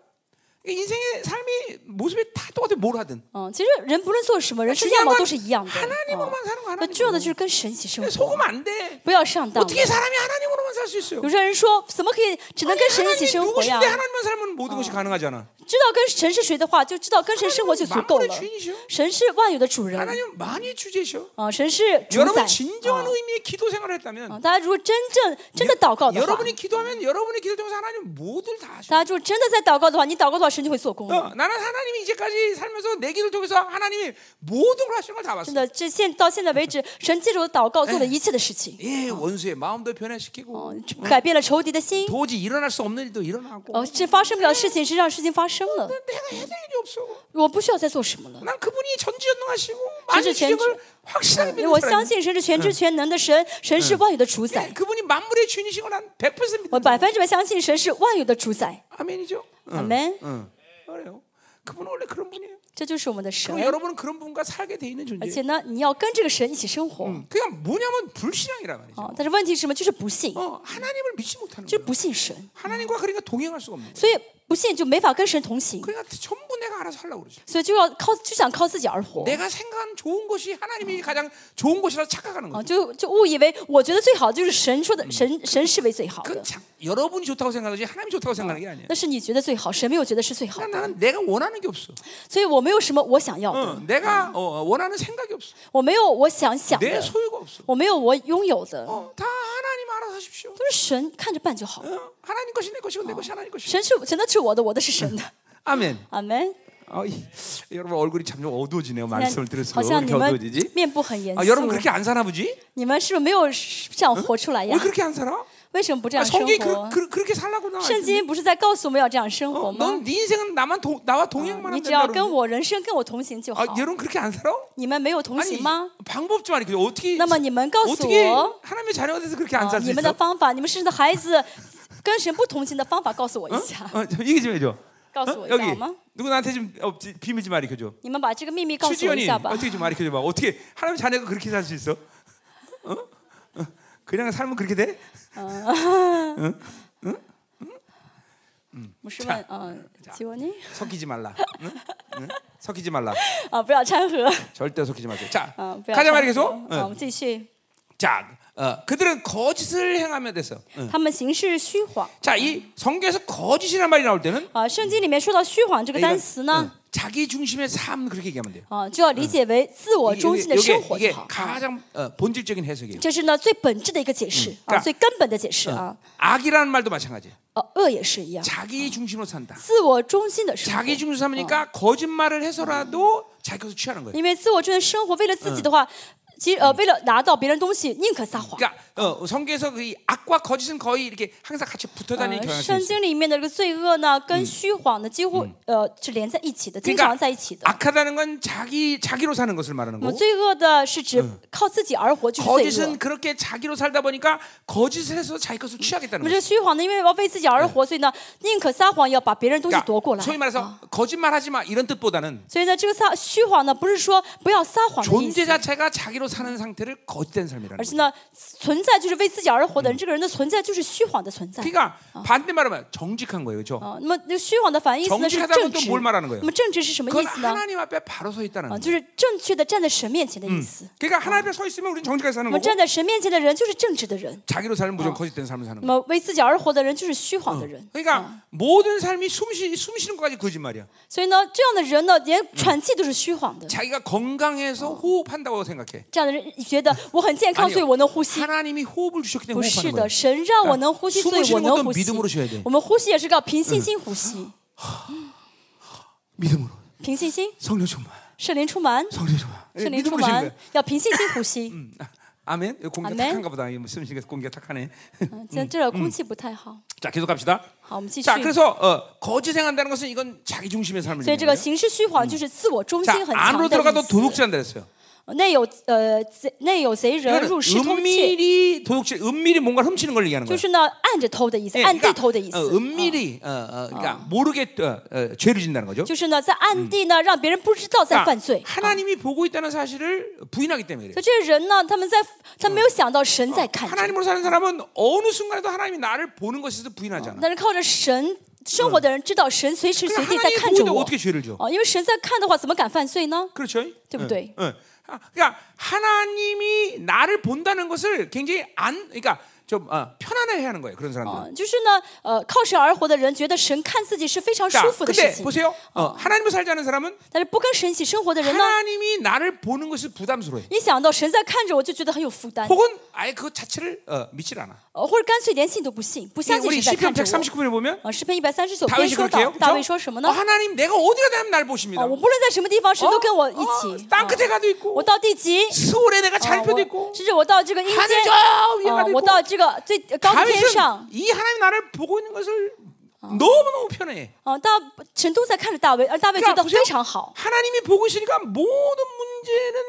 인생의 삶이 모습이 다 똑같아 뭘 하든. 嗯，其实人不论做什么，人实际 중요한 样貌 건 都是一样的。哦 하나님으로만 사는 거 那 하나님. 重要的就是跟神一起生 근데 活， 속으면 안 돼. 不要上当。 어떻게 사람이 하나님으로만 살 수 있어요? 有些人说，怎么可以只能跟神一起 하나님 生活哎呀 누구신데 ？ 하나님만 살면 모든 것이 가능하잖아. 知道跟神是谁的话，就知道跟谁生活就足够了 만물의 주인이셔 。神是万有的主人， 하나님 많이 주제셔. 啊，神是主宰。 여러분 어. 진정한 의미의 기도 생활을 啊， 했다면 大家如果真正真的祷告的话， 여러분이 기도하면 여러분의 기도 통해서 하나님 모두를 다 하셔. 大家如果真的在祷告的话，你祷告的话，神就会做工的。 어, 나는 하나님이 이제까지 살면서 내 기도를 통해서 하나님이 모든 걸 하시는 걸 다 봤어. 真的，这现到现在为止，神借助我的祷告做的一切的事情， 예, 원수의 마음도 변화시키고 嗯，改变了仇敌的心。 도저히 일어날 수 없는 일도 일어나고 哦，这发生不了的事情是让事情发生了， 내가 해야 될 일이 없어. 我不需要再做什么了。 난 그분이 전지전능하시고 어, 진짜 많은 전지- 지적을 확실하게 因为我 믿는 사람. 相信神是全知全能的神，神是万有的主宰。 예, 그분이 만물의 주인이신 걸난100% 我 믿는 百 사람. 分之百相信神是万有的主宰。 아멘이죠. 응, 阿门。 응. 그래요. 그분은 원래 그런 분이에요. 这就是我们的神 그 。 여러분은 그런 분과 살게 돼 있는 而 존재예요. 且呢，你要跟这个神一起生活。 음, 그냥 뭐냐면 불신앙이란 말이죠. 啊，但是问题是什么？就是不信， 어, 하나님을 믿지 못하는 就是 거예요. 不信神， 하나님과 그러니까 동행할 수가 없는 거예요. 所以不信就没法跟神同行， 그러니까 전부 내가 알아서 하려고 그러죠. 所以就要靠就想靠自己而活。 내가 생각한 좋은 것이 하나님이 가장 좋은 것이라 착각하는 啊， 거예요. 就就误以为我觉得最好的就是神说的，神神视为最好 그 的， 자, 여러분이 좋다고 생각하지 하나님이 좋다고 생각하는 게 아니에요. 那是你觉得最好，神没有觉得是最好的。 그러니까 나는 내가 원하는 게 없어. 所以我没有什么我想要 어, 的， 내가 어, 원하는 생각이 없어. 我没有我想想 내 的， 소유가 없어. 我没有我拥有的， 어, 다 하나님 알아서 하십시오. 都是神看着办就好。 어, 하나님 것이 내 것이고 내 것이 하나님 것이. 神是神的是我的，我的是神的。 아멘. 阿门。 어, 이, 여러분 얼굴이 참 좀 어두워지네요. 那 말씀을 들을수록 好像 이렇게 你们 어두워지지. 面部很严肃 아, 。 여러분 그렇게 안 사나 보지? 你们是不是没有这样活出来 왜 呀？ 그렇게 안 살아? 为什么不这 아, 样生 성경이 그, 活？ 그, 그렇게 살라고 나와 어? 圣经不是在告诉我们要这样生活吗？ 넌네 인생은 나만 도, 나와 동행만 하면 你只要 된다 跟 어, 그러는데. 我人生跟我同行就好 아, 。 여러분 그렇게 안 살아? 你们没有同 아니 行吗？ 방법 좀 아니 그 어떻게 那么啊你们告诉 어떻게 我， 하나님의 자녀가 돼서 그렇게 안 啊 살 수 你们的 있어? 方法，你们是的孩子跟神不同行的方法，告诉我一下， 어, 좀 얘기 좀 해줘. 告诉 어? 我一 여기 下好吗？ 누구 나한테 좀 어, 지- 비밀 좀 알려줘. 你们把这个秘密告诉我一 추지연이 下吧。 어떻게 좀 알려줘 봐. 어떻게 하나님 자녀가 그렇게 살 수 있어? 어? 어? 그냥 살면 그렇게 돼? 牧师问，嗯，吉文尼 섞이지 말라. 응? 응? 섞이지 말라. 啊，不要掺和， 절대 섞이지 마세요. 자, 啊，不要掺 가자 和。 말이 계속. 啊，我们继续。 자, 어, 그들은 거짓을 행하며 됐어. 他们行事虚谎 자, 이 성경에서 거짓이라는 말이 나올 때는 啊，圣经里面说到虚谎这个 이건, 单词呢， 응, 자기 중심의 삶 그렇게 얘기하면 돼요. 啊，就要理解为自我 이게- 中心的 이게, 生活 이게 就好。 가장 어, 본질적인 해석이에요. 这是呢最本质的一个解释 그러니 啊， 까 最根本的解释啊， 악이라는 말도 마찬가지예요. 呃，恶也是一样， 자기 중심으로 산다. 自我中心的生活。 자기 중심으로 삼으니까 거짓말을 해서라도 자기 것을 취하는 거예요. 因为自我中心的生活，为了自己的话，其呃，为了拿到别人东西，宁可撒谎。 그러니까 어, 성경에서 그이 악과 거짓은 거의 이렇게 항상 같이 붙어 다니는 呃 경향이 圣 있어요. 经里面的这个罪恶呢，跟虚谎呢几乎呃是连在一起的，经常在一起的。 그러니까 악하다는 건 자기 자기로 사는 것을 말하는 那么 거고 罪恶的是指哦嗯靠自己而活，就是罪恶 거짓은 。 뭐 그렇게 자기로 살다 보니까 거짓을 해서 자기 것을 취하겠다는 那么 거예요. 这虚谎呢，因为要为自己而活，所以呢，宁可撒谎，也要把别人东西夺过 그러니까 来。 소위 말해서 거짓말하지 마 이런 뜻보다는 所以呢，这个撒虚谎呢，不是说不要撒谎的意 존재 思， 자체가 자기로 사는 상태를 거짓된 삶이라는 而 거예요. 是呢，存在就是为自己而活的人，这个人的存在就是虚谎的存在。 그러니까 반대 말하면 정직한 거예요, 그렇죠? 啊，那么那虚谎的反义词呢是 정직하다면또 正直。 뭘말하는거예요 那么正直是什么意 그건 思呢？ 하나님 앞에 바로 서 있다는 啊， 거예요. 就是正确的站在神面前的意思。 그러니까 하나님 앞에 서 있으면 우리는 정직하게 사는 那么 거고 站在神面前的人就是正直的人， 자기로 살면 무조건 거짓된 삶을 사는 那 거예요. 么为自己而活的人就是虚谎的人。 그러니까 모든 삶이 숨쉬, 숨 쉬는 것까지 거짓말이야. 所以呢，这样的人呢，连喘气都是虚谎的。 어. 자기가 건강해서 호흡한다고 생각해. 这样的人觉得我很健康，所以我能呼吸。 하나님이 호흡을 주셨기 不 때문에 是 호흡하는 的， 거예요. 神让我能呼吸， 숨을 所以我 쉬는 能 것도 呼吸 믿음으로 쉬어야 돼. 我们呼吸也是嗯靠凭信心呼吸， 믿음으로. 凭信心， 성령 충만. 圣灵充满， 성령 충만. 예, 圣灵充 믿음으로 쉬는 满 거예요. ，要凭信心呼吸。 음, 嗯 아, 아멘. 어. 이거 공기가 아멘. 탁한가 보다. 숨쉬니까 공기가 탁하네. 嗯，现在这儿空气不太好。 자, 계속 갑시다. 好，我们继续 자 。 그래서 어, 거짓 행한다는 것은 이건 자기 중심의 삶을 所以这个 얘기하는 形式虚谎就是自我中 거예요. 心很 자, 强 안으로 들어가도 的意思。 도둑질한다 그랬어요. 内有呃贼内有贼人入室偷窃， 그러니까 은밀히 도둑질, 은밀히 뭔가 훔치는 걸 얘기하는 就 거예요. 是呢暗着偷的意思， 예, 暗地 그러니까, 偷的意 어, 思。 은밀히 어, 어, 그러니까 모르게 어, 어, 죄를 짓는다는 거죠. 就是呢在暗地呢让别人不知道在 그러니까 犯罪。 하나님이 보고 있다는 사실을 부인하기 때문에 그래요. 所以这些人呢，他们在他没有想到神在看着。 하나님으로 사는 사람은 어느 순간에도 하나님이 나를 보는 것에서 부인하지 않아. 但是靠着神生活的人，知道神随时随地在看着 그러니까하나님이보이는데어떻게죄를져 我。啊，因为神在看的话，怎么敢犯罪呢？ 그렇죠? 네. 응, 응. 아, 그러니까 하나님이 나를 본다는 것을 굉장히 안 그러니까 좀 어, 편안해야 하는 거예요. 그런 사람들은. 啊，就是呢，呃，靠神而活的人，觉得神看自己是啊非常 자, 舒服的事 그러니까 근데 情。 보세요. 어, 하나님을 살지 않은 사람은 但是不跟神一起生活的人呢， 하나님이 나를 보는 것을 부담스러워해. 一想到神在看着我，就觉得很有负担， 혹은 아예 그것 자체를 어, 믿질 않아. 呃，或者干脆连信都不信，不 이게 相信 우리 神在 시편 看着我。 139편에 보면 啊，诗篇一百三十九篇 다윗이 아, 说 그렇게 해요. 到， 그렇죠? 大卫说什么 어, 哦呢？ 하나님 내가 어디가 되면 날 보십니다. 啊，我不论在什么地方，神都跟我 어, 一起。 땅 啊 끝에 가도 있고 我到地极， 스월에 내가 啊 잘펴도 我 있고 甚至我到这个阴间 하늘 ，저 위에 啊 가도 我 있고 到这个最呃高的天上 다윗은 。이 하나님 나를 보고 있는 것을 너무너무 편해. 啊，大神都在看着大卫，而大卫觉得 그러니까 非 보세요. 常好 하나님이 보고 있으니까 모든 문제는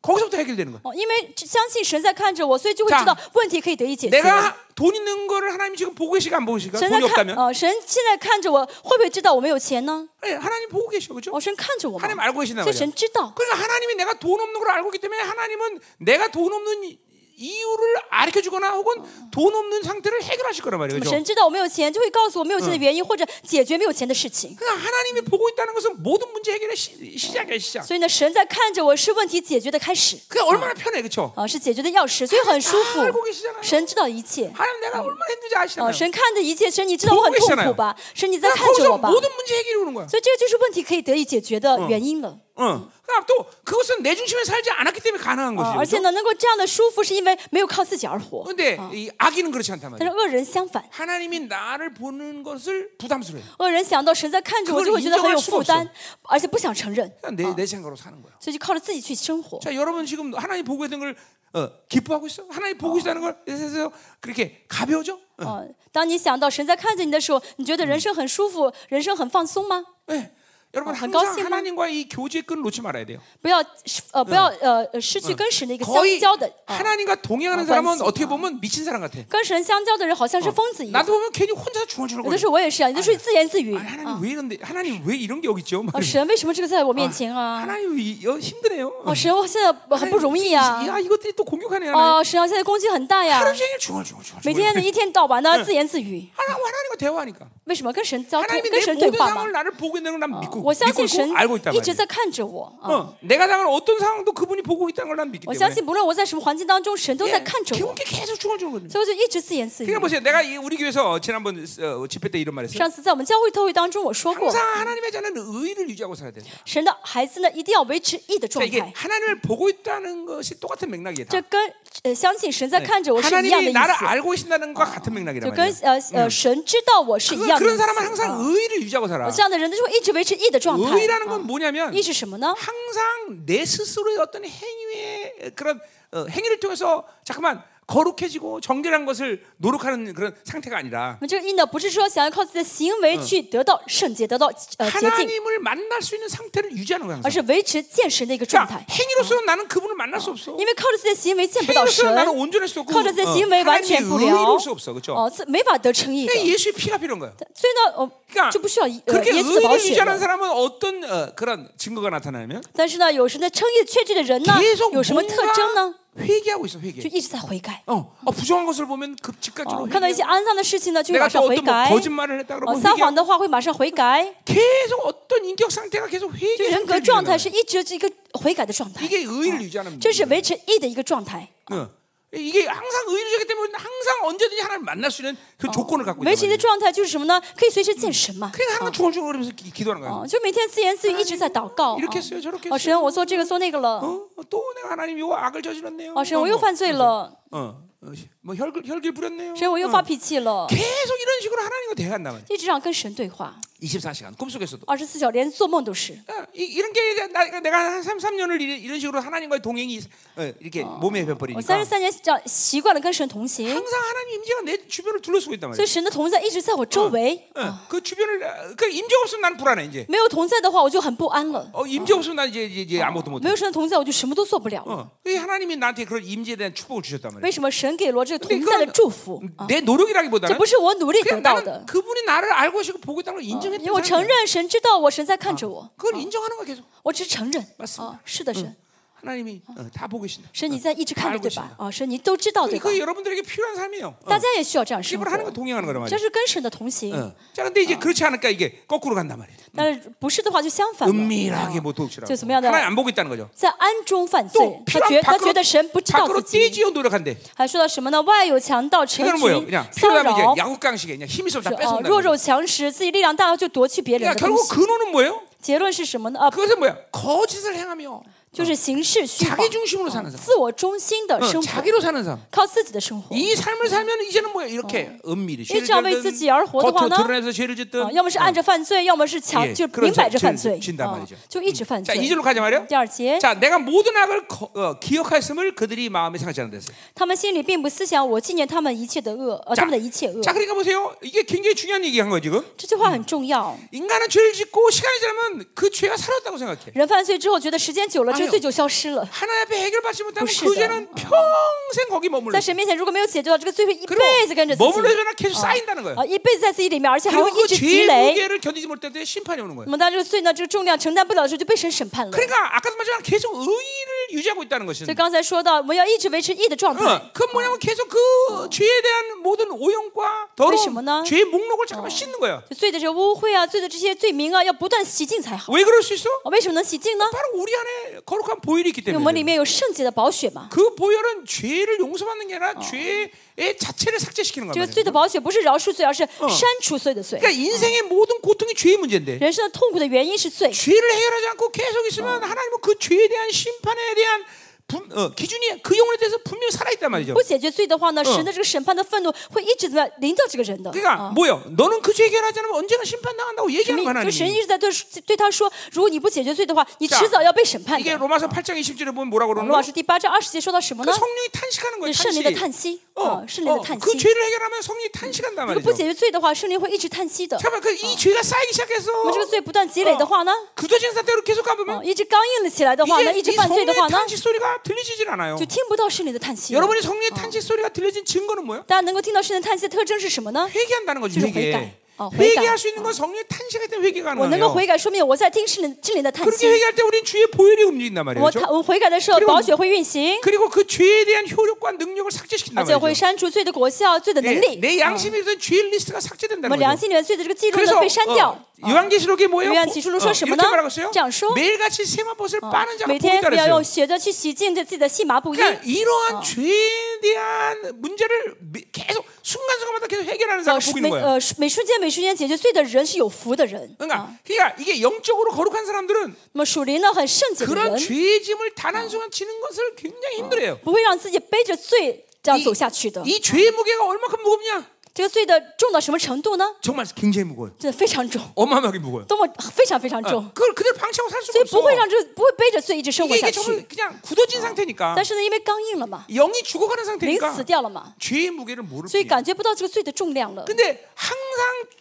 거기서부터 해결되는 거야. 哦，因为相信神在看着我，所以就会 자 知道问题可以得以解决。 내가 돈 있는 거를 하나님이 지금 보고 계시가 안 보고 계시가 神 돈이 在看， 없다면 어. 呃，神现在看着我，会不会知道我没有钱呢？ 예, 하나님 보고 계셔 그죠? 哦，神看着我嘛， 하나님 알고 계신단 所以 말이야. 神知道。 그러니까 하나님이 내가 돈 없는 걸 알고 있기 때문에 하나님은 내가 돈 없는 이- 이유를 가르쳐 주거나 혹은 돈 없는 상태를 해결하실 거란 말이에요. 어. 그죠? 神知道我没有嗯钱，就会告诉我没有钱的原因，或者解决没有钱的事情。 그러니까 하나님이 보고 있다는 것은 모든 문제 해결의 시, 작이야 시작. 所以呢，神在看着我是问题解决的开始， 그게 얼마나 편해, 그렇죠? 啊、是解决的钥匙，所以很舒服 알고계시잖아요 。神知道一切， 하나님 내가 얼마나 힘든지 啊、 아시잖아요. 神看着一切，神你知道我很痛苦吧？神你在 그러니까 看着 거기서 我吧？ 모든 문제 해결이 오는 거야. 所以这个就是问题可以得以解决的原因了。 어. 그러니까 또 그것은 내 중심에 살지 않았기 때문에 가능한 啊， 것이죠. 而且呢，能够这样的舒服，是因为没有靠自己而活。 근데 이 악인은 그렇지 않단 但 말이야. 是恶人相反， 하나님이 나를 보는 것을 부담스러워요. 恶人想到神在看着我， 그걸 就会觉得很有 인정할수가 负担，而且不想承认， 그냥 내, 내 생각으로 사는 거야. 所以就靠着自己去生活。 자, 여러분 지금 하나님 보고 있는 걸 어, 기뻐하고 있어? 하나님 보고 있다는 걸 그래서 그렇게 가벼워져? 啊，当你想到神在看着你的时候，你觉得人生很舒服，人生很放松吗？ 네. 여러분 어, 항상 반가웠지만- 하나님과 이 교제의 끈을 놓지 말아야 돼요. 不要，呃，不要，呃，呃失去跟神的一个相 거의 交的。啊 하나님과 동행하는 그 어, 사람은 관심. 어떻게 보면 미친 사람 같아. 어. 跟神相交的人好像哦是疯子一样， 나도 보면 괜히 혼자 중얼중얼 有的时 거려. 候我也是啊，有的时候自言自语 아, 啊， 하나님 왜 이런데? 하나님 왜 이런 게 여기 있죠? 막 啊 이러면서. 神为什么这个在我面前 아, 啊？ 하나님 이- 여- 힘드네요. 哦，神，我现在很不容易啊 이- ！ 야, 이것들이 또 공격하네 하나님. 哦，神啊，现在攻击很大呀！ 하루 종일 중얼중얼중얼. 每天呢，一天到晚呢自言自语， 하나님 하나님과 대화하니까. 为什么跟神交通 하나님이 ，跟 내 神对 모든 话吗 상황을 ？ 나를 보고 있는 걸난 믿고 我相 믿고 信神 있고 알고 있단 一直 말이야. 在看着我啊！ 어, 뭐 내가 당한 어떤 상황도 그분이 보고 있다는 걸난 믿기 我 때문에. 相信不论我在什么环境当中，神都在看着我， 기운게 계속 중얼중얼거려. 所以我就一直自言自语 그러니까 。 보세요. 내가 이 우리 교회에서 지난번 어, 집회 때 이런 말했어요. 上次在我们教会特会当中，我说过， 항상 하나님의 자는 의를 유지하고 살아야 된다. 神的孩子呢一定要维持义的 그러니까 状 이게 态， 하나님을 보고 있다는 것이 똑같은 맥락이에요. 다. 这跟呃相信神在 네. 看着我是一样 하나님이 的意 나를 思， 알고 계신다는 것과 같은 맥락이란 就跟 말이에요. 呃呃神知道我是一 그, 样的意 그런 思。啊 사람은 항상 의를 유지하고 살아. 这样的人就会一直维持义的状态。 의라는 건 啊 뭐냐면 义是什么呢？ 항상 내 스스로의 어떤 행위의 그런 어, 행위를 통해서 잠깐만 거룩해지고 정결한 것을 노력하는 그런 상태가 아니라 那么这个义呢，不是说想要靠自己的行为去得到圣洁、得到 어, 呃洁嗯净， 하나님을 만날 수 있는 상태를 유지하는 거야 而 항상. 是维持见神的一个状 그러니까 态。 행위로서는 나는 그분을 만날 수 없어. 因为靠着自己的行为见不到神 행위로서는 ， 나는 온전할 수 없고 靠着自己的 어, 行为完全 하나님의 不了 의로울 수 ， 없어. 그렇죠? 哦，是没法得称义的。 그러니까 예수의 피가 필요한 거야. 所以呢， 그러니까 呃，就不需要一呃 그렇게 耶稣的保 의를 险 유지하는 了。 사람은 어떤 어, 그런 증거가 나타나냐면 但是呢，有神的称义确据的人呢 계속 ，有什么特征呢 뭔가 ？ 회개하고 있어 회개. 就一直在悔改。 어, 어, 부정한 것을 보면 급 哦 즉각적으로 看到一 회개. 些肮脏的事情呢，就会 내가 马 또 上悔 어떤 뭐 改。 어, 거짓말을 했다 哦， 그러면 撒 회개하고 谎的话会马上悔改。 계속 어떤 인격 상태가 계속 就 회개 人格 상태를 状态 유지하는 是一直这个悔改的状态 거야. ，哦 이게 의를 유지하는 这是维持义的一个状态。 거야. 어. 이게 항상 의로이기 때문에 항상 언제든지 하나님을 만날 수 있는 그 조건을 갖고 维持 있는 的 거예요. 状态就是什么呢？可以随时见神嘛。 그러니까 항상 중얼중얼거리면서 기- 기도하는 거예요. 哦，就每天自言自语，一直在祷告。 이렇게 했어요, 저렇게 哦， 했어요. 神，我做这个做那个了。 어? 또 내가 하나님 요 악을 저질렀네요. 哦，神， 어, 我又 뭐, 犯罪了。 어, 어, 뭐 혈, 혈길 부렸네요. 神，我又 어. 发脾气了。 계속 이런 식으로 하나님과 대한단 말이에요. 一直想跟神对话， 24시간 꿈속에서도. 二十四小时连做梦都是。 어, 이, 이런 게 이제 나, 내가 한 3, 3년을 이런, 이런 식으로 하나님과의 동행이 어, 이렇게 몸에 我三 배버리니까 十三年这样习惯了跟神同行， 항상 하나님 임재가 내 주변을 둘러쓰고 있단 所 말이에요. 以神的同在一直在我周围。 어, 그 주변을 어, 그 임재 없으면 난 불안해 이제. 没有同在的话，我就很不安了。 어, 임재 없으면 난 이제 이제, 이제 아무것도 못 没 해. 有神的同在，我就什么都做不了。 어. 그 하나님이 나한테 그런 임재에 대한 축복을 주셨단 为 말이에요. 什么神给罗这个 근데 同在的祝福？ 내 노력이라기보다는 这不是我努力得 그냥 到 나는 的， 그분이 나를 알고 계시고 보고 있다는 어. 걸 因 인정했던 为我承 어. 사람이야. 认神知道我，神在看着我， 그걸 인정하는 거야 계속 我只是承认 맞습니다 嗯啊，是的，神， 하나님이 어, 다 보고 계신다 神你在一直看着 알고 对 있습니다 吧？啊，神你都知道对吧？ 그 여러분들에게 필요한 삶이에요 어. 大家也需要嗯这样生 기부를 하는 거 活， 동행하는 거란 这 말이에요 是跟神的同行。 어. 자 근데 이제 그렇지 않으니까 이게 거꾸로 간단 말이에요 但是不是的话就相反了。 은밀하게 뭐 독실하고 저 스며들- 하나님 안 보고 있다는 거죠 在暗中犯罪 또 ，他 필요한 觉他觉 밖으로, 得神不知道 밖으로 自己， 뛰지요 노력한대 还说到什么呢？外有强盗成 이거는 뭐예요 群 그냥 骚 필요하면 扰 이제 ， 야구깡식에 그냥 힘 있으면 다 啊、 뺏어온다 弱肉强食，自己力量大就夺去别人 아, 그러니까 的东 결국 西。 근원은 뭐예요? 结论是什么呢？啊， 그것은 뭐야? 거짓을 행하며 就是行事虚谎 자기 ， 중심으로 사는 사람 自我中心的 어, 生活， 자기로 사는 사람 靠自己的生活。 이 삶을 살면 이제는 뭐야 어. 이렇게 은밀히 죄를 一直要为自己而活的话呢？ 겉으로 드러내서 죄를 啊， 짓든 要么是按着犯罪，要么是强 예， ，就 그런 明摆着 자 犯 자 罪 진단말 啊 이죠 ，就一直犯 어. 자 罪。 2절로 가자 말이요 第二节， 자 내가 모든 악을 거, 어, 기억하였음을 그들이 마음에 생각지 않는댔어요 他们心里并不思想我纪念他们一切的恶，呃，他们的一切恶。 자 그러니까 보세요 이게 굉장히 중요한 얘기한 거예요 지금 这句话很重要。 인간은 죄를 짓고 시간이 지나면 그 죄가 사라졌다고 생각해 人犯罪之后，觉得时间久了，这哎个呦罪就消失了。 하나님 앞에 해결받지 못하면 그 부시다. 죄는 평생 거기 머물러 在 있어 神面前，如果没有解决到这个罪，会一 그리고 辈子跟着自 머물러 己 있으면 계속 쌓인다는 거예요 啊，一辈子在自己里面，而且还 그리고 会一 그 直积 죄의 累。 무게를 아, 견디지 못할 때 심판이 오는 거예요 那么，当这个罪呢，这个重量承担不了的时候，就被神审判了。 그러니까 아까도 말했지만 계속 의의를 유지하고 있다는 것이 所以刚才说到，我们要一直维持义的状态。 어, 그 뭐냐면 계속 그 죄에 대한 모든 오용과 더러움, 그러시구나. 죄의 목록을 잠깐만 씻는 거야. 就罪的这个污秽啊，罪的这些罪名啊，要不断洗净才好。 왜 그럴 수 있어? 啊为什么能洗净呢？ 바로 우리 안에 거룩한 보혈이 있기 因为我们里 때문에. 面有圣洁的宝血嘛。 그 보혈은 죄를 용서받는 게 아니라 죄의 자체를 어. 삭제시키는 这 거야. 个罪的宝血不是饶恕罪，而是嗯删除罪的罪。 그러니까 인생의 모든 고통이 죄의 문제인데 人生的痛苦的原因是罪， 죄를 해결하지 않고 계속 있으면 하나님은 그 죄에 대한 심판에 대한 분- 어, 기준이 그 영혼에 대해서 분명히 살아있단 말이죠. 不解决罪的话呢，神的这个审判的愤怒会一直在临到这个人的。啊 그러니까 뭐요? 너는 그 죄 해결하지 않으면 언제나 심판당한다고 神 얘기하는 明 거야 就 하나님이. 神一直在对对他说，如果你不解决罪的话，你 자 迟早要被审判 이게 的。 로마서 8장 20절에 보면 뭐라고 罗 그러노? 马书第八章二十节说到什么 그 呢？ 성령이 탄식하는 거예요. 是圣灵的 탄식. 叹息， 어, 啊，圣灵的 어, 叹 그 息。 죄를 해결하면 성령이 탄식한단 如果不 말이죠. 解决罪的话，圣灵会一直叹息的。 잠깐만 그이 죄가 쌓이기 시작해서 那么这个罪不断积累的话呢， 어, 굳어진 상태로 계속 가보면 啊，一直刚硬了起来的话呢， 이제 一直 이 犯罪 성령의 的话呢， 탄식 소리가 들리질 않아요. 就听不到圣灵的叹息了。 여러분이 성령의 탄식 소리가 들려진 증거는 뭐예요? 大家能够听到圣灵的叹息的特征是什么呢？ 회개한다는 거죠. 지금 회개. 회개. 어, 회개. 회개할 수 있는 건 성령의 탄식에 대한 뭐 회개가 我能够 가능해요. 悔改，说明我在听圣灵圣灵的叹 그렇게 息。 회개할 때 우리는 주의 보혈이 움직인단 말이에요. 我 그렇죠? 我悔改的时候 그리고 ，宝血会运行， 그리고 그 죄에 대한 효력과 능력을 而 아, 삭제시킨단 且会 말이죠. 删除罪的果效、罪的能 예, 力。 내 啊 양심에 있던 죄 리스트가 我 삭제된다는 거죠. 们良心里面罪的这个记录 그래서 呢被删掉。 어, 요한계시록에 뭐예요? 요한계시록은 어, 이렇게 说什么呢？ 말하고 있어요. 这样说。 매일같이 새마벗을 빠는 자가 每天 복이다 不要 그랬어요. 用血的去洗净自己的细麻布衣。 그러니까 이러한 죄에 대한 문제를 미- 계속 순간순간마다 계속 해결하는 呃 사람이 ，是 복인 每 거예요. 呃是每瞬间每瞬间解决罪的人是有福的人。 그러니까, 그러니까 이게 영적으로 거룩한 사람들은 那么属灵呢很圣洁的 그런 人， 죄의 짐을 단 한 순간 지는 것을 굉장히 힘들어요. 不会让自己背着罪这样 이, 走下去的。 이 죄의 무게가 얼마큼 무겁냐? 这个罪的重到什么程度呢？ 정말 굉장히 무거워요. 真的非常重， 어마어마하게 무거워요. 多么非常非常 어, 重。 그걸 그대로 방치하고 살 수가 所以不会 없어. 让这不会背着罪一直生活 이게, 下 이게 去 정 。 그냥 굳어진 상태니까 但是呢，因为刚硬了嘛， 영이 죽어가는 灵 상태니까 死掉了嘛， 죄의 무게를 모를 所以 뿐이야. 感觉不到这个罪的重量了。 근데 항상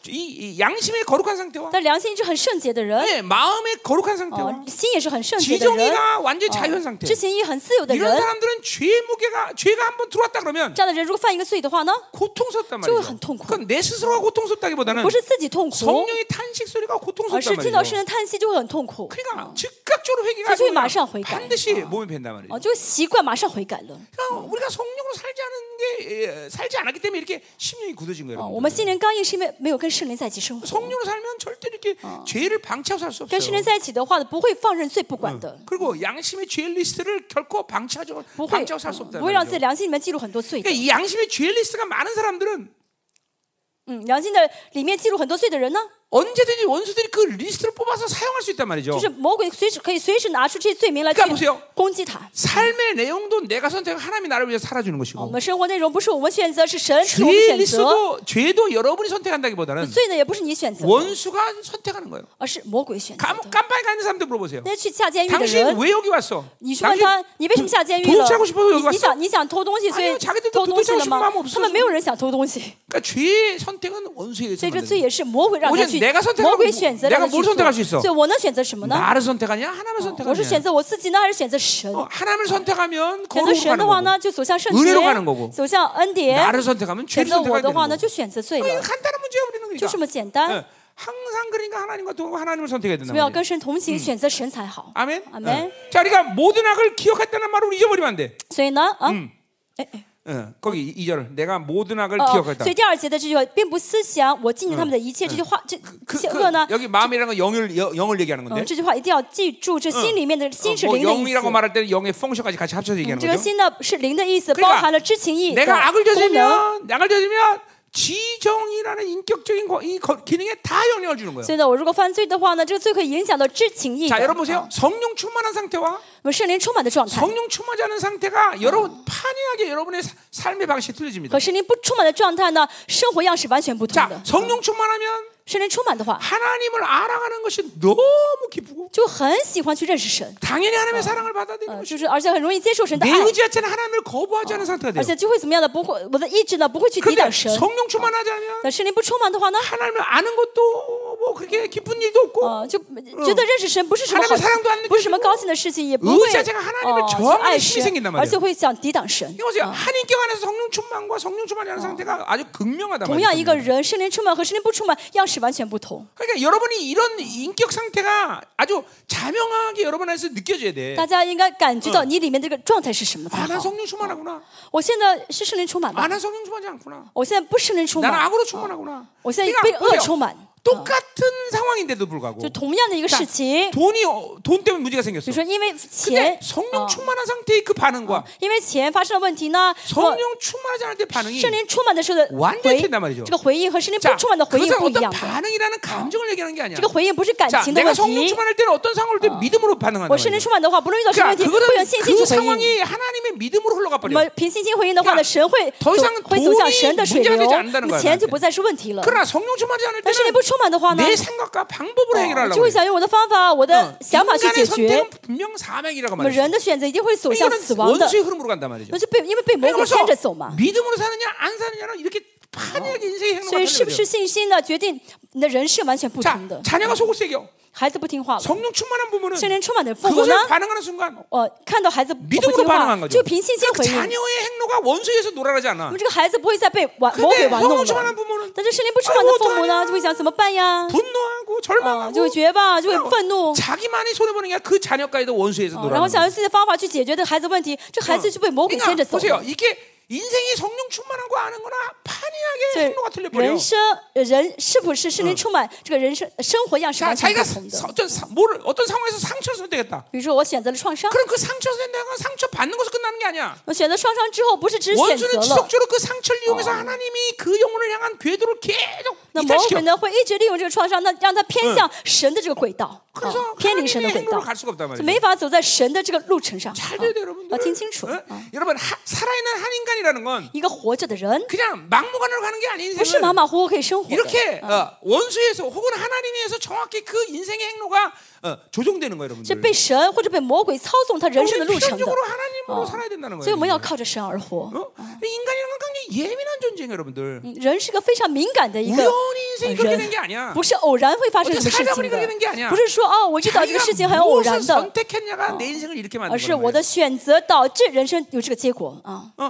이, 이 양심의 거룩한 상태와 但良心一直很圣洁的人， 네, 마음의 거룩한 啊 상태와 ，心也是很圣洁的人，哦 지정이가 어, 완전 히 자유한 상태. 知情意很自由的 이런 人， 사람들은 죄의 무게가 죄가 한번 들어왔다 그러면 这样的人如果犯一个罪的话呢， 고통스럽단 저거 말이죠. 한 통고. 그건 내 스스로가 고통스럽다기보다는 不是自己痛苦， 성령의 탄식 소리가 而是 고통스럽단 听到圣 말이죠. 人叹息就会很痛苦， 그러니까 즉각적으로 회개가 저쪽이 어. 아니라 마시아 회개. 반드시 몸에 밴단 말이죠. 哦啊，就习惯马上悔改了。 그러니까 우리가 성령으로 살지 않은 게 에, 살지 않았기 때문에 이렇게 심령이 굳어진 거예요. 啊，我 여러분들. 们心灵刚硬是因为没有跟圣灵在一起生活。 성령으로 살면 절대 이렇게 어. 죄를 방치하고 살 수 跟 없어요. 圣灵在一起的话呢，不会放任罪不管的， 그리고 양심의 죄 리스트를 결코 방치하죠. 不会 방치하고 살 수 嗯 없다. 不会让自己 그러니까 良心里面记录很多罪的。 이 양심의 죄 리스트가 많은 사람들은 嗯，良心的里面记录很多罪的人呢， 언제든지 원수들이 그 리스트를 뽑아서 사용할 수 있단 말이죠. 就是魔鬼随时可以随时拿出这些罪名来哦去干不行攻击他。 삶의 내용도 내가 선택한 하나님이 나를 위해서 살아주는 我 것이고 们生活内容不是我们选择，是神 죄 是我们选择。 리스트도 죄도 여러분이 선택한다기보다는 罪呢也不是你选择， 원수가 선택하는 거예요. 而是魔鬼选择 감옥 的。 깜빵에 가 있는 사람들 물어보세요. 那些去下监狱的 당신 人， 왜 여기 왔어? 你去问 당신 他，你为什么下监狱 돈 了 도착하고싶어서여기？ 你你 왔어 想你想偷东西，所 아니요 以哎 자기들도 偷东西 도착하고싶 了 은마음없 吗 어？ 他们没有人想偷东西， 그러니까 죄의 선택은 원수에게 所以这 선택. 罪也是魔鬼让他 오직 去 내가선택하면， 魔鬼选择让 내가 他 뭘 去做 선택할수있어 所以我能选择什么呢？ 나를 선택하냐? 하나님을 我是选 선택하냐? 择我自己呢，还是选择神？ 어, 하나님을 선택하면 选择 거룩으로 神 가는 的话 거고 呢，就走向圣 은혜 洁 로가는거고 ；走向恩典。 나를 선택하면 选 죄를 择我 선택하게 的 되는 话呢， 거고 哎就选择罪 어, 이거 了， 간단한 문제야 우리는 就 그러니까 这么简单。 예, 항상 그러니까 하나님과 동하고 하나님을 선택해야 我 된다 们要 말이에요 跟神同嗯行，选择神才好。 아멘? 아멘. 어. 자 그러니까 모든 악을 기억했다는 말을 우리 잊어버리면 안돼 所以呢，嗯啊，哎哎。 어, 거기 2절 내가 모든 악을 哦， 기억했다 所以第二节的这句话，并不思想我禁止他们的一切。这句话，这这 그, 些 그 恶呢， 여기 마음이라는 건 영을, 여- 영을 얘기하는 嗯， 건데 这句话一定要记住，这心里面的心是 뭐 灵的意 영이라고 思。 말할 때는 영의 펑션까지 같이 합쳐서 嗯 얘기하는 这个 거죠 心呢是灵的意思， 그러니까 包含了知情意的 내가 악을 功能。 저지르면 악을 저지르면 지정이라는 인격적인 거- 이 거- 기능에 다 영향을 주는 거예요 所以呢，我如果犯罪的话呢，这个罪会影响到知情意的。 자 啊 여러분 보세요 성령 충만한 상태와 我们圣灵充满的状态 성령 충만하지 않은 상태가 여러분 판이하게 여러분의 사- 삶의 방식이 틀려집니다. 和圣灵不充满的状态呢，生活样式完全不同 자, 的。 성령 충만하면 圣灵充满的话， 하나님을 알아가는 것이 너무 기쁘고 就很喜欢去认识神， 당연히 하나님의 사랑을 받아들이는 아. 呃 것이 就是而且很容易接受神的 내 爱， 의지하체는 하나님을 거부하지 않은 상태가 而 돼요. 且就会怎么样呢？不会，我的意志呢不会去抵 근데 挡神。 성령 충만하지 않으면 那圣灵不充满的话呢？ 하나님을 아는 것도 뭐 그렇게 기쁜 일도 없고 呃，就觉得认识神不是什么好 하나님의사랑도안느끼고， 不是什么高兴的事情，也不会 의지하자가하나님을저항하는 去爱 힘이생긴단 말이에요 神，啊而且会想抵挡神。 이거 보세요. 한 인격 안에서 성령 충만과 성령 충만이 하는 상태가 아. 아주 극명하다 同样 말이에요. 一个人，圣灵充满和圣灵不充满样式完全不同。 그러니까 여러분이 이런 인격 상태가 아주 자명하게 여러분 안에서 느껴져야 돼. 大家应该感觉到你里面这个状态是什么才 아, 난 好。 성령 충만하구나. 我现在是圣灵充满 아, 吧？ 난 성령 충만하지 않구나. 我现在不圣灵充 나는 满， 악으로 충만하구나. 我现在 그러니까 被恶 보세요. 充满。 똑같은 상황인데도 불구하고 就同样的一个事情， 돈이 어, 돈 때문에 문제가 比 생겼어. 如说因为 근데 钱， 성령 충만한 상태의 그 반응과 因为钱发生了问题呢，我 성령 충만하지 않을 때 반응이 圣灵充满的时候的完全回 틀린단말이죠 这个回应和圣灵不 자, 充满的回应 그것은 不一 어떤 样的。 반응이라는 감정을 얘기하는 게 아니야. 这个回应不是感 자, 情的问 내가 성령 题， 충만할 때는 어떤 어, 상황을 때 믿음으로 반응한다. 我圣灵 말이죠. 充啊满的话，不论遇到什么 그러니까 问题， 그거는 会用信心 그 去回应。 상황이 하나님의 믿음으로 흘러가 我 버려. 们凭信心回应的话呢，神会 더 走 이상 会走 돈이 向神的水 문제가되지 流 않는다는거야， 那么钱 나한테 就不再是问啊题了。 그러나 성령 어, 충만하지 않을 但圣灵 때는 不充满的话呢， 내 생각과 방법으로 해결하려고. 哦就会 그래. 想用我的嗯方法、我的 어, 想法去解 인간의 决 선택은 。 분명 사명이라고 我们 말했어. 人的选择一定会走向뭐 이거는 死亡的， 원수의 흐름으로 간단 말이죠. 那就被因为被魔 아니, 鬼 벌써 牵着走嘛。 믿음으로 사느냐 안 사느냐는 이렇게 판이하게 인생의 所 행로가 以是不 달라져요. 是信心呢，决定你的人是完全不同 자, 的。 자녀가 속을 새겨. 孩子不听话了， 성령 충만한 부모는 圣灵充满的父母呢， 그것을 반응하는 순간 呃，看到孩子不 믿음으로 听 반응한 话， 거죠 就凭信心 그 回应。 자녀의 행로가 원수에서 놀아나지 那 않아. 么这个孩子不会再被玩魔鬼 근데 玩 성령 弄 충만한 了。哎 부모는 但是圣灵不充满的父母呢，就会想怎么办呀？ 분노하고 啊， 절망하고 就会绝望，就嗯会愤怒，嗯 자기만이 손해보는 게 아니라 그 자녀까지도 원수에서 然后 놀아나는 想 거예요. 用自己的方法去解决这个孩子问题，这孩嗯子就被魔鬼牵着 그러니까 走。 보세요. 이게 인생이 성령 충만한 거 아는 거나 판이하게 所以 행로가 틀려버려. 人生呃人是不是圣灵充满这个人生呃生活样式 자, 完全 자기가 不同 사- 的？ 어떤 사- 뭐를 어떤 상황에서 상처를 선택했다. 比如说我选择了创伤， 그럼 그 상처 내가 상처 받는 것으로 끝나는 게 아니야. 我选择创伤之后不是只选择 원수는 了， 지속적으로 그 상처를 이용해서 하나님이 그 영혼을 향한 궤도를 계속 那魔鬼 이탈시켜. 呢会一直利用这个创伤，那让他偏向神的这个轨道，啊 그래서 ，偏离神的 하나님의 轨 행로로 道 갈 ， 수가 없단 말이야. 就没法走在神的这个路程上。 잘 啊 돼야 돼, 여러분들. 要听清楚，嗯 어? 여러분 하- 살아있는 한 인간이라는 건 一个活着的人 그냥 막무가내로 가는 게 아닌 不是马 인생은 马虎虎可以生活的。 이렇게 어, 원수에서 혹은 하나님에서 정확히 그 인생의 행로가 어, 조정되는 거예요, 是 여러분들. 被神或者被魔鬼操纵他人生的路程的，啊 필연적으로 하나님으로 살아야 된다는 所以 거예요. 我嗯们要靠着神而活。 어? 인간이라는 건 굉장히 예민한 존재예요, 여러분들. 嗯人是个非常敏感的一个呃 우연히 인생이 그렇게 된 게 아니야. 人，不是偶然会发生 어떻게 什么事 살다 情 보니까 그렇게 된게 아니야 的，不是说哦，我遇到这个事情很偶然 무엇을 的， 선택했냐가 내 인생을 이렇게 而 만드는 是 거예요. 我的选择导致人生有这个结果啊。 어.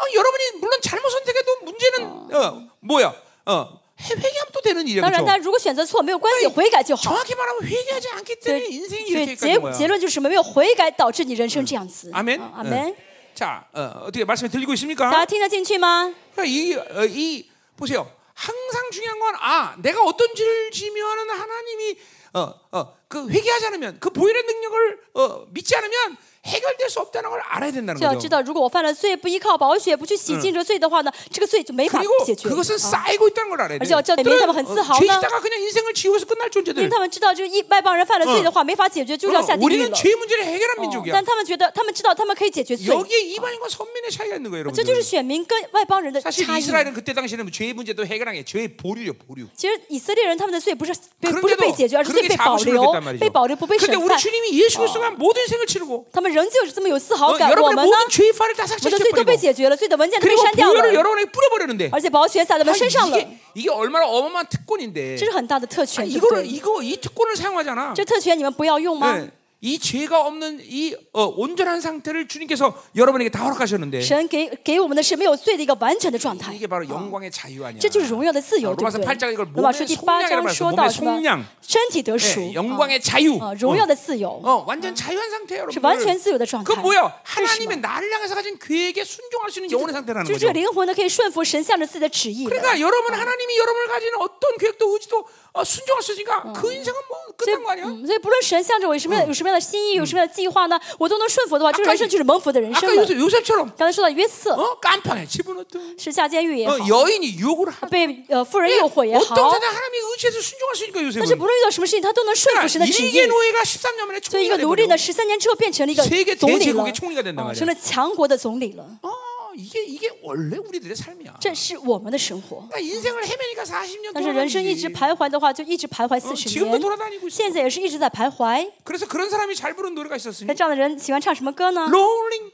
어, 여러분이 물론 잘못 선택해도 문제는 어, 뭐야? 어, 회- 회개하면 또 되는 일이야. 当然， 그 大家 죠 如果选择错没有关系，悔改就好。 정확히 말하면 회개하지 않기 때문에 인생이 所 이렇게 以 가는 结结 거야. 论就是什么？没有悔改导致你人生这样子。 아멘. 嗯啊阿门。 예. 자, 어, 어떻게 말씀이 들리고 大家 있습니까? 听得进去吗？ 그러니까 이, 어, 이 보세요. 항상 중요한 건 아, 내가 어떤 죄를 지면하는 하나님이 어, 어, 그 회개하지 않으면 그 보혈의 능력을 어, 믿지 않으면 해결될 수 없다는 걸 알아야 된다는 就嗯要知 거죠. 道，如果我犯了罪，不依靠宝血，不去洗净这罪的话呢，这个罪就没法 그리고 解决。 그것은 啊 쌓이고 있다는 걸 알아야 돼. 그래서 어쩌- 어. 그들은, 왜냐면 어, 很自豪呢。 죄지다가 그냥 인생을 지우고서 끝날 因为 존재들. 他们知道，就是一外邦人犯了罪的话，没法解决，就要 어, 下地狱 우리는 어, 了。 죄 문제를 해결한 哦 민족이야. 但他们觉得，他们知道他们可以解决罪， 여기에 이방인과 선민의 차이가 있는 거예요, 这就 여러분. 是选民跟外邦人的 사실 差异。 이스라엘은 그때 당시에는 죄 문제도 해결한 게 죄의 보류죠, 보류. 其实以色列人他们的罪不是被 그런데도 不是被解决，而是罪 그렇게 被保 자부심을 留 느꼈단 ， 말이죠. 被保留不被审 근데 우리 判。 주님이 예수 그리스도가 모든 생을 치르고 他们仍旧是这么嗯有自 어, 豪感。我 여러분의 们呢 모든 ， 죄의 파를 다 我们的罪都 삭제시켜버리고 被解决了，罪的文件都被 그리고 删掉 보혈을 了， 여러분에게 뿌려버리는데 而且宝血洒在我们 아니, 身上了， 이게, 이게 얼마나 어마어마한 특권인데 这是很大的特权，对不 이거를 对？ 이거 이 특권을 사용하잖아 这特权你们不要用吗？ 네. 이 죄가 없는 이 어, 온전한 상태를 주님께서 여러분에게 다 허락하셨는데 神给给我们的是没有罪的一个完全的状态， 이게 바로 영광의 자유 아니야 어. 어, 这就是荣耀的自由，啊对不罗马书8章对 이걸몸？ 罗马书 의 第八 속량이라고말씀章说 몸 到 의 什么 속량 ？身体得赎 네, ， 영광의 자유 啊，荣耀的自由， 어, 완전 자유한 상태예요, 是 여러분. 完全自由的状 그 态。 뭐야? 하나님은 나를 향해서 가진 계획에 순종할 수 있는 영혼의 상태라는 就是这 거죠. 个灵魂呢，可以顺服神向着自己的旨意的。 그러니까 여러분 하나님이 여러분을 가진 어떤 계획도 의지도 어, 순종할 수 음. 있으니까 그 인생은 뭐 所以 끝난 거 아니야? 嗯所以不论神向着我有什么样的有什么样的心意，有什么样的计划呢，我都能顺服的话，这个人生就是蒙福的人生 아까 了。 요셉, 요셉처럼 刚才说到约瑟 어? 깜판에 집어넣던 是下监狱也 어, 好， 여인이 유혹을 하고 被呃富人 예, 诱惑也 어떤 好， 사람 하나님이 의지해서 순종할 수 있으니까 但是 요셉은 不论遇到什么事情，他都能顺服神的旨 이게 意。 노예가 13년 만에 所以一个 총리가 奴隶呢， 되고 十三年之后变成了一个 세계 总理 대제국의 了， 총리가된단 哦 말이야 成了强国的总理了。 어, 이게 이게 원래 우리들의 삶이야. 这是我们的生活。 그러니까 인생을 헤매니까 40년 但是人生一直 돌아다니지. 徘徊的话，就一直徘徊四 지금 十 도돌아다니고있어 年。现在也是一直在徘徊。 그래서 그런 사람이 잘 부른 노래가 那 있었습니다. 这样的人喜欢唱什么歌呢？ 롤링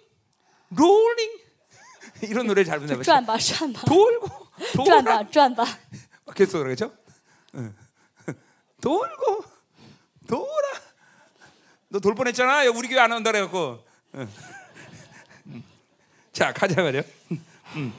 롤링 이런 노래 잘 부른다 그랬어요. 转吧转吧 돌고 转吧 돌아 转吧， 계속 그러겠죠? 응. 돌고 돌아 너 돌 뻔했잖아. 야, 우리 교회 안 온다 그래갖고 응. 음. 자 가자 말이요. 음.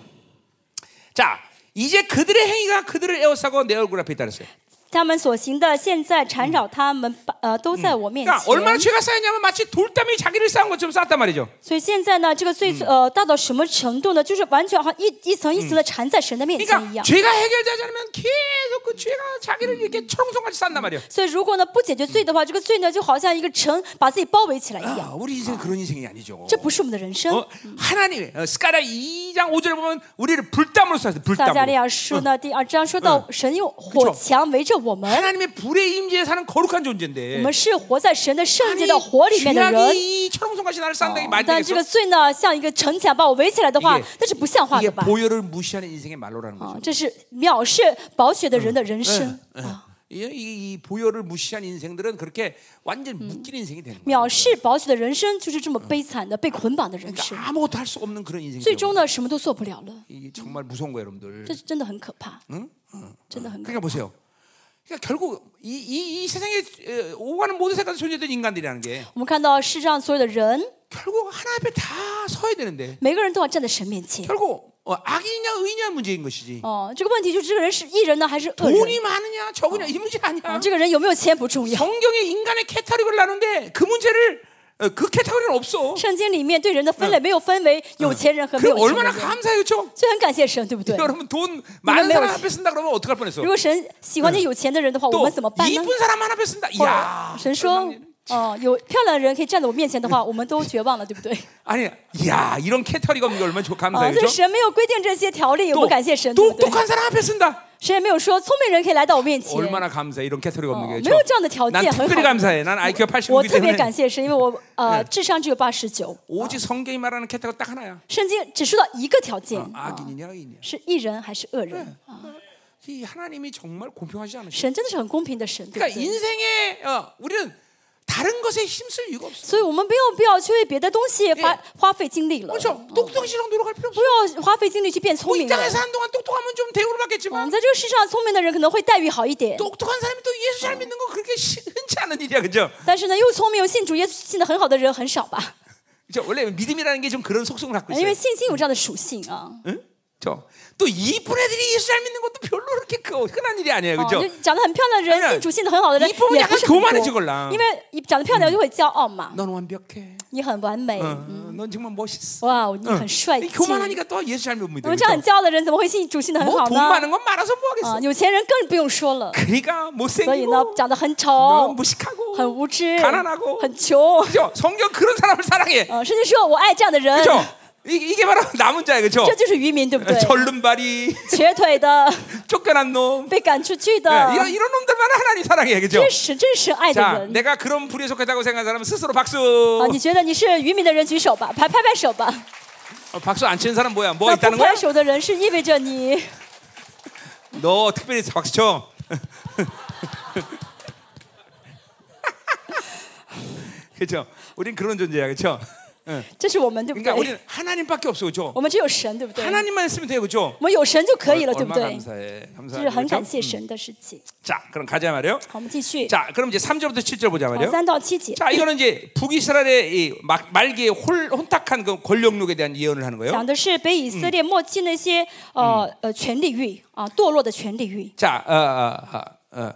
자 이제 그들의 행위가 그들을 에워싸고 내 얼굴 앞에 있다 그랬어요. 他们所行的现在缠绕他们，呃，都在我面 그러니까 얼마나 前。 죄가 쌓였냐면 마치 돌담이 자기를 쌓은 것처럼 쌓았단 말이죠. 所以现在呢，这个罪呃大到什么程度呢？就是完全好像一一层一层的缠在神的面前一 그러니까 样。 죄가 해결되지 않으면 계속 그 죄가 자기를 이렇게 청송같이 쌓는단 말이에요. 所以如果呢不解决罪的话，这个罪呢就好像一个城把自己包围起来一样。 아, 우리 인생 그런 인생이 아니죠. 这不是我们的人生。 어, 하나님 어, 스가랴 2장 5절에 보면 우리를 불담으로 쌓았어요. 撒加 불담으로. 利亚书呢第二章说到，神用 그쵸 火墙围着我们， 하나님의 불의 임재에 사는 거룩한 我 존재인데 们是活在神的圣 아니, 洁的火里面的人。 죄악이 철옹성같이 나를 쌓는다는 게 말이 但这个 되겠어? 罪呢，像一个城墙把我围起来的话 이게 ，那是不像话 이게 的吧？ 보혈을 무시하는 인생의 말로라는 啊 거죠. 这是藐视宝血的人的人生。啊 예, 예. 이, 이- 이 보혈을 무시한 인생들은 그렇게 완전 묶인 인생이 되는 거예요. 藐视宝血的人生就是这么悲惨的，被捆绑的人生， 그러니까 아무것도 할 수 없는 그런 인생이 最 되는 终呢什么都做不了了， 이게 정말 무서운 거예요, 여러분들. 这是真的很可怕，真的很可 그러니까 보세요. 그러니까 결국 이, 이, 이 세상에 에, 오가는 모든 생각에 존재된 인간들이라는 게 我们看到世上所有的人， 결국 하나 앞에 다 서야 되는데 每个人都要站在神面前。 결국 어, 악이냐 의냐 문제인 것이지. 哦，这个问题就是这个人是艺人呢还是恶人？ 돈이 많으냐 적으냐 이 문제 啊 아니야. 这个人有没有钱不重要， 성경에 인간의 캐타리를 나는데 그 문제를 어, 그 캐타리는 없어. 圣经里面对人的分类没有分为有钱人和没 그 네. 有钱 얼마나 人，所 감사해요, 그렇죠? 以很感谢神，对不对？ 여러분 돈 많은 매우 사람 지- 앞에 쓴다 그러면 어떡할 뻔했어. 如果神喜欢你有钱的人的话，我 또 们怎么办呢？ 이쁜 사람 하나 앞에 쓴다. 이야. 神说，哦，有漂亮的人可以站在我面前的话，我们都绝望了，对不对？ 아니, 이야 이런 캐타리가 없는 게 얼마나 좋- 啊， 감사해요, 所以 그렇죠? 뭐 神没有规定这些条例，我们感谢神，对不对？ 똑똑한 사람 앞에 쓴다. 神也没有说聪明人可以来到我面前。 얼마나 감사해 이런 캐터리가 없는 어, 게. 매우 짱의 그렇죠? 난 条件很好。 특별히 감사해. 난 IQ가 8 6我기 特别感 때문에 谢神，因为我呃智商只有八十九， 오직 성경이 말하는 캐터가 딱 하나야. 어, 圣经只说到一个条件， 악인이냐 의인이냐. 是义人还是恶人。 이 하나님이 정말 공평하지 않으셔. 神真的是很公平的神，对不 그러니까 对？ 인생에 어, 우리는 다른 것에 힘쓸 이유가 없어. 所以我们没有必要去为别的东西花 예 花费精力了， 그렇죠? 똑똑해지려고 노력할 필요 없어. 뭐 不要花费精力去变聪 이 明了。 땅에서 한 동안 똑똑하면 좀 대우를 我 받겠지만 们在这个世上，聪明的人可能会待遇好一点， 똑똑한 사람이 또 예수 잘 믿는 거 그렇게 시- 흔치 않은 일이야, 그죠? 但是呢，又聪明又信主耶稣信的很好的人很少吧？ 그죠? 원래 믿음이라는 게 좀 그런 속성을 갖고 因 있어요. 为信心有这样的属性啊。 응? 저, 또 이쁜 애들이 예수 잘 믿는 것도 별로 그렇게 그- 흔한 일이 아니에요, 哦， 그죠? 就长得很漂亮的 아니야 人，信主信的很好的人 이쁘면 也 약간 不是很 교만해지걸라 多，因为长得漂亮就会骄傲嘛， 넌 완벽해. 你很完美。 어, 嗯 넌 정말 멋있어. 哇，你 응. 很帅气。 교만하니까 또 예수 잘못 我 믿어. 们这样很骄傲的人，怎么会信主信的很好 뭐돈 呢？ 많은 건 말아서 뭐 하겠어. 啊，有钱人更不用说了。 그러니까 所以呢 못생기고 ，长得很 너 丑， 무식하고 很无知 가난하고 ，很穷。 그죠? 성경 그런 사람을 사랑해. 呃，圣经说我爱这样的人， 그죠? 이- 이게 바로 남은 자야, 그죠? 这就是渔民，对不对？ 절름발이 瘸腿的， 쫓겨난 놈. 被赶出去 예, 的， 이런, 이런 놈들만 하나님 사랑해, 그죠? 真实真实爱的 자, 人。 내가 그런 불에 속했다고 생각하는 사람은 스스로 啊， 박수. 你觉得你是渔民的人，举手吧，拍拍拍手吧。 어, 박수 안 치는 사람 뭐야? 뭐 那不 있다는 거야? 拍手的人是意味着你 너 특별히 박수 쳐. 그렇죠. 우린 그런 존재야, 그렇죠? 这是我们对不 그러니까 对？ 우리는 하나님밖에 없어, 그렇죠? 我们只有神，对不对？ 하나님만 있으면 돼요, 그렇죠? 我们有神就可以了，对不 얼마나 对？ 감사해, 这是 감사해. 很 그렇죠? 感谢神的事情。 자, 그럼 가자 말이요. 好，我们继续， 자, 그럼 이제 3절부터 7절 보자 好 말이요. 三到七节 자, 이거는 이제 북이스라엘의 이 막- 말기의 홀, 혼탁한 그 권력욕에 대한 예언을 하는 거예요. 讲的是北以色列末期那些呃呃权力欲啊堕落的权力欲。 자, 어, 어, 어, 어.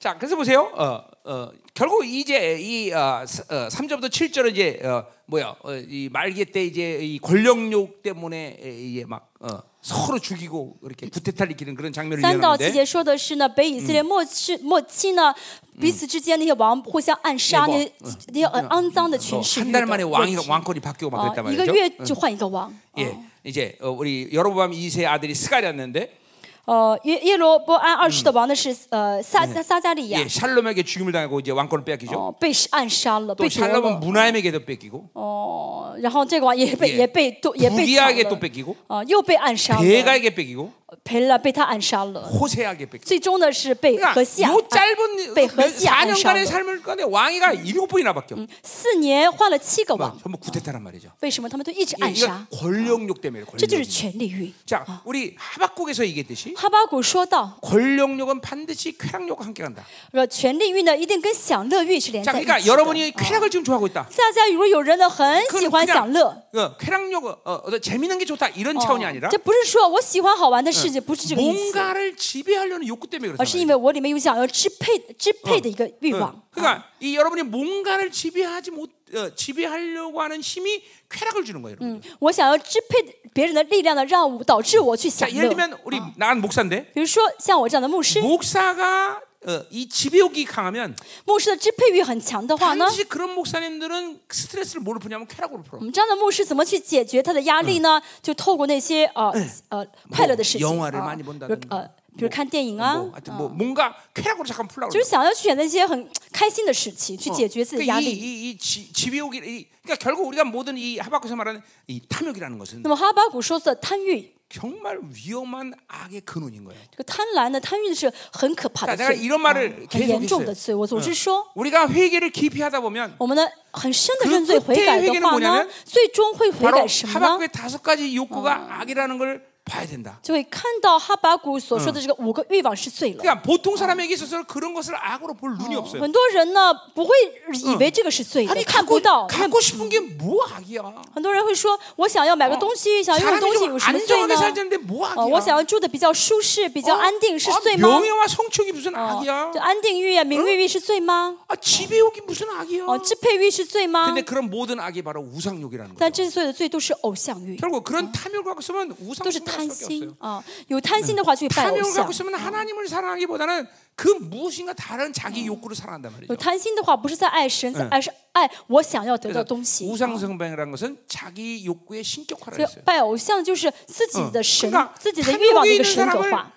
자, 그래서 보세요. 어, 어, 결국 이제 이 어, 스- 어, 3절부터 7절은 이제 어, 뭐야? 어, 이 말기 때 이제 이 권력욕 때문에 이제 막 어, 서로 죽이고 이렇게 구태탈 일으키는 그런 장면을 三到七 예언하는데 节说的是呢，北以色列末期末期呢，彼此之间那些王互相暗杀，嗯那些那些呃肮脏的权势欲 어, 한 的 달 만에 问 왕이 题 왕권이 바뀌고 막 啊 그랬단 ，一个 말이죠. 月就换一个王。 예, 이제 어, 우리 여로보암 2세 아들이 스가랴였는데 呃，耶耶罗波安二世的王呢是呃撒撒撒加利亚 예, ， 샬롬에게 죽임을 당하고 이제 왕권을 빼앗기죠. 哦，被暗杀了， 어. 또 어, 被夺 샬롬은 了。 문하임에게도 뺏기고 哦，然后这个王也被 예 也被夺也被抢 부기야에게 또 了， 뺏기고 啊，又被暗 아, 杀了， 베가에게 뺏기고 赔了被他暗杀了， 호세에게 뺏기고 最终呢是被何 그러니까 西요亚暗 짧은 네, 허시야 안 4년간의 싸워요. 삶을 꺼내 왕위가 일곱 번이나 바뀌어. 그러니까 四年换了七个王， 전부 구태타란 말이죠. 예, 为什么他们都一直 이게, 暗杀？ 권력욕 때문에 这就是 권력욕. 权力欲。 자, 우리 하박국에서 얘기했듯이 哈巴谷说道：“ 권력욕은 반드시 쾌락욕과 함께 간다. 呃，权力欲呢一定跟享乐欲是连 자, 在一起 그러니까 的。 여러분이 쾌락을 지금 좋아하고 있다. 大家如果有人呢很喜 그건 欢享 그냥 乐， 어, 쾌락욕 어, 어, 재밌는 게 좋다 이런 차원이 哦 아니라 这不是说我喜欢好玩的事情，嗯不是这个意思， 뭔가를 지배하려는 욕구 때문에 而是 그렇다. 因为我里面有想要支配、支配的一个欲望。 그러니까 이 여러분이 뭔가를 지배하지 못 어, 지배하려고 하는 힘이 쾌락을 주는 거예요. 여러분. 嗯我想要支配别人的力量呢，让我导致我去享 자, 어. 예를 乐。 들면 우리 나간 목사인데 比如说像我这样的牧师， 목사가 어, 이 지배욕이 강하면 牧师的支配欲很强的话呢， 반드시 그런 목사님들은 스트레스를 뭘로 푸냐면 쾌락으로 풀어. 我们这样的牧师怎么去解决他的压力呢？就透过那些呃呃快乐的事情 영화를 啊， 많이본다든 比如 지 呃比如看电影啊 뭐 ， 하여튼 뭐 뭔가 쾌락으로 잠깐 풀라고. 就是想要去选择一些很开心的事情去解决自己的压 그러니까 力。 이이 지배욕이 이, 그러니까 결국 우리가 모든 이 하박국에서 말하는 이 탐욕이라는 것은 那么哈巴谷说的贪欲， 정말 위험한 악의 근원인 거예요. 这个贪婪呢，贪欲是很可怕的 그러니까 내가 罪， 이런 말을 很 계속 严重的 했어요. 罪。我总是说， 우리가 회개를 깊이 하다 보면 我们呢很深的 그 认罪悔改 끝에회개는 的话 뭐냐 呢 면 ，最终会悔 바로 改什么呢？ 하박국의 다섯 가지 욕구가 악이라는 걸 봐야 된다. 就会看到哈巴谷所说的这个五个欲望是罪了。 그러니까 보통 사람에게 있어서 그런 것을 악으로 볼 눈이 없어요. 很多人呢不会以为这个是罪的， 아. 아니 嗯看不 갖고 到。因为 갖고 싶은 게 뭐 악이야? 很多人会说，我想要买个东西，想要用 아, 사람이 的东西좀有什么罪 안정하게 呢？ 살자는데 뭐 呃，我想 악이야? 要住的比较舒适，比较安定是 아, 罪吗？ 명예와 성취욕이 무슨 哦 악이야? 这安定欲啊，名誉欲是罪吗？ 아, 지배욕이 무슨 악이야? 哦，支配欲是罪吗 근데 ？ 그런 모든 악이 바로 우상욕이라는 但 거죠. 这所有的罪都是偶像欲， 결국 그런 탐욕을 갖고 있으면 都 우상을 是 숭배할 贪 수밖에 心 없어요. 啊。有嗯贪心的话，就会拜偶 탐욕을 像 갖고 ； 있으면 하나님을 사랑하기보다는 그 무엇인가 다른 자기 욕구를 사랑한단 有 말이죠. 贪心的话，不是在爱神，在而是爱我想要得到东西。 우상 숭배라는 것은 자기 욕구의 신격화를 所以 했어요. 拜偶像就是自己的神、 그러니까 自己的欲望的 탐욕이 一个 있는 神格 사람을 化。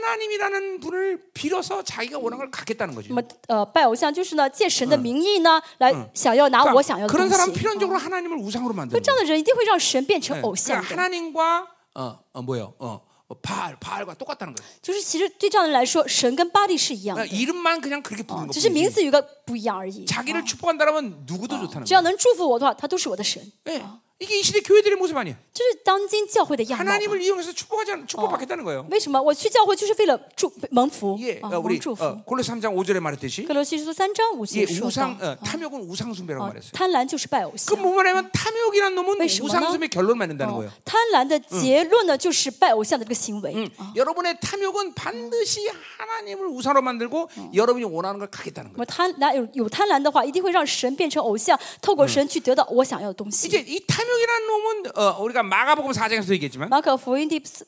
하나님이라는 분을 빌어서 자기가 원하는 걸 갖겠다는 거죠. 那么，呃，拜偶像就是呢，借神的名义呢，来想要拿 아, 我想要的东 그러니까 그런 西。 사람 啊 필연적으로 하나님을 우상으로 만드는 这 거예요. 样的人一定会让神变成偶 그러니까 像的。 하나님과 어, 어 뭐요? 어, 어, 바알, 바알과 똑같다는 거예요. 就是其实对这样的人来说，神跟巴利是一样的， 그러니까 이름만 그냥 그렇게 부르는 只是名 거예요. 字有一个不一样而已。 어. 자기를 축복한다면 누구도 좋다는 只要 거예요. 能祝福我的话，他都是我的神。 예. 이게 이 시대 교회들의 모습 아니야. 这是当今教会的样貌吧。 하나님을 이용해서 축복하지 않, 축복받겠다는 거예요. 为什么我去教会就是为了祝蒙福 예, 啊， 네. 어, 蒙 우리 祝福。 어, 골로새 3장 5절에 말했듯이 格罗西书三章五 예, 节说到 우상 ， 어, 탐욕은 우상 숭배라고 啊 말했어요. 贪婪呃就是拜偶像。 그뭐 말하면 탐욕이란 놈은 왜 심하나? 우상 숭배 결론 맺는다는 哦 거예요. 贪婪的结论呢，就是拜偶像的这个行为。 어. 여러분의 탐욕은 반드시 하나님을 우상으로 만들고 여러분이 원하는 걸 가겠다는 我 거예요. 贪婪有有贪婪的话，一定会让神变成偶像，透过神去得到我想要的东 이제 西。 이 탐욕이라는 놈은 어, 우리가 마가복음 4장에서 얘기했지만 马可福音第四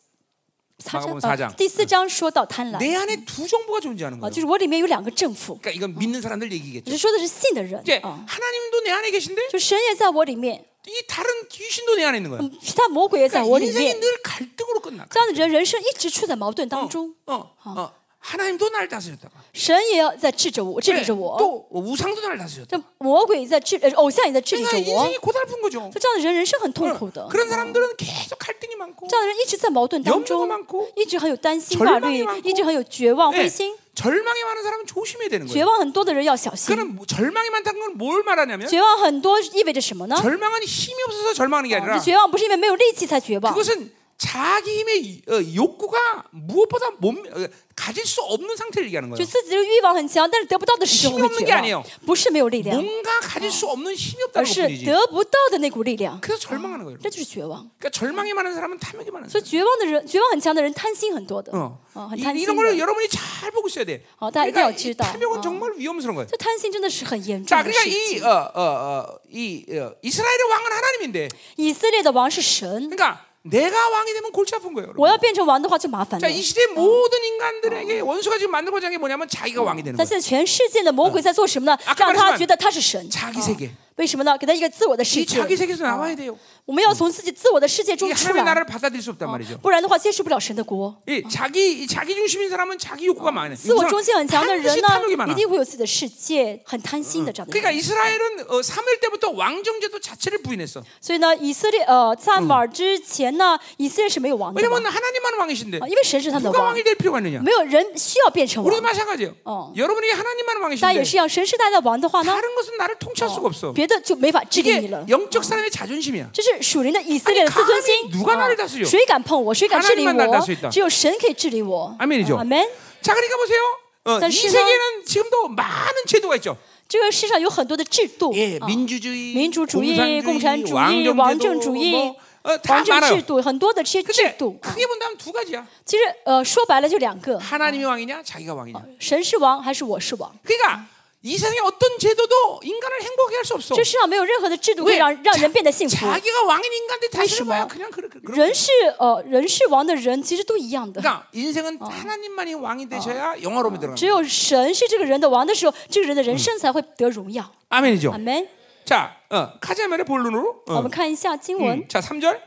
马可福音嗯4呃장 第四章说到贪婪 내 안에 두 정보가 존재하는 啊， 거예요. 就是我里面有两个政府， 그러니까 이건 믿는 사람들 얘기겠죠. 只是说的是信的人 이제 啊， 하나님도 내 안에 계신데 就神也在我里面， 이 다른 귀신도 내 안에 있는 거야. 其他魔鬼也在我 음. 그러니까 里 인생이 面。 늘 갈등으로 끝나. 这样的人人生一直处在矛盾 어, 当中， 어, 어, 하나님도 날 다스렸다고. 神也要在治着我，治理 그래, 着我， 또 우상도 날 다스렸다. 这魔鬼也在治，呃偶像也在治理 그러니까 着我 인생이 。 고달픈 거죠. 就这样的人人生很痛苦的。 그런 사람들은 계속 갈등이 많고 这样的人一直在矛盾当中 염려가많고， 一直很有担心、 절망이 挂虑 많고 ，一直很有绝望、 예, 灰心。 절망이 많은 사람은 조심해야 되는 绝 거예요. 望很多的人要小心。 그는 뭐- 절망이 많다는 건 뭘 말하냐면 绝望很多意味着什么呢？ 절망은 힘이 없어서 절망하는 게 哦这 아니라 绝望不是因为没有力气才绝望， 그것은 자기 힘의 이- 어, 욕구가 무엇보다 못, 어, 가질 수 없는 상태를 얘기하는 就 거예요. 自己的欲望很强，但是得不到的时候 힘이없 会 는게 绝 아니에요 望，不是没有力量， 뭔가 가질 수 없는 힘이 而 없다는 是 것뿐이지. 得不到的那股力量。 그래서 절망하는 거예요. 这就是绝望。 그러니까 절망이 많은 사람은 탐욕이 많은 所以 사람. 绝望的人，绝望很强的人，贪心很多的， 어. 哦，很 이, 贪心 이런 걸 的。 여러분이 잘 보고 있어야 돼. 어, 다 그러니까 이제 이 어찌다. 탐욕은 어. 정말 위험스러운 거예요. 这贪心真的是很严 자, 重的 그러니까 事情。 이, 어, 어, 어, 이 어, 이스라엘의 왕은 하나님인데, 以色列的王是神， 그러니까 내가 왕이 되면 골치 아픈 거예요. 여러분. 我要变成王的话就麻烦 자, 了。 이 시대 모든 인간들에게 원수가 지금 만들고자 하는 게 뭐냐면 어. 자기가 왕이 되는 但 거예요. 现在全世界的魔鬼在做什么呢 아까？ 让 말했지만 他觉得啊他是神。 자기 어. 세계. 为什么呢？给他一个自我的世 이 界。 자기 세계에서 나와야 돼요. 我们要从自己自我的世界 이게 어. 中出 하나님의 来， 나라를 받아들일 수 없단 말이죠. 不然的话接受不了神的国。 이 자기 이 자기 중심인 사람은 자기 욕구가 많아요. 自我中心很强的人 어. 반드시 탐욕이 呢， 많아. 一定会有自己的世界，很贪心的这样的 그러니까 人。 이스라엘은 어, 사무엘 때부터 왕정제도 자체를 부인했어. 所以呢，以色列呃，萨姆尔之前呢，以色列是没有王的嘛， 왜냐면 하나님만 왕이신데 啊因为神是他们的 누가 네. 王 왕이 ，될 필요가 있느냐? 没有人需要变成王 우리도 。 마찬가지예요. 어. 여러분이 하나님만 但也 왕이신데 是一样，神是他的王的话呢， 다른 것은 나를 통치할 수가 없어. 别的就没法治理你 이게 了。 영적 사람의 자존심이야. 这是属灵的以色哎列的自尊 아니 心。 가나를다스려 谁敢碰我？谁敢治理 하나님만날수 我 있다 ？只有神可以治理我。 아멘이죠. 阿门。 자, 그러니까 보세요. 어, 이 사실은- 세계는 지금도 많은 제도가 있죠. 这个世上有很多的制度， 예, 啊 민주주의, 民主主义、 공산주의, 共产主义、 왕정제도, 왕정주의, 뭐, 어, 다 王政制 많아요. 度，很多的这些制 근데 度。啊 크게 본다면 두 가지야. 其实呃，说白了就两个， 하나님이 왕이냐, 자기가 왕이냐. 神是王还是我是王？ 그러니까 이 세상에 어떤 제도도 인간을 행복하게 할 수 없어. 这世上没有任何的制度可以 왜 让让人变得幸福。 자기가 왕인 인간들 다시는 왜 거야. 심어? 그냥 그렇게. 그렇게. 人是呃，人是王的人其实都一样的。 그러니까 인생은 하나님만이 왕이 되셔야 영화로움이 들어가는 只 거야. 有神是这个人的王的时候，这个人的人生才会得荣耀。 아멘이죠. 阿门。 자, 어, 카자멜의 본론으로. 어. 我们看一下经 음, 文 자, 3절.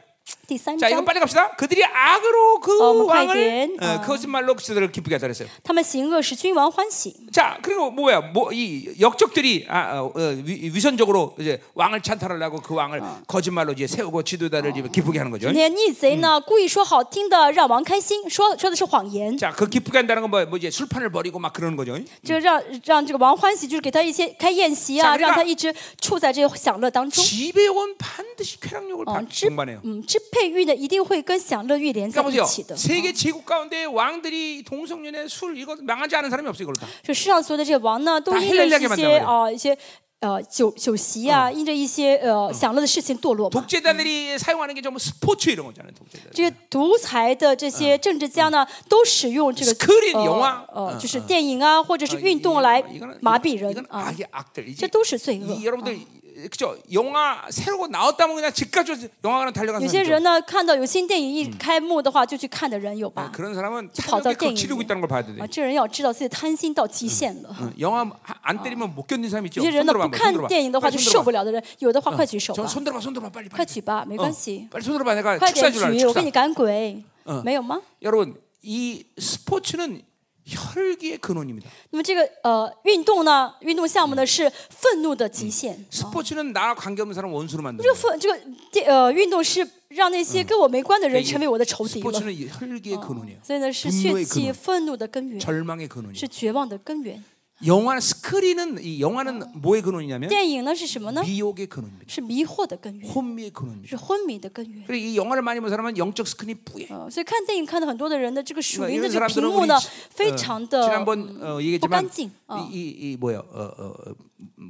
第三 자, 이거 章， 빨리 갑시다. 그들이 악으로 그 어, 뭐 왕을 하여튼, 어, 어. 거짓말로 그들을 기쁘게 하자 그랬어요. 他们行恶使君王欢喜。 자, 그리고 뭐야? 뭐 이 역적들이 아, 어, 어, 위, 선적으로 이제 왕을 찬탈하려고 그 왕을 거짓말로 이제 세우고 지도자를 이제 기쁘게 하는 거죠. 那逆贼呢，故意说好听的让王开心，说说的是谎言。 자, 그 기쁘게 한다는 건 뭐 이제 술판을 벌이고 막 그러는 거죠. 就让让这个王欢喜，就是给他一些开宴席 자그러니 啊， 까 让他一直处在这些享乐当中。 지배욕은 반드시 쾌락욕을 어 반- 支 동반해요. 嗯支配欲呢，一定会跟享乐欲连在 그러니까 一 음, 보세요. 起的。 세계 제국 가운데 왕들이 동성연애 술 이거 망하지 않은 사람이 없어요. 그렇다. 这世上所有的这些王呢，都 다 因为 헬렐하게 一 만든 些 말이야 啊、一些呃酒酒席啊，因着一些呃享乐的事情堕落嘛。 독재자들이 사용하는 게 전부 스포츠 이런 거잖아요. 독재자들. 这些独裁的这些政治家呢，都使用这个 스크린 呃 영화 呃，就是电影啊，或者是运动来 아, 이- 이거는- 麻痹人 이건 啊， 악의 악들이지. 这都是罪恶 어. 이 。 여러분들 그죠? 영화 새로 나왔다면 그냥 즉각적으로 영화관에 달려가는 有些 사람이죠. 人呢，看到有新电影一开幕的话，就去看的人有 아, 吧？ 그런 사람은 저 봐도 탐욕에 그걸 땡이네. 지르고 있다는 걸 봐야 돼. 啊，这人要知道自己贪心到极限了。 응, 영화 하- 안 때리면 못 견딘 사람 있죠. 有些人呢 손들어 不 봐, 손 看 들어 봐. 电影的话 빨리 就 손 受 들어 不 봐. 了的嗯人，有的话快举手吧 전 ， 손들어 봐, 손들어 봐, 빨리 快 빨리. 举吧，没 어, 关系， 빨리 손들어 봐, 내가 嗯快 축사해 点 줄래. 举，我 축사. 给你赶鬼，没有吗？ 여러분 이 스포츠는 혈기의 근원입니다. 那么这个呃运动呢，运动项目嗯呢是愤怒的极限， 스포츠는 나와 관계없는 사람 원수로 만드는 这个 거예요. 愤这个这呃运动是让那嗯些跟我没关的人 이 成为我的仇敌了， 스포츠는 이 혈기의 근원이에요. 所以呢是 분노의 血气 근원 愤怒的根源， 절망의 근원이에요. 是绝望的根源。 이 영화 스크린은 이 영화는 뭐의 근원이냐면 电影呢是什么呢？ 미혹의 근원입니다. 是迷惑的根源， 혼미의 근원입니다. 是昏迷的根源。 그리고 이 영화를 많이 본 사람은 영적 스크린이 뿌예. 呃，所以看电影看的很多的人的这个属 그러니까 灵的 이런 这个 사람들은 屏 우리 幕呢 지- ， 어, 非常呃的 음, 지난번 어, 얘기했지만 뽀깐찡. 어. 이이 뭐야 어, 어, 어,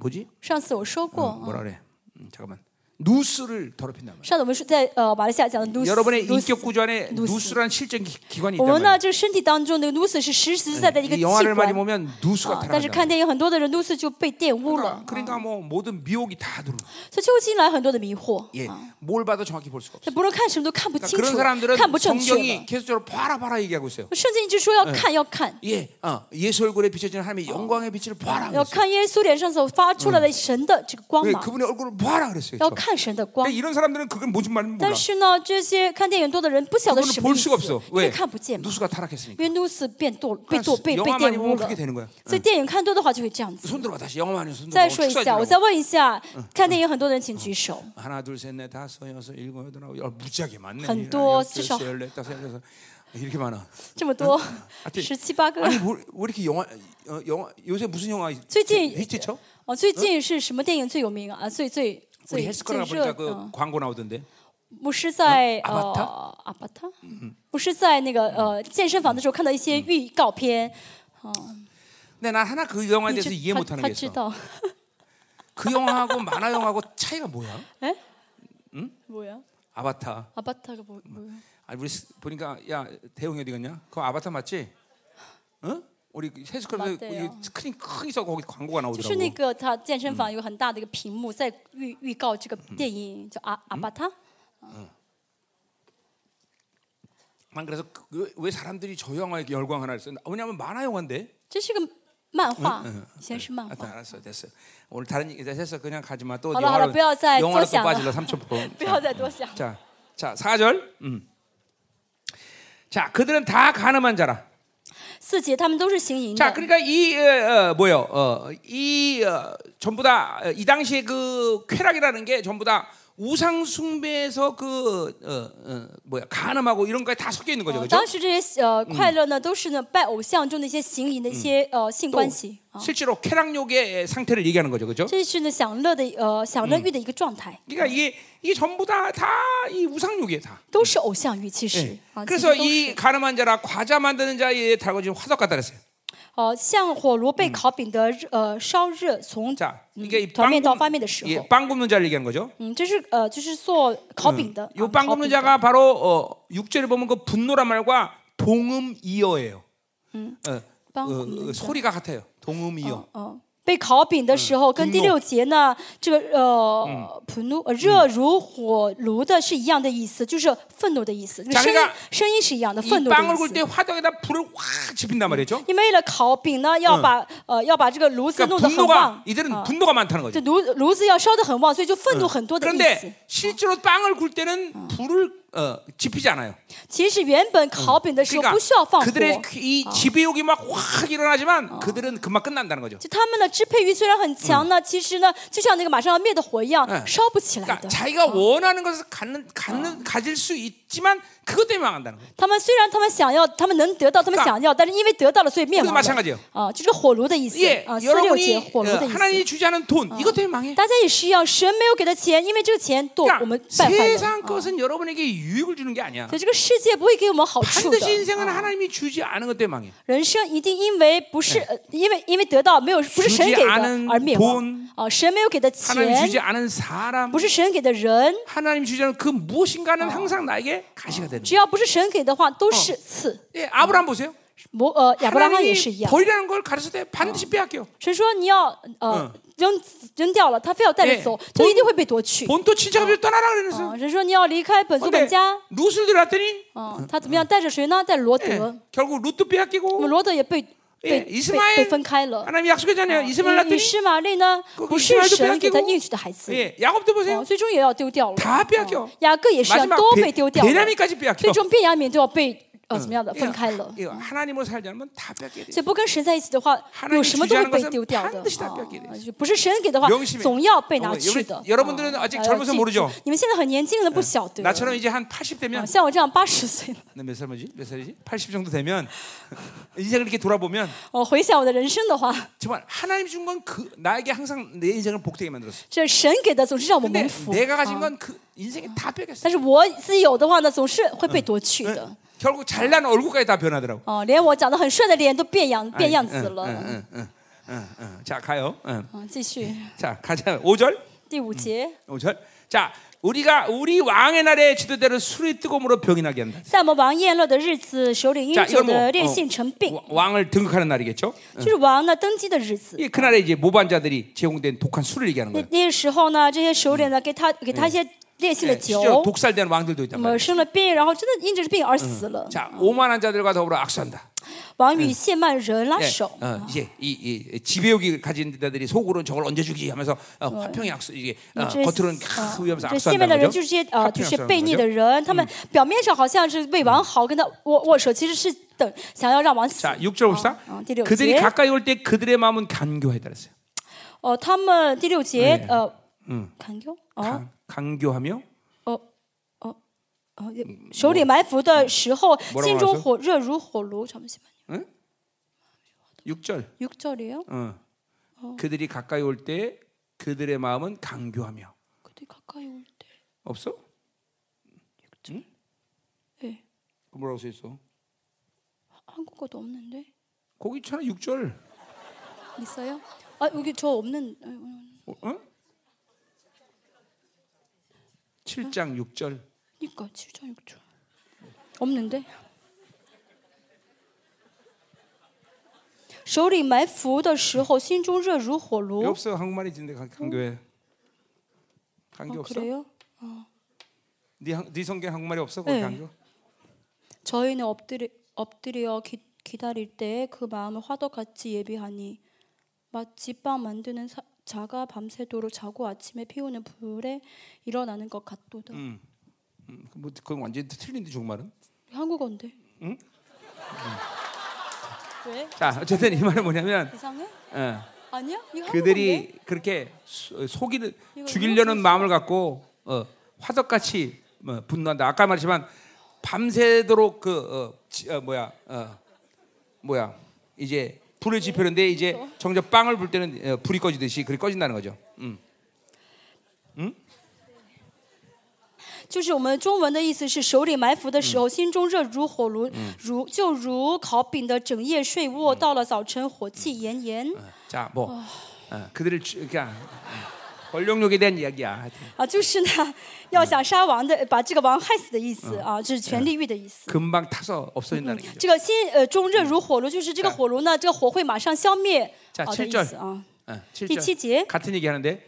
뭐지 上次我说过， 어, 啊 뭐라 그래 음, 잠깐만 누스를 더럽힌단 말이야. 上次我们是在呃马来西亚讲的 nous， 여러분의 nous 인격 구조 안에 누스. 누스라는 실전 기- 기관이 我 있단 们呢 말이야. 这个身体当中的 nous 是实实在在的一个 이哎器 영화를 많이 官。 보면 누스가 啊，但是 타락한다. 看电影很多的人 nous 就被玷污了 그러니까, ， 그러니까 뭐 모든 미혹이 다 들어. 所以就进来很多的迷惑。 예, 뭘 봐도 정확히 볼 수가 없어. 这不论看什么都看不 그러니까 清 그런 楚， 사람들은 看不正确的 성경이 。 계속적으로 봐라 봐라 얘기하고 있어요. 圣经一直说要看，要看， 예, 어, 예수 얼굴에 비춰지는 하나님의 영광의 빛을 봐라. 要 그랬어요. 看耶稣脸上所发出来的神的这个光 예, 芒， 그분의 얼굴을 봐라 그랬어요. 要 그렇죠? 看神的光 근데 。 이런 사람들은 그게 무슨 말인지 몰라. 但是呢，这些看电影多的人不晓得 그분을 什么 볼 意思 수가 ， 없어. 因为 왜? 看不见嘛， 누수가 타락했으니까. 因为露丝变堕被堕 그러니까 被被 영화 많이 玷 보면 污了 그렇게 ， 되는 거야. 所以电影看多的话就会这样子。 손 들어봐 다시 영화 많이 손 再 들어봐. 说一下， 축사해주라고. 我再问一下，看电影很多的人请举手， 하나 둘 셋 넷 다섯 여섯 일곱 여덟 아홉 열 무지하게 많네. 한 하나, 또 열둘, 쓰셔. 셋, 열넷 다섯 여섯 여섯. 이렇게 많아. 这么多对十七八个。 아니 뭐, 왜 이렇게 영화 어, 영화 요새 무슨 영화 최근에- 히트 쳐? 哦，最近是什么电影最有名啊？最最 우리 最最 헬스클럽 热 보니까 的。 그 광고 나오던데. 牧师在阿巴塔呃阿巴塔，牧师在那个呃健身房的时候看到一些预告片， 근데 난 하나 그 영화에 你 대해서 知 이해 他 못하는 他 게 知 있어. 道， 그 영화하고 만화 영화하고 차이가 뭐야? 哎 뭐야 아바타. 아바타가뭐뭐야 아니 우리 스- 보니까 야 대웅이 어디 갔냐? 그거 아바타 맞지? 응? 우리 그 헬스클럽에 맞대요. 이 스크린 크게 있어 거기 광고가 就是那 나오더라고. 个他健身房有个很大的一个屏幕在预预告这个电影叫啊阿阿巴塔， 난 그래서 그- 왜- 왜 사람들이 저 영화에 열광 하나 했어? 왜냐면 만화 영화인데. 这是个漫画，以前是漫 아, 画。 알았어, 됐어. 오늘 다른 얘기 다 했어. 그냥 가지 마. 또 알아, 알아. 영화로 不要再 영화로 또 多想了。 빠질러 3초 보 不要再多想了。 자, 자, 4절. 음. 자, 그들은 다 가늠한 자라. 四节他们都是行淫 자, 的， 그러니까 이 어, 어, 뭐요? 어, 이 어, 전부 다 이 당시에 그 쾌락이라는 게 전부 다 우상 숭배에서 그 어, 어, 뭐야 가늠하고 이런 거에 다 섞여 있는 거죠, 呃 그렇죠? 当时这些呃快乐呢都是呢拜偶像中的一些行淫的一些呃性关系啊， 실제로 쾌락욕의 상태를 얘기하는 거죠, 그렇죠? 这是呢享乐的呃享乐欲的一个状态。 그러니까 이게 이 전부 다 다 이 우상욕이에요, 다. 都是偶像欲，其实 예. 啊，其实 그래서 都是 이 가늠한 자라 과자 만드는 자에 달궈진 화석 같다 그랬어요. 呃，像火炉被烤饼的热呃烧热，从嗯 자 이게 이 团 빵 面到发面的时 예, 候， 빵 굽는 자를 얘기하는 거죠. 嗯，这是呃，就是做烤饼的。啊 이빵 烤 굽는 饼的 자가 바로 어, 육절에 보면 그 분노란 말과 동음 이어예요. 어, 빵 어, 굽는 어, 소리가 같아요. 동음 이어. 嗯，被烤饼的时候，跟第六节呢，这个呃，普怒呃热如火炉的是一样的意思，就是愤怒的意思。这个 자기 声音 가 声音是一样的，愤 이 怒的 빵을 意 굴 思。 때 화덕에다 불을 확 지핀단 말이죠. 因为为了烤饼呢，要把呃要把这个炉子 그러니까 弄得很 분노가 ，旺 이들은 啊 분노가 많다는 这 거죠. 炉炉子要烧得很旺，所以就愤嗯怒很多的意思。 그런데 실제로 빵을 굴 때는 불을 어, 지피지 않아요. 그러니까 其实原本烤饼的时嗯候不需要放火， 그들의 이 지배욕이 막 확 어. 일어나지만 그들은 금방 끝난다는 거죠. 就他们的支配欲虽然很强呢，其实呢，就像那个马上要灭的火一样，嗯烧不起来 그러니까 的。 자기가 원하는 것을 갖는, 갖는 가질 수 있지만 그것 때문에 망한다는 거예요. 他们虽然他们想要，他们能得到，他们 그러니까 想要，但是因为得到了，所以灭亡这个马上就了。啊，就是火炉的意思 예, 啊，四六节 여러분이 火炉 어, 的意 하나님이 思。 주지 않은 돈 이것 때문에 망해. 大家也是一样，神没有给的钱，因为这个钱都我们 그러니까 败坏了。 세상 것은 여러분에게 유익을 주는 게 아니야. 所以这个世界不会给我们好处的。 반드시 인생은 하나님이 주지 않은 것 때문에 망해. 人生一定因为不是，呃因为因为得到没有不是神 주지 给的 않은 而灭 돈 亡。啊，神没有给的 하나님 钱 주지 ， 않은 사람, 不是神给的人， 하나님 주지 않은 그 무엇인가는 항상 나에게 가시가 되는. 거야. 只要不是神给的话，都是赐。 예, 아브라함 보세요. 摩呃亚伯拉罕也 하나님이 어. 是一样， 벌이라는 걸 가르쳤을 때 반드시 빼앗겨. 神说你要呃扔扔掉了，他非要带 예 着走，就一定会被夺去。 본토 친척을 떠나라 그랬어. 啊，神说你要离开本族 근데 本家， 룻을 들어왔더니 啊，他怎么样带着谁呢？带着罗 예, 德， 결국 룻도 那么 빼앗기고 罗德也被被 예, 被被 이스마엘 分开了。 하나님 약속했잖아요. 啊 이스마엘 以以 낳더니 实玛利呢， 그 不是 이스마엘도 神给他 빼앗기고 应许的孩子， 예, 야곱도 啊 보세요. 最终也要丢掉了。 다 빼앗겨. 啊雅各也是一样， 마지막 都被 베- 丢掉了。 베냐민까지 빼앗겨. 最终便雅悯都要被呃嗯怎么样的分开了。 이거 하나님으로 살지 않으면 다 뺏게 돼. 所以不跟神在一起的话， 하나님이 有什么都会 주장하는 被 것은 丢掉的 반드시다뺏기돼요 啊！就不是神给的话 명심해 ，总要被拿去的。 여러분들은 啊 아직 要 젊어서 记住 모르죠. 你们现在很年轻，可能不晓得。 나처럼 이제 한 80 되면 啊像我这样八十岁了， 나 몇 살이지? 몇 살이지? 80 정도 되면 인생을 이렇게 돌아보면 我哦回想我的人生的话， 정말 하나님 준 건 그 나에게 항상 내 인생을 복되게 만들었어. 这神给的总是让我 근데 蒙福。 내가 가진 啊 건 그 인생이 다 뺏겼어. 但是我自己有的话呢，总是会被夺去嗯的。 결국 잘난 얼굴까지 다 변하더라고. 哦，连我长得很帅的脸都变样 아니, 变样 응, 子 응, 了。 응, 응, 응, 응. 자 가요. 응. 嗯，继续 자 가자. 5절. 第五节， 5절. 자 우리가 우리 왕의 날에 지도대로 술이 뜨거움으로 병이 나게 한다. 在我们王宴乐的日子，首领 자 因酒 이건 뭐 的烈 어, 性成病， 와- 왕을 등극하는 날이겠죠. 就是王呢登基的日子。 이 그날에 이제 모반자들이 제공된 독한 술을 얘기하는 那 거예요. 那个时候呢，这些首领呢给他给他一些烈性的 예, 실제로 酒， 독살된 왕들도 있단 那么 말이에요. 生了病，然后真的因着病而死了。 자 오만한 자들과 더불어 악수한다. 王与谢曼人拉 예, 手， 어, 이제 이, 이 지배욕이 가진 자들이 속으로는 저걸 언제 죽이지 하면서 어, 화평의 악수 이게 어, 那这 겉으로는 캬 啊 하면서 这谢曼 악수한다는 的人 거죠. 就是些呃，就 화평의 嗯是 악수라는 悖逆 거죠. 的人，他们表面上好像是为王好，跟他握握手，其实是等想要让王死。 자, 6절 봅시다. 어, 어, 데려오지. 그들이 가까이 올 때 그들의 마음은 간교해 달았어요. 哦，他们第六节，呃，嗯，砍掉，哦， 간- 간교하며 哦，哦，哦，手里埋伏的时候， 뭐라고 心中 하죠 火热如火炉。잠시만요 6절. 육절이에요 어. 그들이 가까이 올 때 그들의 마음은 간교하며 그들 가까이 올 때. 없어? 6절. 응? 예. 그 뭐라고 써 있어? 한국어도 없는데 거기 있잖아 6절. 있어요? 아 여기 저 없는 어, 어, 어? 어? 7장 6절. 그러니까 7장 6절 없는데 手里埋伏的时候，心中热如火 왜 炉。 없어? 한국말이 진데 간- 간교해. 간교 뭐? 아 없어? 그래요? 네, 한- 네 성경 한국말이 없어? 거기 네. 간교? 저희는 엎드려, 엎드려 기, 기다릴 때 그 마음을 화덕같이 예비하니 마치 빵 만드는 사, 자가 밤새도록 자고 아침에 피우는 불에 일어나는 것 같도다. 음. 음, 뭐 그건 완전히 틀린데 정말은. 한국어인데. 응? 왜? 자, 어쨌든 이 말은 뭐냐면 이상해? 어, 아니야? 이거 한국어인데? 그들이 그렇게 수- 속이는 이거 죽이려는 마음을 갖고 어, 화덕같이 뭐, 분노한다. 아까 말했지만 밤새도록 그 어, 지- 어, 뭐야 어, 뭐야 이제 불을 지펴는데 이제 정작 빵을 불 때는 어, 불이 꺼지듯이 그렇게 꺼진다는 거죠. 음. 就是我们中文的意思是手里埋伏的时候，心中热如火炉，如就如烤饼的整夜睡卧，到了早晨火气炎炎。 자, 뭐 어, 그들을 주, 그냥 음, 권력욕에 대한 이야기야. 하여튼. 啊，就是呢，要想杀王的，把这个王害死的意思啊，这是权力欲的意思。 금방 타서 없어진다는 거죠. 这个心呃中热如火炉，就是这个火炉呢，这个火会马上消灭 자 啊的 칠 意 절 思啊。 어, 이 치지에? 절 같은 얘기 하는데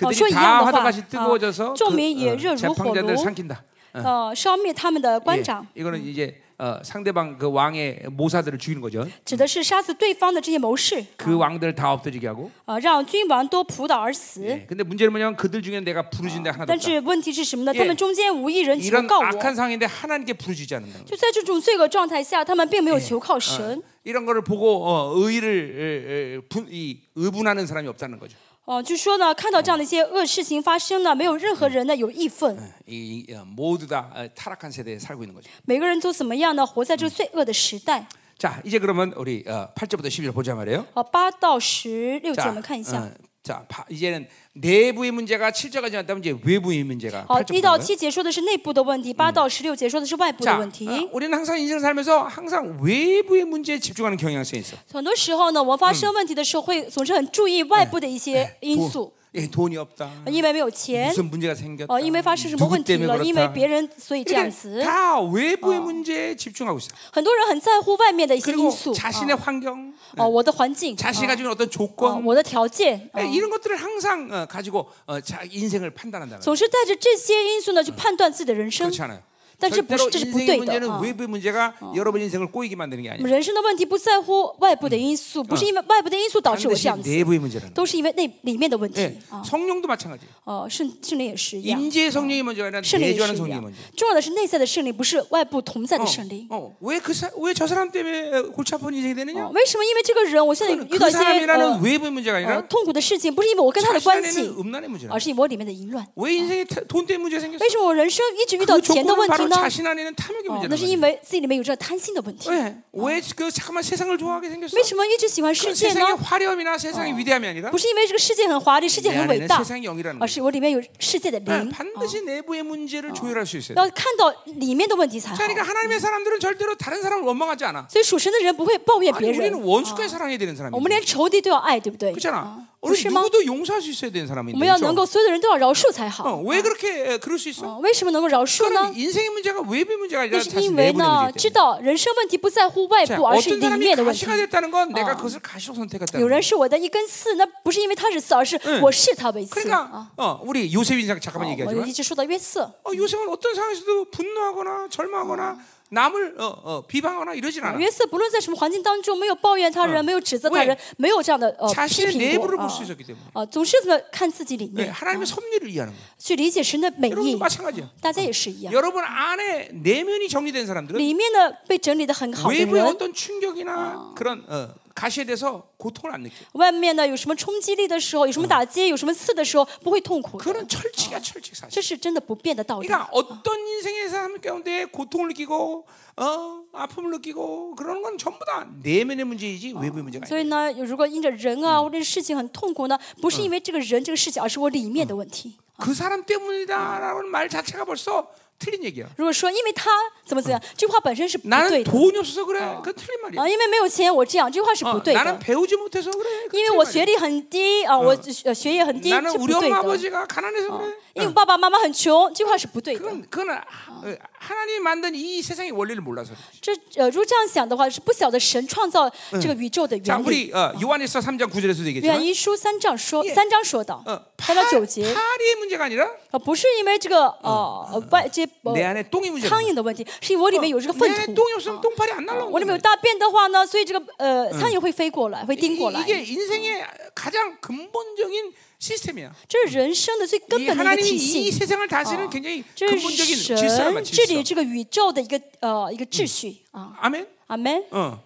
哦， 어, 그들이 说一다样的话 화덕같이 ， 뜨거워져서 啊，众民也 어, 热如火 재판자들을 炉， 삼킨다. 呃，烧灭他们的 예, 官长， 이거는 이제 어, 상대방 그 왕의 모사들을 죽이는 거죠. 指的是杀死对方的这些谋士， 그 왕들을 다 엎드리게 하고. 啊，让君王都扑倒而死。 예, 아, 근데 문제는 뭐냐면 그들 중에 내가 부르짖는 데 하나도 但 없다. 是问题是什么呢？ 예 他们中间无一人求 이런 告我， 악한 상황인데 하나님께 부르짖지 않는다. 就在这种罪恶状态下，他们并没有求靠神。 이런 거를 보고 어, 의를 분, 이, 의분하는 사람이 없다는 거죠. 哦，就说呢，看到这样的一些恶事情发生呢，没有任何人呢有义愤，嗯 이, 이, 어, 모두 다 어, 타락한 세대에 살고 있는 거죠. 每个人都怎么样呢？活在这个罪恶的时代。 자, 이제 그러면 우리 어, 8절부터 11절 보자 말이에요. 好，八到十六节，我 자, 们看一下 어, 。 자, 바- 이제는 내부의 문제가 7절까지 왔다면 이제 외부의 문제가 好， 8절부터 一到 가요. 七节说的是内部的问题，八到十六节说的是外部的 자, 问题。 어, 우리는 항상 인생 살면서 항상 외부의 문제에 집중하는 경향성이 있어. 很多时候呢，我们发生问题的时候，会总是很注意外部的一些因 돈- 素， 예, 돈이 없다. 因为没有钱， 무슨 문제가 생겼다. 哦，因为发生什么 누구 问题 때문에 了，因为 그렇다. 别人，所以这样 이게 子。 다 외부의 문제에 집중하고 있어. 很多人很在乎外面的一些因 그리고 素， 자신의 환경, 哦，我的环境， 자신이 가지고 있는 어. 어떤 哦， 조건 我的条件， 예, 哦 이런 것들을 항상 어, 가지고 어, 자 인생을 판단한다는 거예요. 嗯总是带着这些因素呢去判断自己的人生。 그렇지 않아요. 但是不是 절대로 这是不 인생의 对的 문제는 啊！ 외부의 문제가 여러분 인생을 꼬이게 만드는 게 我们 아니에요. 人生的问题不在乎外部的因素，不是因为外嗯部的因素导致我 반드시 这样子， 내부의 문제라는 都是因为内里面的问 거예요. 题 예, 啊。 성령도 마찬가지예요. 呃，圣圣灵也是一样， 임재의 성령이 먼저가 아니라 圣灵也哦 내주하는 是一 성령이 样 먼저. 。重要的是内在的圣灵，不是外部同在的圣灵。 어, 왜그왜저 사람 때문에 골치 아픈 인생이 哦 되느냐? ，为什么？因为这个人，我现在 그건 遇 그 到一些呃 어. 사람이라는 외부의 문제가 呃 아니라 痛苦的事情，不是因为我跟他的 자신 关系 안에는 ， 음란의 어. 문제라. 而是因为我里面的淫乱。 왜 인생에 태- 돈 때문에 문제가 생겼어? 为什么我人生一直遇到 그 钱的 조건은 어, 问题 바로 呢？ 자신 안에는 탐욕의 哦， 문제라는 那是 거예요. 因为自己里面有这贪心的问题。 왜? 왜그 잠깐만 세상을 좋아하게 생겼어? 为什么一直喜欢世 그 界呢 세상의 ？ 화려함이나 세상의 위대함이 아니라 不是因为这个世界很华丽，世界 내 很伟 안에는 大， 세상의 영이라는 거예요. 而是我里面有世界的 네, 灵。 반드시 내부의 문제를 조율할 수 있어요. 要看到里面的问题才好。 그러니까 하나님의 사람들은 절대로 다른 사람을 원망하지 않아. 所以属神的人不会抱怨 아니 别人 우리는 ， 아 원수까지 사랑해야 되는 我们 사람이야. 连仇敌都要爱，对不对？ 그렇잖아. 不 우리 是吗？ 누구도 용서할 수 어. 있어야 되는 我 사람인데. 们要能 그렇죠? 够所有的人都要饶恕才 어, 好。 왜 그렇게 에, 그럴 수 있어? 哦为什么能够饶恕呢 그 ？ 인생의 문제가 외부의 문제가 那 아니라 是 사실 因为 내부의 呢， 문제이기 知 때문에. 道人生问题不在乎外 자, 部，而是 어떤 里 사람이 面的问题。 가시가 됐다는 건 내가 어. 그것을 가시로 有 선택했다는 거야. 人是我的一根刺，那不是因为他是刺，而是我视他为刺。 그러니까 啊， 어, 우리 요셉 인생 哦 잠깐만 我 얘기하지만 一直说到约瑟， 어, 요셉은 어떤 상황에서도 분노하거나 절망하거나 남을 어, 어, 비방하거나 이러진 않아. 嗯约瑟不论在什么环境当中，没有抱怨他人，没有指责他人 왜 ，没有这样的呃批 자신의 评 내부를 过 볼 수 啊。 있었기 때문에 啊，总是怎么看自己里 아. 네, 面， 하나님의 섭리를 이해하는 거야. 去理解神的美 여러분도 意。 마찬가지야. 네, 大家也是一样， 여러분 안에 내면이 정리된 사람들은 里面呢被整理的很好的 외부의 人， 어떤 충격이나 그런 어, 가시에 대해서 고통을 안 느껴. 外面呢有什么冲击力的时候，有什么打击，有什么刺的时候，不会痛苦的。 그거는 철칙이야 철칙 사실. 这是真的不变的道理。 그러니까 어떤 인생의 삶 가운데 고통을 느끼고 어, 아픔을 느끼고 그런 건 전부 다 내면의 문제이지 외부의 문제가 所 아니야. 以呢，如果因着人啊或者事情很痛苦呢，不是因为这个人这个事情，而是我里面的问题。 그 사람 때문이다라는 말 자체가 벌써 틀린 얘기야. 如果说因为他怎么怎么样，这句话本身是不 나는 对的 돈이 없어서 아, 그래. 그건 틀린 말이야. 啊，因为没有钱我这样，这句话是 어, 不对 나는 的。 배우지 못해서 그래. 그건 因为 틀린 我 말이야. 学历很低啊，我呃学业很低是 나는 不 우리 对 엄마 的。啊 아버지가 가난해서 그래. 因为我爸爸妈妈很穷，这句话是不对的。 그건 그건 하- 하나님이 만든 이 세상의 원리를 몰라서. 그래. 这呃，如果这样想的话，是不晓得神创造这个宇宙的 자, 原理。 우리 어, 요한일서 3장 9절에서도 约翰 얘기했지만 一书三章说， 예 三章说到 어, ，三 파, 章九节， 파리의 문제가 아니라 呃，不是因为这个呃呃外这呃 내 안에 똥이 문제라는 苍蝇的问题，是因为我里面有这个粪 내 안에 土， 똥이 없으면 똥파리 안 날라오는 我里面 거야. 有大便的话呢，所以这个呃苍蝇会飞过来，会叮过 이- 来。 이게 인생의 가장 근본적인 시스템이야. 这是人生的最根 이 本的一个 하나님이 이体系， 세상을 다스리는 굉장히 这 근본적인 是 질서란 神治 말이지. 理这个宇宙的一个呃一个秩序啊， 아멘. 阿门。 어.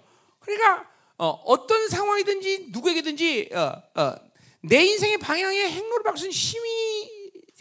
그러니까 어, 어떤 상황이든지 누구에게든지 어, 어, 내 인생의 방향에 행로를 바꾸는 힘이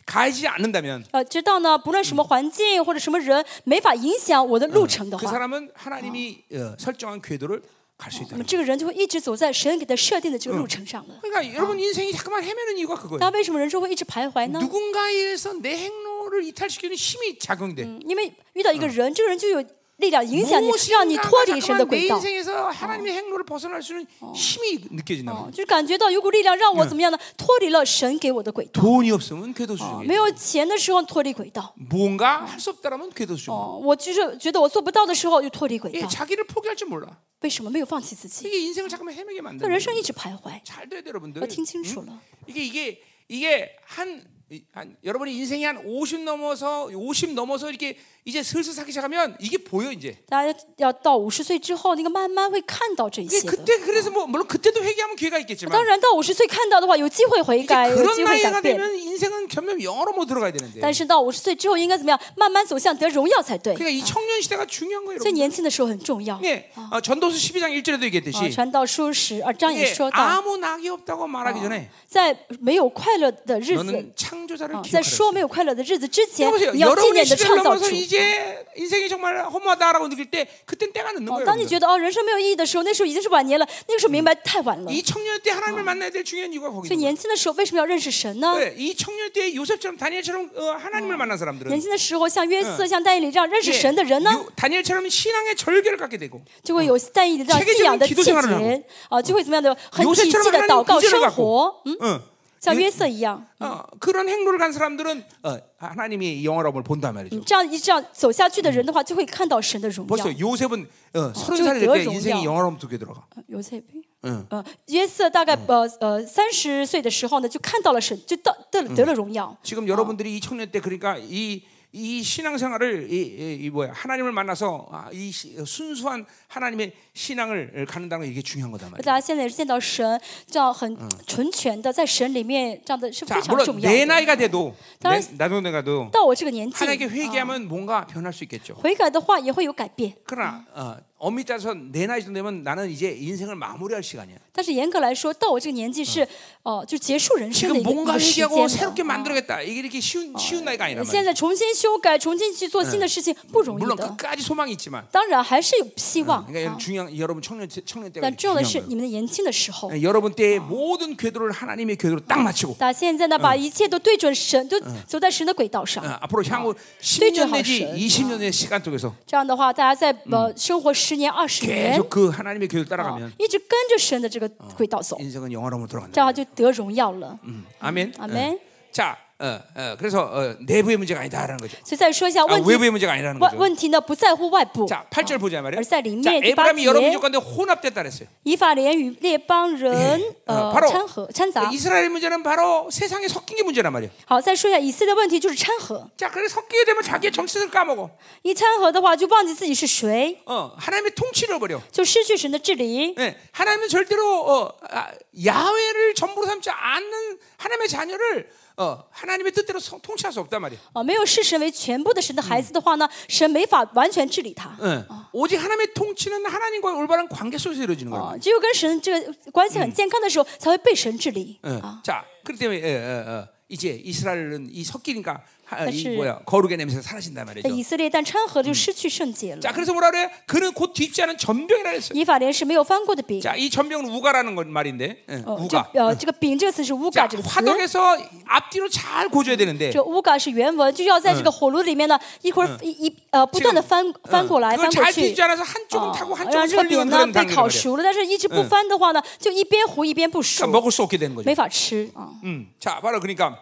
가지 않는다면 그 呃，知道呢，不论什么环境或者什么人，没法影响我的路程的 그 话， 사람은 하나님이 어, 설정한 궤도를 갈 수 那 있다. 么这个人就会一直走在神给他设定的这个路程上的。 그러니까 여러분 인생이 잠깐만 헤매는 이유가 那 그거예요. 为什么人生会一直徘徊呢？ 누군가에 의해서 내 행로를 이탈시키는 힘이 작용돼. 嗯因为遇到一个人，这个人就有力量影响你，让你 무엇인가가 脱离神 잠깐만 내的轨道。 인생에서 하나님의 행로를 벗어날 어. 수 있는 힘이 느껴진다. 哦，就是感觉到有股力量让我怎么样呢？脱离了神给我的轨道。 돈이 없으면 궤도 수준이. 没有钱的时候脱离轨道， 뭔가 할 수 없다라면 궤도 수준. 哦，我就是觉得我做不到的时候就脱离轨 예, 道。 자기를 포기할 줄 몰라. 为什么没有放弃自己？ 이게 인생을 잠깐만 헤매게 那 만드는. 人生一直徘徊。 잘 돼야 돼 여러분들. 我听清楚了， 이게 이게 이게 한, 이- 한 여러분이 인생이 한 50 넘어서 50 넘어서 이렇게 이제 슬슬 사기 시작하면 이게 보여 이제. 大家要到五十岁之后，那个慢慢会看到这 이게 些的。 그때 그래서 뭐 물론 그때도 회개하면 기회가 当 있겠지만 然，到五十岁看到的话，有机会悔 이제 改，有 그런 机会改 나이가 变。 되면 인생은 점점 영어로 못 들어가야 되는데. 但是到五十岁之后，应该怎么样？慢慢走向得荣耀才对。 그러니까 이 청년 시대가 중요한 거예요. 所以 여러분. 年轻的时候很重要。 예, 어, 전도서 12장 1절에도 啊， 얘기했듯이 传道书十二章也 이게 说到， 아무 낙이 없다고 말하기 전에 在没有快乐的日子， 너는 창조자를 啊，在 기억하라. 说没有快乐的日子之前， 보세요. 你要纪 여러분의 念你的 시대를 创造主 넘어서 。 이제 인생이 정말 허무하다라고 느낄 때 그땐 때가 늦는 哦 거예요. 当你 여러분들. 觉得哦人生没有意义的时候，那时候已经是晚年了，那个时候明白太晚了。 이 청년 때 하나님을 만나야 될 중요한 이유가 거기 所以 있는 年轻的时候为什么要认识神呢 어. 거예요. ？ 네, 이 청년 때 요셉처럼 다니엘처럼 어, 하나님을 만난 年 사람들은 轻的时候像约瑟、像但以理这样认识 예, 神的人呢， 유- 다니엘처럼 신앙의 절개를 갖게 되고 就会有但以理嗯这样 체계적인 信仰的 기도 气 생활을하고 节啊，就会怎么样的很 요새 体 처럼 系的 하나님 祷告 의지를 生 갖고 活，嗯， 어, 像约瑟一样， 어, 그런 행로를 간 사람들은 어, 하나님의 영화로움을 본단 말이죠. 嗯这样一这样走下去的人的话，就会看到神的荣耀 벌써 。 요셉은 어, 서른 저기 살이 될 때 들어가죠, 인생이 그냥. 영화로움 속에 들어가. 有些嗯呃，约瑟大概呃呃三嗯十岁的时候呢，就看到了神，就到得了得了荣耀。 어. 지금 여러분들이 이 청년 때 그러니까 이 이 신앙생활을 이, 이, 이 뭐야 하나님을 만나서 아, 이 시- 순수한 하나님의 신앙을 갖는다는 게 이게 중요한 거다 而 말이야. 大家现在见到神这样很嗯纯全的，在神里面这样的是非 자, 常 물론 重要 내 的。 나이가 돼도 내, 따라서- 나도 내가도 到我这个年纪， 하나님께 啊 회개하면 뭔가 변할 수 있겠죠. 悔改的话也会有改变。 그러나 어, 엄밀히 따져서 내 나이 정도 되면 나는 이제 인생을 마무리할 시간이야. 但是严格来说，到我这个嗯年纪是，哦、就结束人生的 지금 一个一 뭔가 个时间了 회개하고 새롭게 啊 만들어겠다. 이게 이렇게 쉬운 쉬운 나이가 아니란 现 말이야. 嗯在重新修改、重新去做新的事情不容易 물론 的。 끝까지 소망이 있지만 当然还是有希望， 그러니까 啊 여러분 중요한 여러분 청년 청년 때가 但重要的 중요한 是 거예요. 你们的年轻的时候。 어, 여러분 때의 모든 궤도를 하나님의 궤도로 딱 맞추고 打现在呢，把一切都对准神，都走在神的轨道上 어, 。 앞으로 향후 对准 10년 내지 好神。 20년의 시간 속에서 这样的话，大家在呃生活十年、二十年 계속 ，그 하나님의 궤도를 啊 따라가면 一直跟着神的这个轨道走， 인생은 영화로만 这 돌아간다. 样就得荣耀了。 음, 아멘. 아멘. 어. 자, 어, 어, 그래서 어, 내부의 문제가 아니다라는 거죠. 所以再说一下 아, 问题， 외부의 문제가 아니라는 问 거죠. 问题呢不在乎外部。 자, 8절 보자 말이에요. 자, 벌써 림의 어, 에브라임이 뒷바퀴에- 여러 민족 가운데 혼합됐다 그랬어요. 以法莲与列邦 人呃呃 바로 掺和掺杂。 이스라엘 문제는 바로 세상에 섞인 게 문제란 말이에요. 好，再说一下以色列的问题就是掺和， 자, 그래서 섞이게 되면 자기의 정체성을 까먹어. 一掺和的话就忘记自己是谁， 어, 하나님의 통치를 버려. 就失去神的治理。 예, 하나님은 절대로 어, 아, 야훼를 전부로 삼지 않는 하나님의 자녀를 어, 하나님의 뜻대로 성- 통치할 수 없단 말이에요. 啊，没有视神为全部的神的孩子的话呢，神没法完全治理他。 예, 오직 하나님의 통치는 하나님과의 올바른 관계 속에서 이루어지는 거예요. 啊，只有跟神这个关系很健康的时候，才会被神治理。啊 예, 자, 그렇기 때문에 예, 예, 예, 이제 이스라엘은 이 섞이니까 하, 이 사실- 뭐야 거룩의 냄새가 사라진단 말이죠. 但以色列但掺和就失去圣洁了。 자, 그래서 뭐라 그래? 그는 곧 뒤집지 않은 전병이라 그랬어요. 以法莲是没有翻过的饼。 자, 이 전병은 우가라는 건 말인데, 예, 哦，这 우가. 呃，这个饼这个词是乌嘎 자, 这个词。 화덕에서 앞뒤로 잘 고쳐야 되는데 这个乌嘎是原文，就要在这个火炉里面呢，一会儿一一呃不断的翻翻过来，翻 그걸 过 잘 去 뒤집지 。 않아서 한쪽은 哦 타고 让 한쪽은 这个 설리는 饼呢 그런 被 단계가 烤 그래요. 熟了，但是一直不翻的话呢，就一边糊一边嗯不熟 그러니까 ， 먹을 수 없게 되는 거죠. 没法吃啊。 음, 자, 바로 그러니까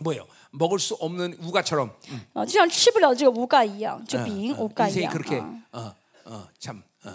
뭐예요? 먹을 수 없는 우가처럼 어, 啊，就像吃不了这个乌嘎一样，这饼乌嗯嘎一 인생이 样 그렇게 啊。 네, 어, 어, 참 어,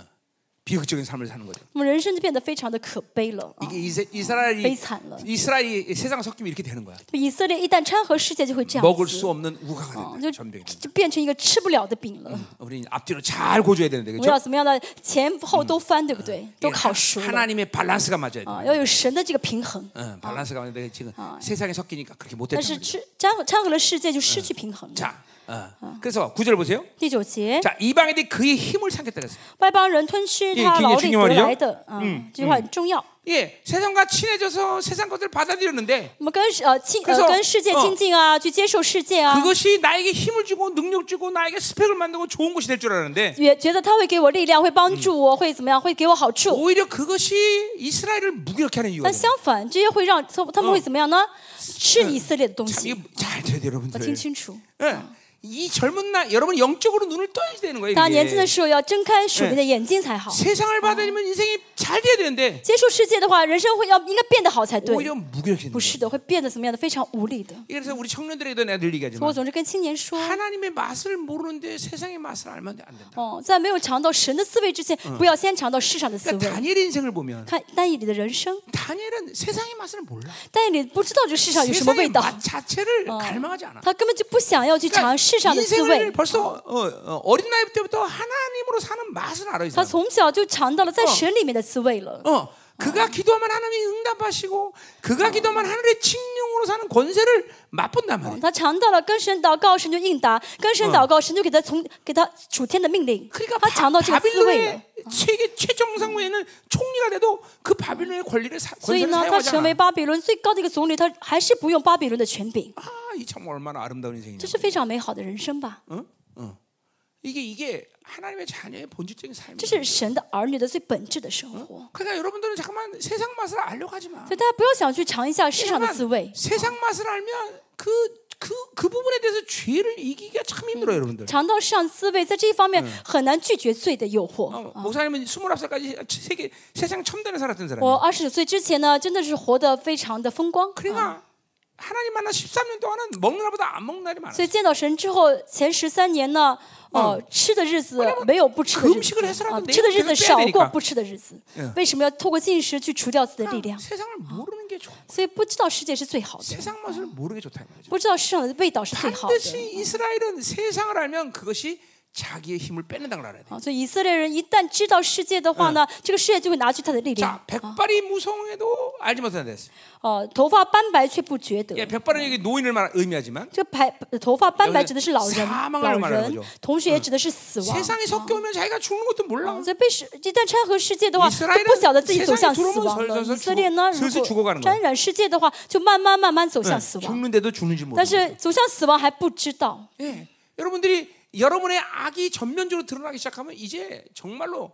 비극적인 삶을 사는 거죠. 我们人生就变得非常的可悲了啊。 이게 이세, 이스라엘이 悲惨了。 이스라엘이 세상 섞이면 이렇게 되는 거야. 以色列一旦掺和世界，就会这样 먹을 子 수 ， 없는 우가가 된다. 啊就 어, 전병이. 就变成一个吃不了的饼了。 우리는 앞뒤로 잘 고쳐야 되는데 我们要 그렇죠? 예, 怎么样呢？前后都翻，对不对？都烤熟了 하나님의 밸런스가 어, 맞아야 돼. 啊，要有神的这个平衡。 응, 밸런스가 맞는데 지금 세상에 섞이니까 그렇게 못 但 됐단 是 말이죠. 吃掺和掺和了世界，就失去平衡了。 자, 어. 그래서 구절 보세요. 第九节， 자, 이방인들이 그의 힘을 삼겠다 그랬어요. 外邦人吞吃 예 他 굉장히 劳力 중요 得 한말이죠 来的啊，这句话很重要。 예, 세상과 친해져서 세상 것들을 받아들였는데 我们跟呃亲 그래서 呃跟世界 어 亲近啊，去接受世界 아. 啊， 그것이 나에게 힘을 주고 능력 주고 나에게 스펙을 만들고 좋은 것이 될 줄 알았는데 也觉得他会给我力量，会帮助我，会怎么样，会给我好处。 오히려 그것이 이스라엘을 무기력해 하는 이유가 但 돼요. 相反，这些会让他他们会怎么样呢？吃以色列的东 참 西 이게 。잘 들어야 돼요, 要 여러분들. 听清楚， 예, 이 젊은 나 여러분 영적으로 눈을 떠야 되는 거예요. 大家年轻的 이게. 时候要睁开属灵的眼睛才好。 세상을 받아들이면 인생이 잘 돼야 되는데 接触世界的话，人生会要应该变得好才对。 오히려 무기력해지는 不 거예요. 是的，会变得怎么样的？非常无力的。 그래서 우리 청년들에게도 내가 늘 얘기하지만 我总是跟青年说， 하나님의 맛을 모르는데 세상의 맛을 알면 안 된다. 哦，在没有尝到神的滋味之前，不要先尝到世上的滋 그러니까 味。 다니엘 인생을 보면 看但以理的人生， 다니엘은 세상의 맛을 몰라. 但以理不知道这世上有什么味 세상의 道， 맛 자체를 갈망하지 않아. 그러니까 他根本就不想要去尝世上的滋 인생을 味。 벌써 어, 어, 린 나이 때부터 하나님으로 사는 맛을 알아 이 他 사람. 从小就尝到了在哦神里面的滋味了。 어, 그가 기도하면 하나님이 응답하시고 그가 기도하면 하늘의 칭령으로 사는 권세를 맛본단 말이야. 嗯他尝到了跟神祷告，神就应答；跟神祷告，神就给他从给他主天的命令 그러니까 。他尝到这个滋味了。 바빌론의 세계 최정상부에는 총리가 돼도 그 바빌론의 권리를 사, 所以 권세를 呢，他 사용하지 成 않아. 为巴比伦最高的一个总理，他还是不用巴比伦的权柄， 아, 이 참 얼마나 아름다운 인생이냐. 这是非常美好的人生吧？ 이게 이게 하나님의 자녀의 본질적인 삶이야. 这是神的儿女的最本质的生活。 그러니까 여러분들은 잠깐만 세상 맛을 알려고 하지 마. 所以大家不要想去尝一下世上的 세상만- 滋味， 그러니까 세상 맛을 알면 그 그 그 부분에 대해서 죄를 이기기가 참 힘들어요, 여러분들. 尝到世上滋味，在这一方面嗯很难拒绝罪的诱惑。 어, 목사님은 29살까지 세계 어. 세상 첨단에 살았던 사람이에요. 嗯我二十九岁之前呢，真的是活得非常的风光。 그러니까 하나님 만나 13년 동안은 먹는 날보다 안 먹는 날이 많아. 所以见到神之后，前十三年呢，呃，吃的日子没有不吃的日嗯 금식을해서라도 子，啊 내일 吃的日 계속 子 빼야 少 되니까 嗯过不吃的日子。为什么要透过进食去除掉自己的力 그러니까 量？ 세상을 모르는 게 좋아. 所以不知道世界是最好的， 세상 맛을 모르는 게 좋다 이 말이죠. 不知道市场的味道是最好的。 반드시 이스라엘은 세상을 알면 그것이 자기의 힘을 뺏는다고 알아야 돼. 啊，所以以色列人一旦知道世界的话呢，这个世界就会拿去他的力量 자, 。 백발이 무성해도 알지 못한다 했어. 哦、头发斑白却不觉得。 예, 백발은 여기 노인을 말 의미하지만 这个白头发斑白 여기는 指的是老人， 사망을 老 말하는거 人 죠 ，同时也指的是死亡。 세상에 섞여오면 자기가 죽는 것도 몰라. 啊所以被世一旦掺和世界的话，以色就列人不晓得自己走向死 세상에들어오면 亡 서 了。 서서 以色列呢， 죽 如 슬슬죽어가는거예 요果沾染世界的话，就慢慢慢慢走向死 네, 亡。 죽는데도 죽는지 모르고. 但是走向死亡还不知道。 예, 여러분들이 여러분의 악이 전면적으로 드러나기 시작하면 이제 정말로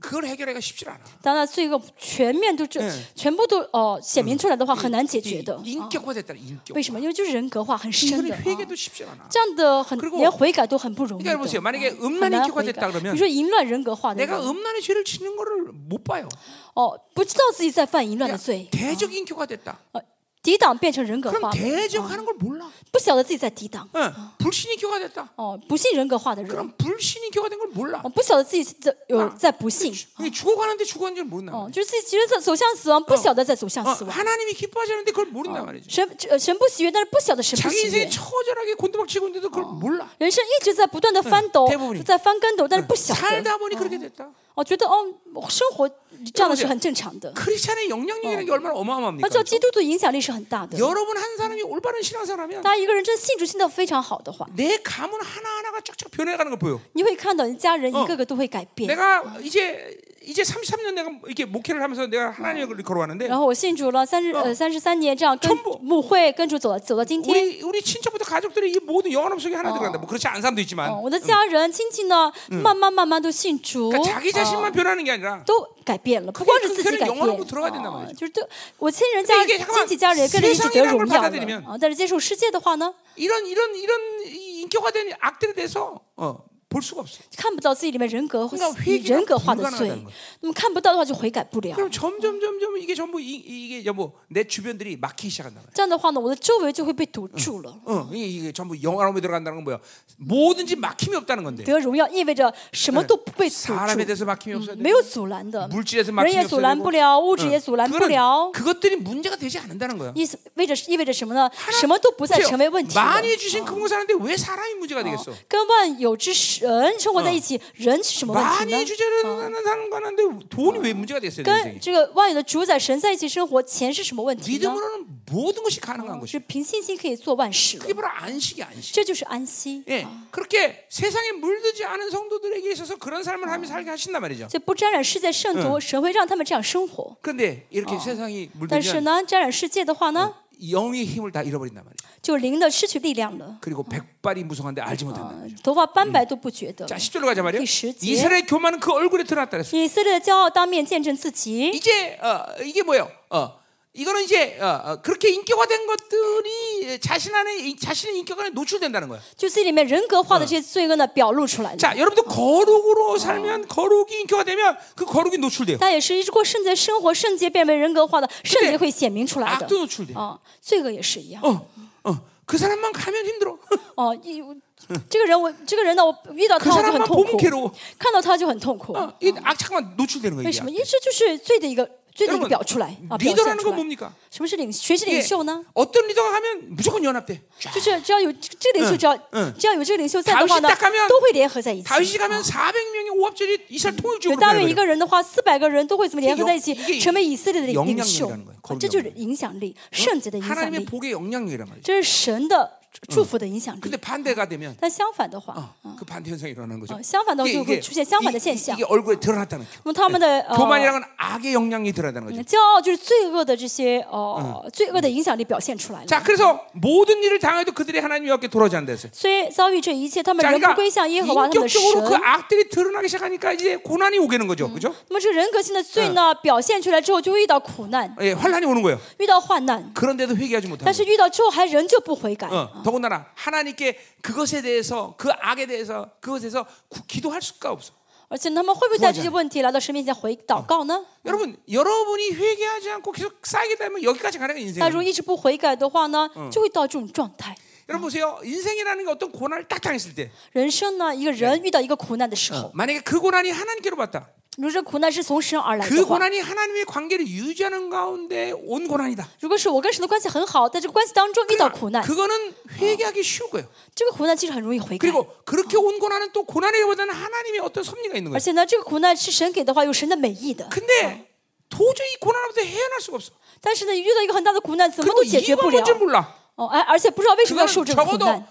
그걸 해결하기가 쉽지 않아. 当然，这个全面都这嗯全部都哦显明出来的话，很难解决 이 的。啊 인격화됐다. 인격. 为什么？因为就是人格化很深 이거는 的。啊 회개도 어. 쉽지 않아. 这样的很 그리고 连悔改都很不容易的。 그러니까 보세요. 啊 만약에 很 음란이 难悔 인격화됐다 改。嗯你 그러니까. 그러면 说淫乱人格化的 내가 人， 음란의 죄를 지는 거를 못 봐요. 哦，不知道自己在犯淫乱的 그러니까 罪， 대적 인격화됐다. 呃，抵挡变成人格 그럼 化了， 대적하는 걸 몰라. 不晓得自己在抵挡。 예, 불신 인격화됐다. 哦，不信人格化的人， 그럼 불신 인격화된 걸 몰라. 哦，不晓得自己在有在不信， 이게 죽어가는데 죽었는지 모른다. 哦，就是自己觉得走走向死亡，不晓得在走向 어, 死亡。 하나님이 기뻐하지 않는데 그걸 모른단 말이지. 神呃神不喜悦，但是不晓得神不 자기 喜悦 인생이 。 처절하게 곤두박치고 있는데도 그걸 몰라. 人生一直在嗯不断嗯的翻斗 대부분이 ，在翻跟斗，但是不晓得。 살다 보니 그렇게 됐다. 哦，觉得哦，生活这样的是很正常的。 크리스찬의 영향력이라는 게 얼마나 而 어마어마합니까? 且基督徒影响力是很大的。 여러분 한 사람이 올바른 신앙생활하면 大家一个人真的信主信的非常好的话， 내 가문 하나하나가 쫙쫙 변해가는 걸 보여. 你会看到你家人 어 一个个都会改变。 내가 이제 이제 33년 내가 이렇게 목회를 하면서 내가 하나님을 걸어왔는데 然后我信主了三十 어 呃三十三年，这样跟 전부 牧会跟主走到走到今天。嗯 우리 우리 친척부터 가족들이 이 모든 영원함 속에 하나 들어간다. 뭐 그렇지 않은 사람도 哦 있지만 我的家人亲戚呢，慢慢慢慢都信主， 그러니까 嗯 자기 哦 자신만 변하는 게 아니라 都改变了，不光是自己改 그게그게영원으로들어가야된단 变， 말이죠 啊就是都我亲人家 그러니까이게잠깐만 亲戚家人跟着一起得荣耀 세상이라는걸받아들이면 了啊，但是接受世界的话呢， 이런 이런 이런 이 인격화된 악들에 대해서 어, 볼 수가 없어. 看不到自己里面人格 그러니까회개가 人格化 불가능하다는 的罪 거예요 ，那么看不到的话就悔改不了。 그럼 점점 점점 이게 전부 이, 이게 전부 내 주변들이 막히기 시작한다. 말이야. 这样的话呢，我的周围就会被堵住了。 어, 이게, 이게 전부 영원함에 들어간다는 건 뭐야? 뭐든지 막힘이 없다는 건데. 得荣耀意味着什么都不被阻 사람에 住， 대해서 막힘이 없어야 돼. 没有阻拦的， 물질에서 人 막힘이 也阻 없어야 拦 되고. 不了，物质也阻拦不 그거는- 了。 그것들이 문제가 되지 않는다는 거야. 意思意味着意味着什么呢？什么都不再成为问题了。 많이 주신 그분 사는데 왜 사람이 문제가 어. 되겠어? 跟万有之神生活在一起，人是什么问 많이 题呢？ 주제는 사는 거는데 돈이 왜 문제가 어. 됐어요? 그러니까 내 跟 인생이? 这个万有的主宰神在一起生活，钱是什么问题呢？ 믿음으로는 모든 것이 가능한 것이. 是凭信心可以做万事了 그게 ， 바로 안식이 안식. 这就是安息。 예, 그렇게 세상에 물들지 않은 성도들에게 있어서 그런 삶을 하며 살게 하신단 말이죠. 所以不沾染世界圣徒，神会让他们这样生活。 그런데 이렇게 세상이 但 물들지 是 않은 呢，沾染世界的话呢， 영의 힘을 다 잃어버린단 말이죠. 就灵的失去力量了， 그리고 백발이 무성한데 알지 못한다. 嗯头发斑白都不觉得。 자, 10절로 가자 아. 말이에요. 그 시지에- 이스라엘 교만은 그 얼굴에 드러났다 그랬어. 以色列的骄傲当面见证自己， 이제 어, 이게 뭐예요? 어, 이거는 이제 어, 어, 그렇게 인격화된 것들이 자신 안에 이- 자신의 인격 안에 노출된다는 거예요. 就自己里面人格化的这些罪恶呢表露出来了。 자, 여러분도 거룩으로 살면 거룩이 인격화되면 그 거룩이 노출돼요. 但也是一直过圣洁生活，圣洁变为人格化的，圣对洁会显明出来的 악도 。 노출돼요. 啊，罪恶也是一样。 어, 어, 그 사람만 가면 힘들어. 哦，一这个人我这个人呢，我遇到 그 他我就嗯很 사람만 痛 보면 苦， 괴로워. 看到他就很痛苦。啊 어, 이 악착만 노출되는 거예요. 为 이게. 什么？因为这就是罪的一个罪的一个 여러분, 表出来啊，表现 리더라는 건出来。 뭡니까? 什么是领学习 이게 领袖呢？ 예. 어떤 리더가 하면 무조건 연합돼. 就是只要有这个领袖，只要只要有这个领袖在的话呢 다윗이딱하면 ，都会联合在一起。 다윗이 가면 400명의 오합절이 이스라엘 통일적으로 大卫一 보내버려요. 个人的话，四百个人都会怎么联合在一起 이게영， 成为以色列的领袖 영향력이라는거예요？ 啊 거룩 这就是 영향력 影响力，圣洁的影响 하나님의 力， 복의 영향력이란 말이죠. 这是神的祝福的影响力 근데 。 반대가 되면 但相反的话， 어, 그 반대 현상이 일어나는 그 거죠. 어, 相反的就会出现相反的 이게, 现象。 이게 얼굴에 드러났다는 거죠. 那么他们的呃，嗯 교만이라는 건 악의 영향이 드러나는 거죠. 骄傲就是罪恶的这些呃，罪恶的影响力表现出来了。 자, 그래서 모든 일을 당해도 그들이 하나님과 함께 돌아오지 않다 했어요. 虽遭遇这一切，他们 자, 仍不 그러니까 归向耶和华他们的神。 인격적으로 그 악들이 음. 드러나기 시작하니까 이제 고난이 오게는 거죠. 그죠? 那么这人格性的罪呢，表现出来之后就会遇到苦难， 예, 환란이 오는 거예요. 遇到患难， 그런데도 회개하지 못하는 但是遇到之后还仍旧不悔改。 거예요. 어, 더군다나 하나님께 그것에 대해서 그 악에 대해서 그것에서 구- 기도할 수가 없어. 而且他们会不会带这些问题来到神面前回祷告呢？ 여러분 여러분이 회개하지 않고 계속 쌓이게 되면 여기까지 가는 게 那 인생이에요. 如果一直不悔改的话呢，就会到这种状态。 여러분 보세요. 인생이라는 게 어떤 고난을 딱 당했을 때 人生呢，一个人嗯遇到一个苦难的时候， 만약에 그 고난이 하나님께로 봤다. 如果这苦难是从神而来的 그 话， 고난이 하나님의 관계를 유지하는 가운데 온 고난이다. 如果是我跟神的关系很好，在这个关系当中遇到苦难， 그거는 회개하기 쉬운 거예요. 这个苦难其实很容易悔改。 그리고 그렇게 온 고난은 또 고난이라기보다는 하나님의 어떤 섭리가 있는 而 거예요. 且呢，这个苦难是神给的话，有神的美意的。 근데 도저히 이 고난으로부터 헤어날 수가 없어. 但是呢，遇到一个很大的苦难，怎么 그리고 都解决 이유가 不了 뭔지 。 몰라. 哦，而而且不知道为什么要 그거는 受这个苦 적어도 어. 难，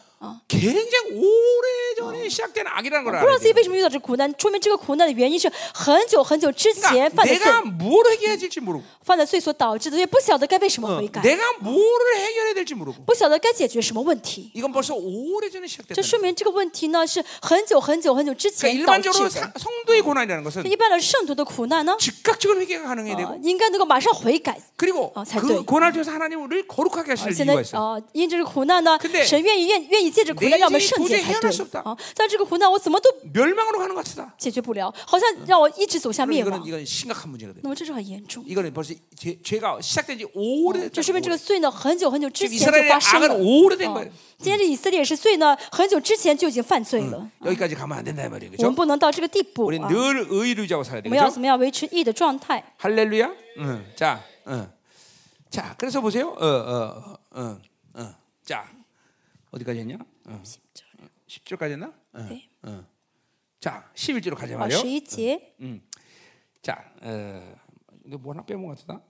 굉장히 오래전에 시작된 악이라는 걸 不知道 알아야 自己 돼. 为什么遇到这苦难，说明这个苦难的原因是很久很久之前 그러니까 犯的罪， 내가 뭘 해결해야 될지 모르고 犯的罪所导致的，也不晓得该为什么 어, 悔改， 내가 뭐를 해결해야 될지 모르고 不晓得该解决什么问题。 이건 벌써 오래전에 시작됐다. 这说明这个问题呢是很久很久很久之 그러니까 前导致 일반적으로 的 사- 。 성도의 고난이라는 것은 一般的圣徒的苦难呢， 즉각적으로 회개가 가능해야 되고 呃应该能够马上悔改。 그리고 어, 잘 돼. 그 고난을 통해서 하나님 우리를 거룩하게 而 하실 且呢 이유가 ， 있어. 呃，因这个苦难呢 근데， 神愿意愿愿意借着苦难 내 让我们 인생이 圣洁 도저히 才 헤어날수 对 없다 啊。但这个苦难我怎么都 멸망으로 가는 것 같다. 解决不了，好像让我嗯一直走向 그럼 灭 이거는 음. 亡。 이건 심각한 문제거든. 那么这是很严重， 이거는 벌써 죄, 죄가 시작된 지 오래. 这说明这个罪呢很久很久之 지금 前就 이스라엘의 发生 악은 了。 오래된 哦 거예요. 어. 今天这以色列是罪呢，很久之前就已经犯罪了， 여기까지 가면 안 된다 이 말이에요. 我们 그렇죠? 不能到这个地步 우리 啊。 늘 의를 유지하고 살아야 我们要 되죠. 怎么样维持义的状态？ 할렐루야. 응. 자, 응. 자, 그래서 보세요. 어, 어, 어, 어, 어. 자, 어디까지 했냐? 어. 10절까지 했나? 어, 네. 아, 어. 자, 11절로 가자 啊， 말이요. 十一节， 자, 어, 이거 뭐 하나 빼먹은 것 같다.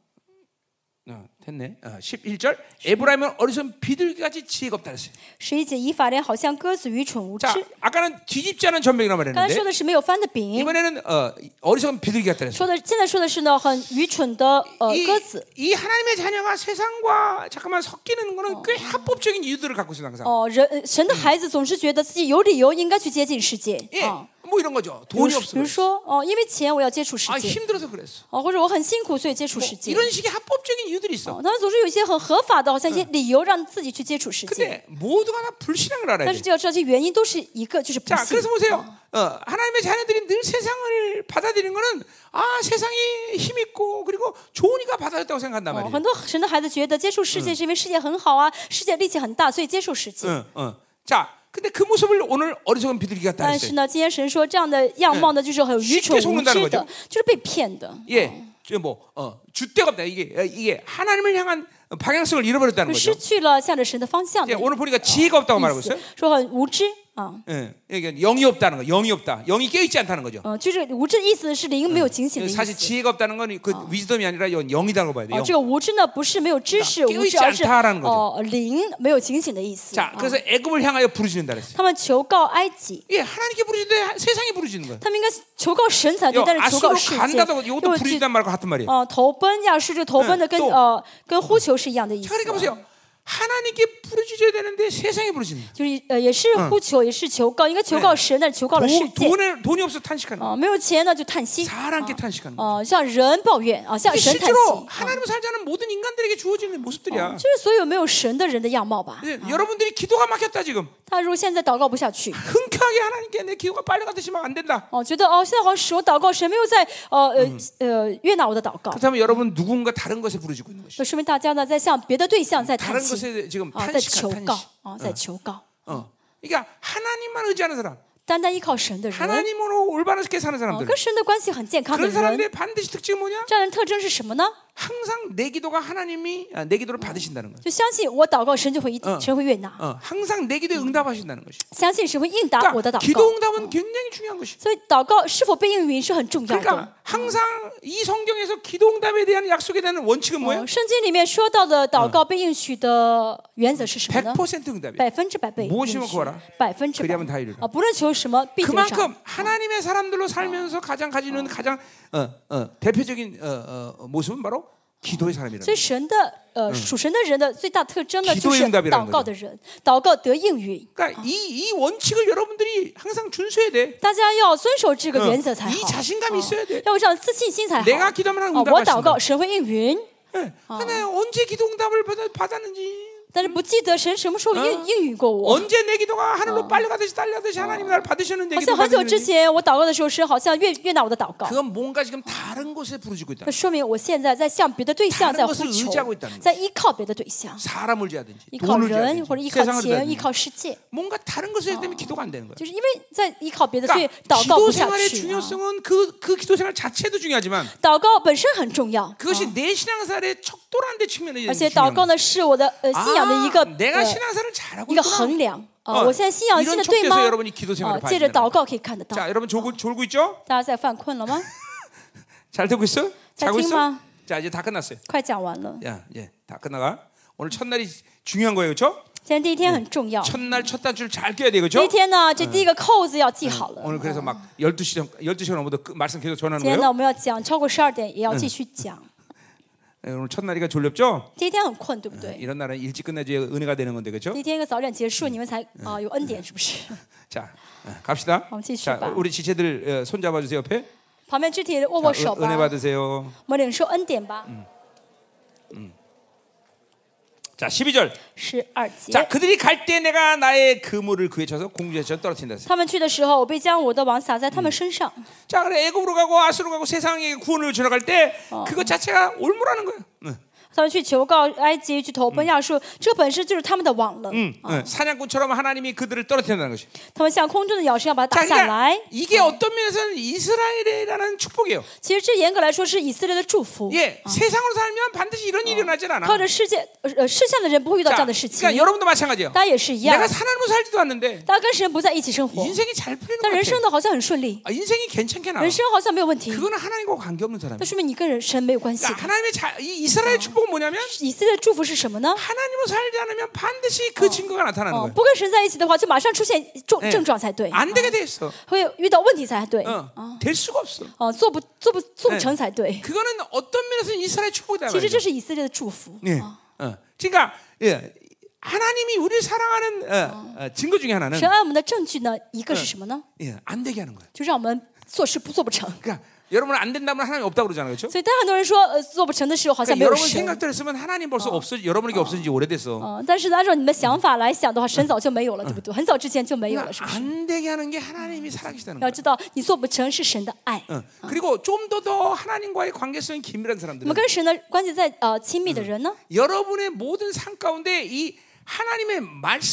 어, 됐네. 어, 11절. 에브라임은 어리선 비둘기같이 지혜가 없다 그랬어요. 十一节，以法莲好像鸽子愚蠢无知 자, 。 아까는 뒤집지 않은 전병이라고 刚才 말했는데 说的是没有翻的饼， 이번에는 어, 어리석은 비둘기 같다 그랬어요. 说的现在说的是呢很愚蠢的呃 이 鸽子 이 하나님의 자녀가 세상과 잠깐만 섞이는 거는 꽤 합법적인 이유들을 갖고 어. 있어요, 항상. 哦、人呃神的孩子总是觉得自己有理由应该去接近世界 예, 啊、 뭐 이런 거죠. 比如 돈이 比 없어. 如说哦、因为钱我要接触世 아 界 힘들어서 그랬어. 哦、或啊者我很辛苦所以接触世界。 이런 식의 합법적인 이유들이 있어. 哦，他们总是有一些很合法的，好像一些理由让自己去接触世界， 근데 모두가 다 불신한 걸 알아야 但是 돼. 就要知道这原因都是一个，就是不 자, 信 그래서 。 보세요. 어, 하나님의 자녀들이 늘 세상을 받아들이는 거는 아 세상이 힘 있고 그리고 좋으니까 받아줬다고 생각한단 哦， 말이에요. 很多神的孩子觉得接触世界是因为世界很好啊，世界力气很大，所以接触世界。 응, 응. 어, 자, 근데 그 모습을 오늘 어리석은 비둘기 같다 但是 했어요. 呢，今天神说这样的样貌呢，就是很愚蠢 쉽게속는 无 다는 知 거죠 的，就是被骗的。 예, 저뭐 어, 주대가 없다. 이게 어, 이게 하나님을 향한 방향성을 잃어버렸다는 就 거죠. 失去了向着神的方向 예, 的 오늘 보니까 지혜가 없다고 말하고 意 있어요. 思，说很无知啊， 예, 이게 영이 없다는 거, 영이 없다. 영이 깨 있지 않다는 거죠. 呃，就是无知的意思是灵没有警醒的 이건 意 사실 思。 지혜가 없다는 건 그 위즈덤이 아니라 이건 영이라고 봐야 돼요. 哦， 영. 这个无知呢，不是没有知识 그러니까 无知， 깨어있지 而是 않다라는거죠 哦灵没有警醒的意思。 자, 啊 그래서 애굽을 향하여 부르짖는다 그랬어요. 他们求告埃及， 예, 하나님께 부르짖는데 세상이 부르짖는 거예요. 他们应该求告神才对，但 야, 是求告 아수로 世界， 간다고 이것도 어, 又去 부르짖단 말과 같은 말이에요. 呃投奔亚述，这投奔的跟 또 呃跟呼求是一样的意思 자, 。 그러니까 보세요. 하나님께 부르짖어야 되는데 세상에 부르짖는. 就是呃也是呼求，也是求告，应该求告神，但是求告了世界。 돈에 돈이 없어 어. 탄식하는. 거예요. 啊，没有钱呢就叹息， 사람께 탄식하는. 거예요. 哦，向人抱怨啊，向 이게 神叹息。 실제로 啊 하나님을 살자는 모든 인간들에게 주어지는 모습들이야. 这是所有没有神的人的样貌吧？ 근데 여러분들이 기도가 막혔다 지금. 他如果现在祷告不下去， 흔쾌하게 하나님께 내 기도가 빨려가듯이면 안 된다. 哦，觉得哦，现在好像神我祷告，神没有在呃呃呃悦纳我的祷告， 그렇다면 여러분 누군가 다른 것에 부르짖고 있는 것이. 就说明大家呢在向别的对象在叹 다른 息 것에 지금 啊，在 탄식한 求 탄식. 告啊，在求告， 어. 그러니까 하나님만 의지하는 사람, 单单依靠神的人， 하나님으로 올바르게 사는 哦 사람들. 跟神的关系很健康的 그런 人， 사람들의 반드시 특징은 뭐냐? 这样的特征是什么呢？ 항상 내 기도가 하나님이 아, 내 기도를 받으신다는 거예요. 就相信我祷告，神就会一定，嗯神会悦纳， 어, 항상 내 기도에 응답하신다는 것이. 相信神会应答我的 그러니까 祷告 기도 。 응답은 굉장히 중요한 것이. 所以祷告是否被应允是啊很重要的。 그러니까 항상 이 성경에서 기도 응답에 대한 약속에 대한 원칙은 哦 뭐예요? 圣经里面说到的祷告嗯被应许的原则是什么呢？ 100% 응답이에요. 百分之百被 무엇 应 이면 许 구하라， 百分之 그리 百 하면다이루라 啊！不论求什么，必得上。 그만큼 하나님의 사람들로 살면서 가장 가지는 가장 어, 어, 대표적인 어, 어, 모습은 바로 기도의 사람이라는 所以神的呃嗯属神的人的最大特征呢， 기도의 就是 응답이라는 祷告的人，祷告得应允。 그러니까 이, 이 원칙을 여러분들이 항상 준수해야 돼. 大家要遵守嗯这个原则才 이 好，啊 자신감이 있어야 돼. 要有这样自信心才好。啊 내가기도하면하나님응답하신다 어. 我祷告，神会应允。 예. 하나님 언제 기도 응답을 받아, 받았는지 但是不记得神什么时候嗯应应允过我。 언제 내 기도가 하늘로 빨려 가듯이 딸려듯이 하나님 나를 받으시는 내 好像 기도가 很久之 들리는지 前我祷告的时候，神好像悦悦纳我的祷告。 그건 뭔가 지금 다른 곳에 부르짖고 있다. 那说明我现在在向别的对象 다른 在 것을 呼求 의지하고있다는거 ，在依靠别的对象， 사람을 지하든지 依靠 돈을 人或者 지하든지 依靠 세상을 钱、依 지하든지 靠世界， 뭔가 다른 것에 때문에 기도가 안 되는 거야. 就是因为在依靠别的，所以 그러니까 祷告 기도 不下 생활의 去、啊。 중요성은 그, 그 기도 생활 자체도 중요하지만 祷告本身很重要， 그것이 내 신앙생활의 척도란 데 측면에 而且 있는 祷告 중요한 呢是我的呃 거야. 信仰的一个 아, 내가 呃 신앙생활을 잘하고 一个 있구나. 衡量啊、 어, 我现在信仰信 이런 的对吗 척도에서 ？ 여러분이 기도 啊 생활을 、 봐야 借着 된다. 祷告可以看得到。 자, 여러분 졸고, 졸고 있죠? 大家在犯困 了吗？ 잘 듣고 있어? 자고 있어? 팀아. 자, 이제 다 끝났어요. 快讲完了， 야, 예, 다 끝나가. 오늘 첫날이 중요한 거예요, 그렇죠? 今天第一天很重要。 첫날 첫 단추를 잘 껴야 돼요, 第一 그렇죠? 天呢，这第一个扣子要系好了。 오늘 그래서 막 12시 전 12시 넘어도 그, 말씀 계속 전하는 今天呢， 거예요. 我们要讲超过十二点，也要继续讲。 예, 오늘 첫날이가 졸렵죠? 第一天很困，对不对？ 이런 날은 일찍 끝내줘야 은혜가 되는 건데, 그렇죠? 第一天一个早点结束，你们才啊、有恩典是不是？ 자, 어, 갑시다. 한번 치시죠, 자, 봐. 우리 지체들 어, 손 잡아 주세요, 옆에. 자, 旁边肢体握握手 은, 은혜 吧， 받으세요. 我们领受恩典吧。 자, 12절. 十二节， 자, 그들이 갈 때 내가 나의 그물을 그에 쳐서 공주에처럼 떨어뜨린다 했어요. 他们去的时候，我被将我的网撒在他们身上。 자, 그래 애굽으로 가고 아수로 가고 세상에 구원을 전해갈 때 그것 자체가 올무라는 거예요. 응, 他们去求告埃及，去投奔亚述，这本身就是他们的网了。 응, 응. 음, 네. 사냥꾼처럼 하나님이 그들을 떨어뜨린다는 것이. 他们像空中的鸟是要把它 자, 打下 그러니까 来。 이게 어떤 면에서는 이스라엘이라는 축복이에요. 其实这严格来说是以色列的祝福。 예, 세상으로 살면 반드시 이런 일이 일어나질 그러니까 않아. 靠着世界呃呃世上的人不会遇到 자, 这样的事情 그러니까 ， 여러분도 마찬가지예요. 大家也是一样。 내가 사람으로 살지도 않는데 大家跟神不在一起生活， 인생이 잘 풀리는 것 但人 같아. 生的好像很顺利， 아, 인생이 괜찮게 나와. 人生好像没有问题， 그거는 하나님과 관계없는 사람이야. 那说明你跟人神没有关系的 그러니까 。 하나님의 자, 이 이스라엘 축복은 뭐냐면 以色列的祝福是什么呢？ 하나님으로 살지 않으면 반드시 그 증거가 나타나는 哦， 거예요. 不跟神在一起的话，就马上出现症哎症状才对， 안 되게 돼 있어. 会遇到问题才对， 어, 될 수가 없어. 哦，做不做不做不哎成才对。 그거는 어떤 면에서 이스라엘 축복이다 其实 말이죠. 这是以色列的祝福， 예. 어. 그러니까 예. 하나님이 우리를 사랑하는 어, 어, 증거 중에 하나는 神爱我们的证据呢，一个是什么呢？ 예, 안 되게 하는 거예요. 就让我们做事不做不成。 그러니까 여러분 안 된다면 하나님 없다고 그러잖아요. 그렇죠? 所以，当很多人说呃做不成的时候，好像 그러니까 没有 여러분 神。 생각대로 했으면 하나님 벌써 없어 여러분에게 없어진 지 오래됐어. 嗯，但是呢按照你们的想法来想的话，神早就没有了，嗯对不对？很早之前就没有了，是 그러니까 不是？ 안 되게 하는 게 하나님이 살아계시다는 要 거예요. 知道，你做不成是神的爱。 어. 그리고 좀 더 더 하나님과의 관계성이 긴밀한 我 사람들은 们跟神的关系再呃亲密的人呢， 여러분의 모든 삶 가운데 이 하나님의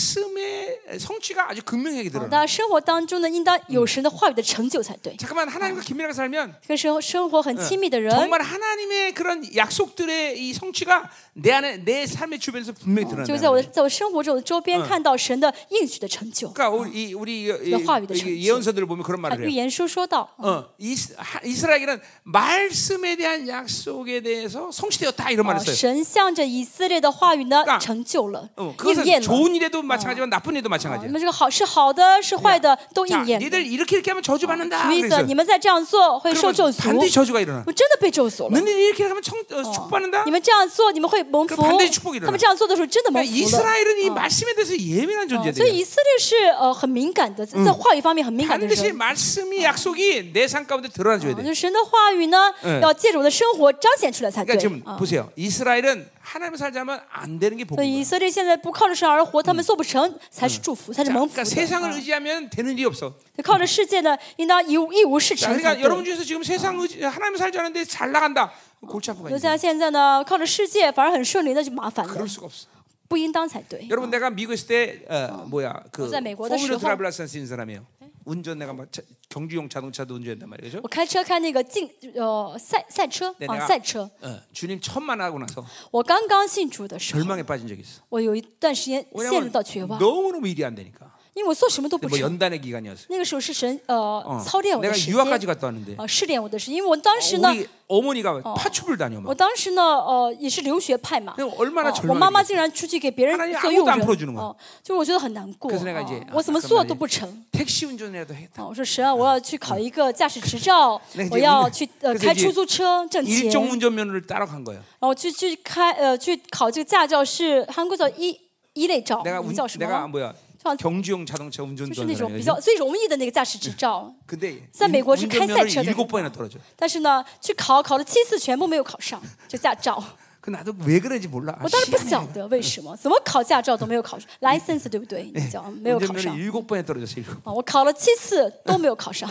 말씀의 성취가 아주 극명하게 啊 드러나. 那生活当中呢，应当嗯有神的话语的成就才对。 잠깐만 하나님과 긴밀하게 살면 跟生生活嗯很亲密的人， 정말 하나님의 그런 약속들의 이 성취가 내 안에 내 삶의 주변에서 분명히 就在我嗯 드러난다. 的在我生活中的周边看到神的应许的成就。 그러니까 우리 이- 우리 이- 그 화합이다, 이- 전체. 예언서들을 보면 그런 啊 말을 预 해요. 言书说到， 어, 이스, 하- 이스라엘은 말씀에 대한 약속에 대해서 성취되었다 이런 啊 말을 써요. 神向着以色列的话语呢 그러니까 成就了 어, ，应 그것은 验了。 좋은 일에도 마찬가지만 나쁜 일도 你 마찬가지예요. 们这个好是好的，是坏的都 자, 应验了。 니들 이렇게 이렇게 하면 아, 저주받는다. 什么意思？啊 그래서 你们再这样做会受咒 그러면 诅， 반드시 저주가 일어나. 我真的被咒诅了。 너희들 이렇게 하면 청, 어, 축복받는다. 你们这样做，你们会蒙福 그럼반대의축복이。일어나 他们这样做的时候，真的蒙 그러니까 福了。 이스라엘은 이 말씀에 대해서 예민한 啊所以 존재들이야. 以色列是呃很敏感的，在话语方面很敏感的 반드시 人。 말씀이 약속이 내 삶 가운데 드러나줘야 啊 돼. 就神的话语呢，要借着我的生活彰显出来才对 그러니까 지금 啊。 보세요. 이스라엘은 하나님 살자면 안 되는 게 所以 복이야. 以色列现在不靠着神而活，他们做不成才是祝福，才是蒙福 그러니까 的。 세상을 啊 의지하면 되는 일이 없어. 靠着世界呢，应当一无一无是 자, 成才 그러니까 여러분 对。 중에서 지금 세상 의지, 하나님 살자는데 잘 나간다. 골치 아프가 就 있네. 像现在呢，靠着世界反而很顺利，那就麻烦了 그럴 ， 수가 없어. 不应当才对。 여러분 내가 미국 있을 때 그러니까. 어, 뭐야 그 어제 미국에서 포뮬러 시험- 드라이브 라이센스 있는 사람이에요. 운전 내가 막 차- 경주용 자동차도 운전했단 말이죠. 我开车开那个竞呃赛赛车 내 啊 내가 赛车， 어, 주님 처음 만나고 나서 我刚刚信主的时候， 절망에 빠진 적이 있어. 我有一段时间陷入 왜냐면 到绝望， 너무너무 일이 안 되니까. 因为我做什么都不 뭐 成。 연단의 기간이었어. 那个时候是神 요 呃操练我的 내가 时 유학까지 间， 갔다 왔는데 呃试炼我的时间，因为我当时呢， 우리 어, 어머니가 파출을 다녀 我 막. 当时呢呃也是留学派嘛， 그냥 嗯 얼마나 哦我妈妈 절망이. 竟然出去给别 하나님 人做 아무것도 佣 안 人 풀어주는거야 ，哦，就是我觉得很难过， 그래서 내가 이제 哦 아, 我怎么做 잠깐만 都 이제 不成。 택시 운전이라도 해겠다 哦，我说神啊，我要去考一个驾驶执照 네， 我要 이제 去呃 그래서 开 이제 出租车挣钱， 일종 운전면허를 따러 간 거예요. 然后去去开呃去考这个驾照是韩国叫一一类照， 내가 我们 운, 叫什么 내가 呢？ 뭐야 저한- 경주용 자동차 운전도 就是 한 那种 사람이거든요. 比嗯较最容易的那个驾驶执照， 근데 싼 운- 미국은 칼 운전면허를 세차가 일곱 되니까. 번이나 떨어져. 但是呢，去考考了七次全部没有考上这驾照， 그 나도 왜 그런지 몰라. 我当时不 시간이 晓得为什么，怎么考驾照都没有 考上 license，对不对？你讲哎没有考 운전면허 上 일곱 번에 떨어졌어 일곱. 啊，我考了七次都没有考 上，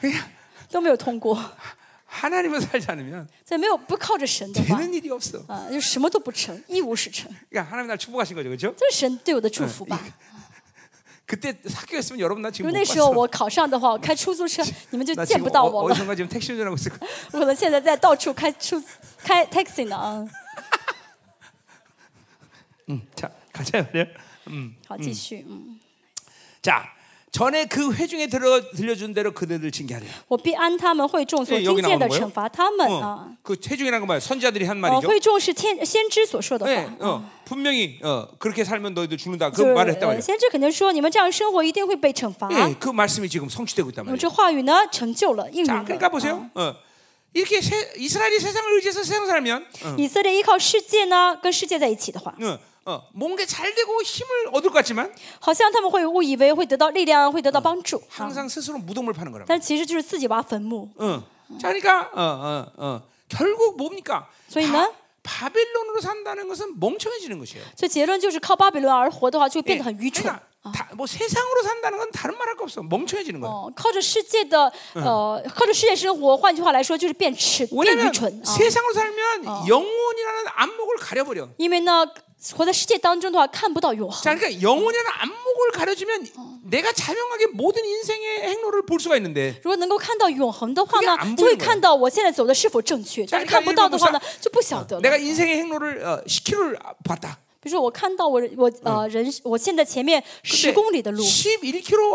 哎都没有通过， 하나님을 살지 않으면 所以没有不靠着神的话 되는 일이 없어. 啊，就什么都不成，一无是处。 그러니까 하나님 날 축복하신 거죠, 그렇죠? 这是神对我的祝福吧？ 그때 학교였으면 여러분 나 如 지금 果 못 那时候 봤어. 嗯哎我考上的话，我开出 租车，你们就 나 见 지금 不 어, 到我了。 어디선가 지금 택시 운전하고 있을 거야. 我可能现在在到处开出开 taxi 呢啊。 음, 자, 가자 말이야. 음. 好，继续，嗯， 자, 전에 그 회중에 들어 들려준 대로 그들을 징계하려. 我必按他们会众所 예 여기 听见的 나오는거예요 惩罚他们啊 어, 그 회중이라는 건 뭐야? 선지자들이 한 哦， 말이죠. 会众是天先知所说的 네, 话。 어, 분명히 어, 그렇게 살면 너희도 죽는다. 그 就是 말을 했단 呃 말이야. 先知肯定说，你们这样生活一定会被惩罚。 예, 그 말씀이 지금 성취되고 있단 我们 말이에요. 这话语呢，成就了应允 자, 了。啊 그러니까 보세요. 어, 이렇게 세- 이스라엘이 세상을 의지해서 세상 살면 啊以色列依靠世界呢，跟世界在一起的话， 어, 어, 뭔가 잘 되고 힘을 얻을 것 같지만 好像他们会误以为会得到力量，会得到帮助，啊 항상 스스로 무덤을 파는 거라고. 但其实就是自己挖坟墓。 어. 자, 그러니까 어, 어, 어. 결국 뭡니까? 소위는? 바- 바빌론으로 산다는 것은 멍청해지는 것이에요. 所以结论就是，靠巴比伦而活的话，就会 예, 变得很愚蠢。 그러니까 다, 뭐 세상으로 산다는 건 다른 말할 거 없어. 멍청해지는 거야. 哦，靠着世界的呃，靠着世界生活，换句话来说，就是变痴、变 왜냐면 愚蠢啊。 세상으로 살면 영혼이라는 안목을 가려버려. 因为呢，活在世界当中的话，看不到永恒。 자, 그러니까 영혼이라는 안목을 가려주면 내가 자명하게 모든 인생의 행로를 볼 수가 있는데 如果能够看到永恒的话 그게안 呢，就会 보이는거예요 看到我现在走的是否正确。但是看不嗯到的话呢，就不晓得了。 내가 인생의 행로를 어, 10km를 봤다. 比如说，我看到我我呃人，我现在前面十公里的路，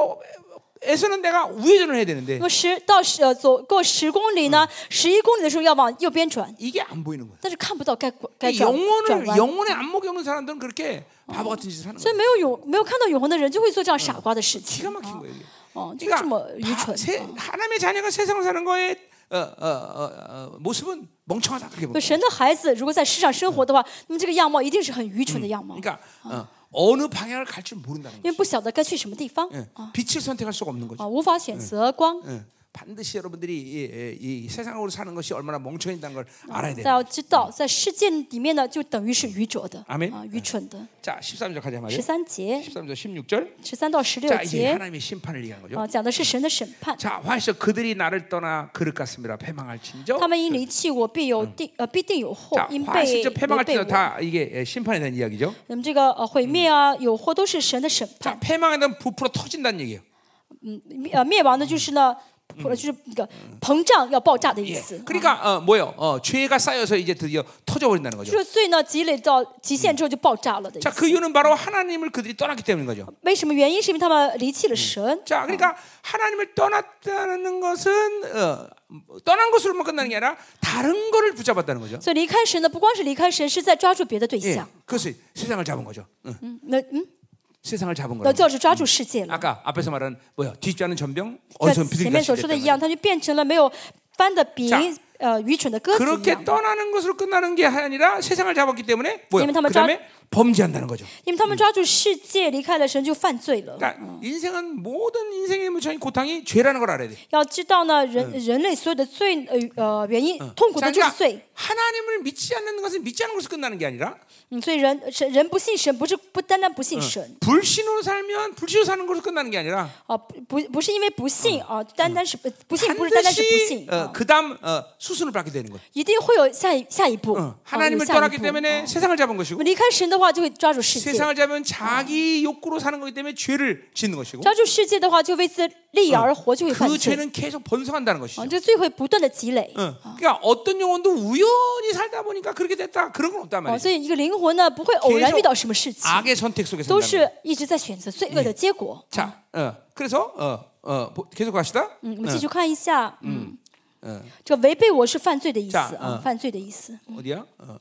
11km에서는 내가 우회전을 해야 那 되는데 么十到十呃走过十公里呢，十一公里的时候要往右边转， 이게 안 보이는 거야. 但是看不到该该 이 转转 영혼을 弯。 영혼의 안목이 없는 사람들은 그렇게 바보 같은 짓을 하는 所 거야. 以没有永没有看到永恒的人，就会做这样傻瓜的事 기가 情。 막힌 거예요. 이게. 哦，就是这么愚 그러니까 바- 蠢。 세- 啊 하나님의 자녀가 세상을 사는 거에 어, 어, 어, 어, 모습은 멍청하다 그렇게 就 보는 거예요. 神的孩子如果在世上生活的话，那么这个样貌一定是很愚蠢的样貌， 그러니까 어, 어느 방향을 갈 줄 모른다는 因 거예요. 为不晓得该去什么地方 예, 어. 빛을 선택할 수가 없는 거죠. 啊，无法选择光。 예, 반드시 여러분들이 이, 이- 이 세상으로 사는 것이 얼마나 멍청했다는 걸 알아야 大 돼요. 家要知道，在世界里面呢，就等于是愚拙的，阿门啊，愚蠢的。 자, 13절 가자 十 말이에요. 三节， 13절 16절. 어. 十三到十六 자, 이제 节 하나님의 심판을 얘기한 거죠. 啊，讲的是神的审判。 자, 화에서 그들이 나를 떠나 그릇 같습니다. 패망할진저. 他们因离弃我，必有定呃，必定有祸 자, ，因被 화에서 违背 패망할진저 我。 다 이게 예, 심판에 대한 이야기죠. 那么这个呃毁灭啊，有祸都是神的审 자, 判。 패망에 대한 부풀어 터진다는 얘기예요. 灭呃灭亡呢，就是呢，就是那个膨胀要爆炸的意 예. 思。 그러니까 어, 그렇죠. 뭐요? 어, 죄가 쌓여서 이제 드디어 터져버린다는 就 거죠. 是罪呢积累到极限之后就爆炸了的意 자, 그 思。 이유는 바로 하나님을 그들이 떠났기 때문인 거죠. 为什么原因？是因为他们离弃了神。 자, 그러니까 하나님을 떠났다는 것은 어, 떠난 것으로만 끝나는 게 아니라 다른 거를 붙잡았다는 거죠. 所以离开神呢，不光是离开神，是在抓住别的对 예, 象。 그것이 세상을 잡은 거죠. 응, 嗯，那嗯， 세상을 잡은 那 거죠. 就是抓住世界了。 아까 앞에서 말한 뭐야 뒷좌는 전병 在 어디서 前 비둘기가 面所说的一样， 시켰다는 它就变成了没有翻的饼 자 ，呃，愚蠢的鸽子一 그렇게 样。 떠나는 것으로 끝나는 게 아니라 세상을 잡았기 때문에 뭐야 왜냐면 다음에 그다음에 범죄한다는 거죠. 因为他们抓住世界，离开了神就犯罪了。 그러니까 인생은 모든 인생의 무척인 고통이 죄라는 걸 알아야 돼. 要知道呢，人人类所有的罪，呃呃，原因痛苦的 자, 就是 그러니까 罪。 하나님을 믿지 않는 것은 믿지 않는 것으로 끝나는 게 아니라 嗯，所以人神人不信神，不是不单单不信嗯神 불신으로 살면 불신으로 사는 것으로 끝나는 게 아니라 啊，不不不是因为不信啊，单单是不不信，不是单单是不 반드시 信 어, 啊， 그 다음 어, 수순을 받게 되는 거예요. 一定会有下一下一步， 어, 啊有 하나님을 下 떠났기 一步。啊 때문에 세상을 잡은 我 것이고 们离开神的话，就会抓住世界； 세상을 잡으면 자기 욕구로 사는 거기 때문에 죄를 짓는 것이고 抓住世界的话，就为自利嗯而活，就会犯 그 罪。 죄는 계속 번성한다는 啊， 것이죠. 这罪会不断的积累。 어, 그러니까 어떤 영혼도 우연히 살다 보니까 그렇게 됐다 그런 건 없단 哦， 말이에요. 所以一个灵魂呢，不会偶然 계속 遇到什么事情， 악의 선택 속에 都 산다는 거예요. 是一直在选择罪恶的结果。 자, 어, 그래서 어, 어, 보- 계속 갑시다. 嗯，我们继续看一下，嗯， 어, 这个违背我是犯罪的意思 자 啊，犯罪的意思。 어디야? 어,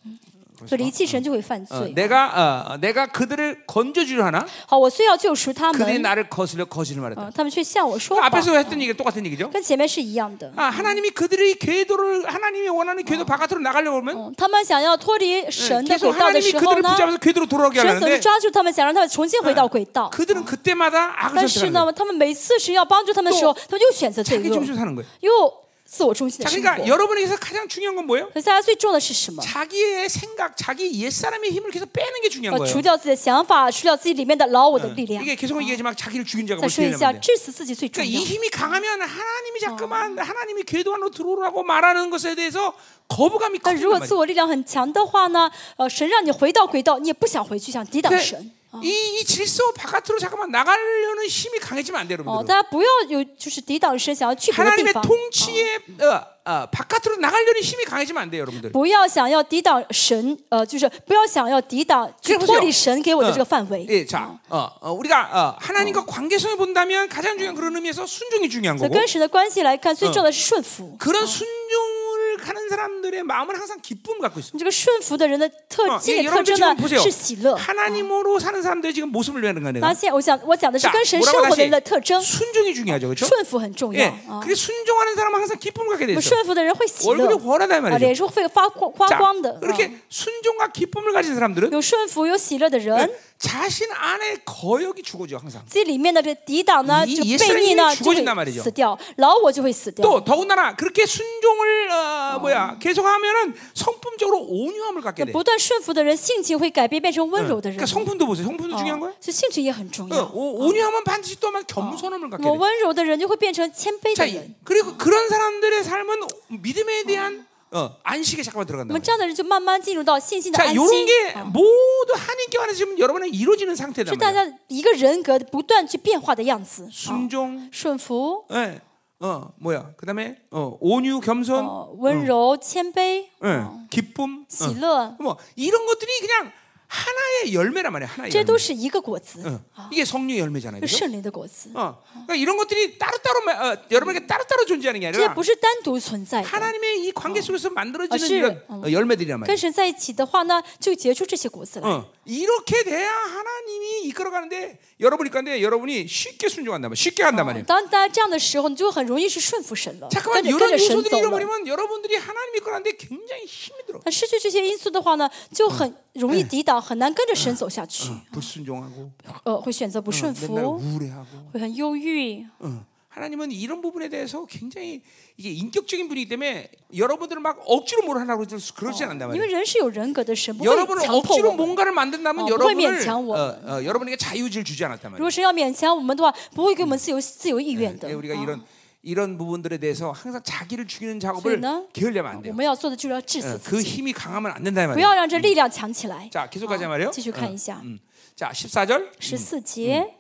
所以离弃神就会犯 어, 罪。 내가 어, 내가 그들을 건져주려 하나 好，我虽要救赎他 그들이 们， 나를 거슬려 거짓을 말했다. 嗯，他们却向我说 그 谎， 앞에서 했던 얘기 똑같은 얘기죠. 跟前面是一样的。 아, 하나님이 그들의 궤도를 하나님이 원하는 궤도 바깥으로 나가려고 하면 嗯，他们想要脱离 예, 神的 계속 轨道的 하나님이 时候 그들을 呢， 붙잡아서 궤도로 돌아오게 神总是 하는데 抓住他们，想让他们重新回到轨道。 그들은 그때마다 악을 但是 선택하는 呢 거예요. ，他们每次是要帮助他们的时候，他们又选择罪 자기 恶， 중심 사는 거예요. 又自我中心的 자, 生 그러니까 活。 여러분에게서 가장 중요한 건 뭐예요? 可是大家最重要的是什么？ 자기의 생각, 자기 옛 사람의 힘을 계속 빼는 게 要 중요한 除 거예요. 掉自己的想法，除掉自己里面的老我的力量。 이게 계속 얘기하지만 자기를 죽인 자가 再说嗯一 무슨 下， 돼. 致死自己最重 그러니까 要 이 。 힘이 강하면 하나님이 자꾸만 하나님이 궤도 안으로 들어오라고 말하는 것에 대해서 거부감이 但如 커요. 果自我力量很强的话呢，呃，神让你回到轨道，你也不想回去，想抵挡神。 이, 이 질서 바깥으로 잠깐만 나가려는 힘이 강해지면 안 돼요, 哦， 여러분들. 大家不要有就是抵挡神想要去别的地 하나님의 方， 통치에 어, 뭐, 어, 바깥으로 나가려는 힘이 강해지면 안 돼요, 여러분들. 不要想要抵挡神，呃，就是不要想要抵挡그去嗯哎脱离神给我的这个范围。 예, 자, 어, 어, 우리가 어, 하나님과 관계성을 본다면 가장 중요한 그런 의미에서 순종이 중요한 所以 거고 跟神的关系来看，最重要的是顺服。 그런 순종을 하는 사람들의 마음은 항상 기쁨을 갖고 있습니다. 这个顺服的人的特 어, 性 예, 的特 여러분들 征 지금 呢 보세요. 是喜乐。 하나님으로 사는 사람들이 지금 모습을 내는 거예요. 那 내가. 现我想我讲的是 자, 跟神生 뭐라고 活的人的特 다시 征， 순종이 중요하죠, 뭐 그렇죠? 顺服很重要 예, 啊。 그래 순종하는 사람은 항상 기쁨을 갖게 我们 되죠. 顺服的人会喜乐 얼굴이 ， 환하다 啊， 말이죠. 脸是会发光发 자, 光的。啊 그렇게 순종과 기쁨을 가진 사람들은 네, 有顺服有喜乐的人， 자신 안에 거역이 죽어져 항상. 自己里面的这抵挡呢， 이 这 예수 悖 님이 逆呢 죽 就 어진단말이죠 会死掉，老我就会死掉。 또 더군다나 그렇게 순종을 어, 뭐야 계속하면은 성품적으로 온유함을 갖게 돼. 不断顺服的人，性情会改变，变成温柔的人 그러니까 。 성품도 보세요. 성품도 啊 중요한 거야. 所以性情也很重 어, 要。 오- 온유함은 반드시 또한 겸손함을 那 갖게 么 돼. 温柔的人就会变成谦卑 자, 的 이- 人。 그리고 그런 사람들의 삶은 믿음에 대한 어, 안식에 잠깐만 那 들어간다. 么这样的人就慢慢进入到信心的 자, 安心。 이런 게 啊 모두 하나님께 안에서 지금 여러분의 어. 이루어지는 是 상태다. 大家一个人格不断去变化的样子。啊 순종, 顺服， 예, 어, 뭐야? 그다음에 어, 온유, 겸손, 哦，温柔、谦卑、 예, 기쁨, 喜乐， 뭐 이런 것들이 그냥 하나의 열매란 말이야. 하나의 这 열매. 都是一个果子， 어, 이게 성류 열매잖아요. 是 그죠? 圣灵的果子。 어, 그러니까 이런 것들이 따로따로 마- 어, 여러분에게 따로따로 존재하는 게 这些 아니라 不是单独存在的。 하나님의 이 관계 속에서 만들어지는 아, 실- 이런 어, 열매들이란 跟 말이야. 神在一起的话呢，就结出这些果子来。 어, 이렇게 돼야 하나님이 이끌어가는데 여러분이 건데 여러분이 쉽게 순종한단 말이야. 쉽게 한단 말이야. 当大家这样的时候，你就很容易是顺服神了， 잠깐만 跟着跟 이런 着神 요소들이 走了。 잃어버리면 여러분들이 하나님이 끌어가는데 굉장히 힘이 들어. 那失去这些因素的话呢，就很容易抵挡，很难跟着神走下去。 불순종하고 呃，会选择不顺 맨날 服， 우울해하고. 会很忧郁。 어, 하나님은 이런 부분에 대해서 굉장히 이게 인격적인 분이기 때문에 여러분들을 막 억지로 뭘 하라고 그러지 않는단 因 말이야. 为人是有人格的，神不会 여러분을 强迫 억지로 我们。 뭔가를 만든다면 어, 여러분을 不会勉强 어, 我们。 어, 여러분에게 자유지를 주지 않았단 如 말이에요. 果神要勉强我们的话，不会给我们自由自由意愿的 예, 。 우리가 啊 이런 이런 부분들에 대해서 항상 자기를 죽이는 작업을 그러나? 게을리면 안 我 돼요. 们要做的就是要致 어, 死自 그 己， 힘이 강하면 안 된다는 不要 말이에요. 让这力量强起来。 자, 계속 가자 말이에요. 继续看一下 음. 자, 14절. 十四节，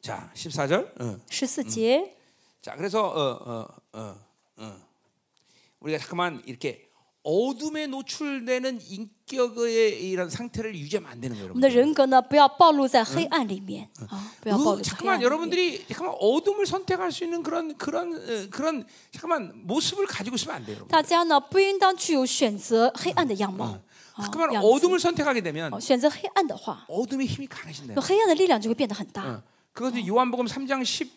자, 14절. 어. 十四节， 자, 그래서 어, 어, 어, 어. 우리가 잠깐만 이렇게 어둠에 노출되는 인격의 이런 상태를 유지하면 안 되는 거예요. 我 여러분. 们的人格呢，不要暴露在黑暗里面啊，不要暴露 으, 在黑그 잠깐만 暗里面。 여러분들이 잠깐만 어둠을 선택할 수 있는 그런 그런 어, 그런 잠깐만 모습을 가지고 있으면 안 돼요. 여러분. 大家呢，不应当具有选择黑暗的样貌啊， 잠깐만 样子 아, 어둠을 그 선택하게 되면 哦选择黑暗的话， 어둠의 힘이 강해진다. 어. 那黑暗的力量就会变得很大。嗯 그것은 요한복음 3장 17절 愿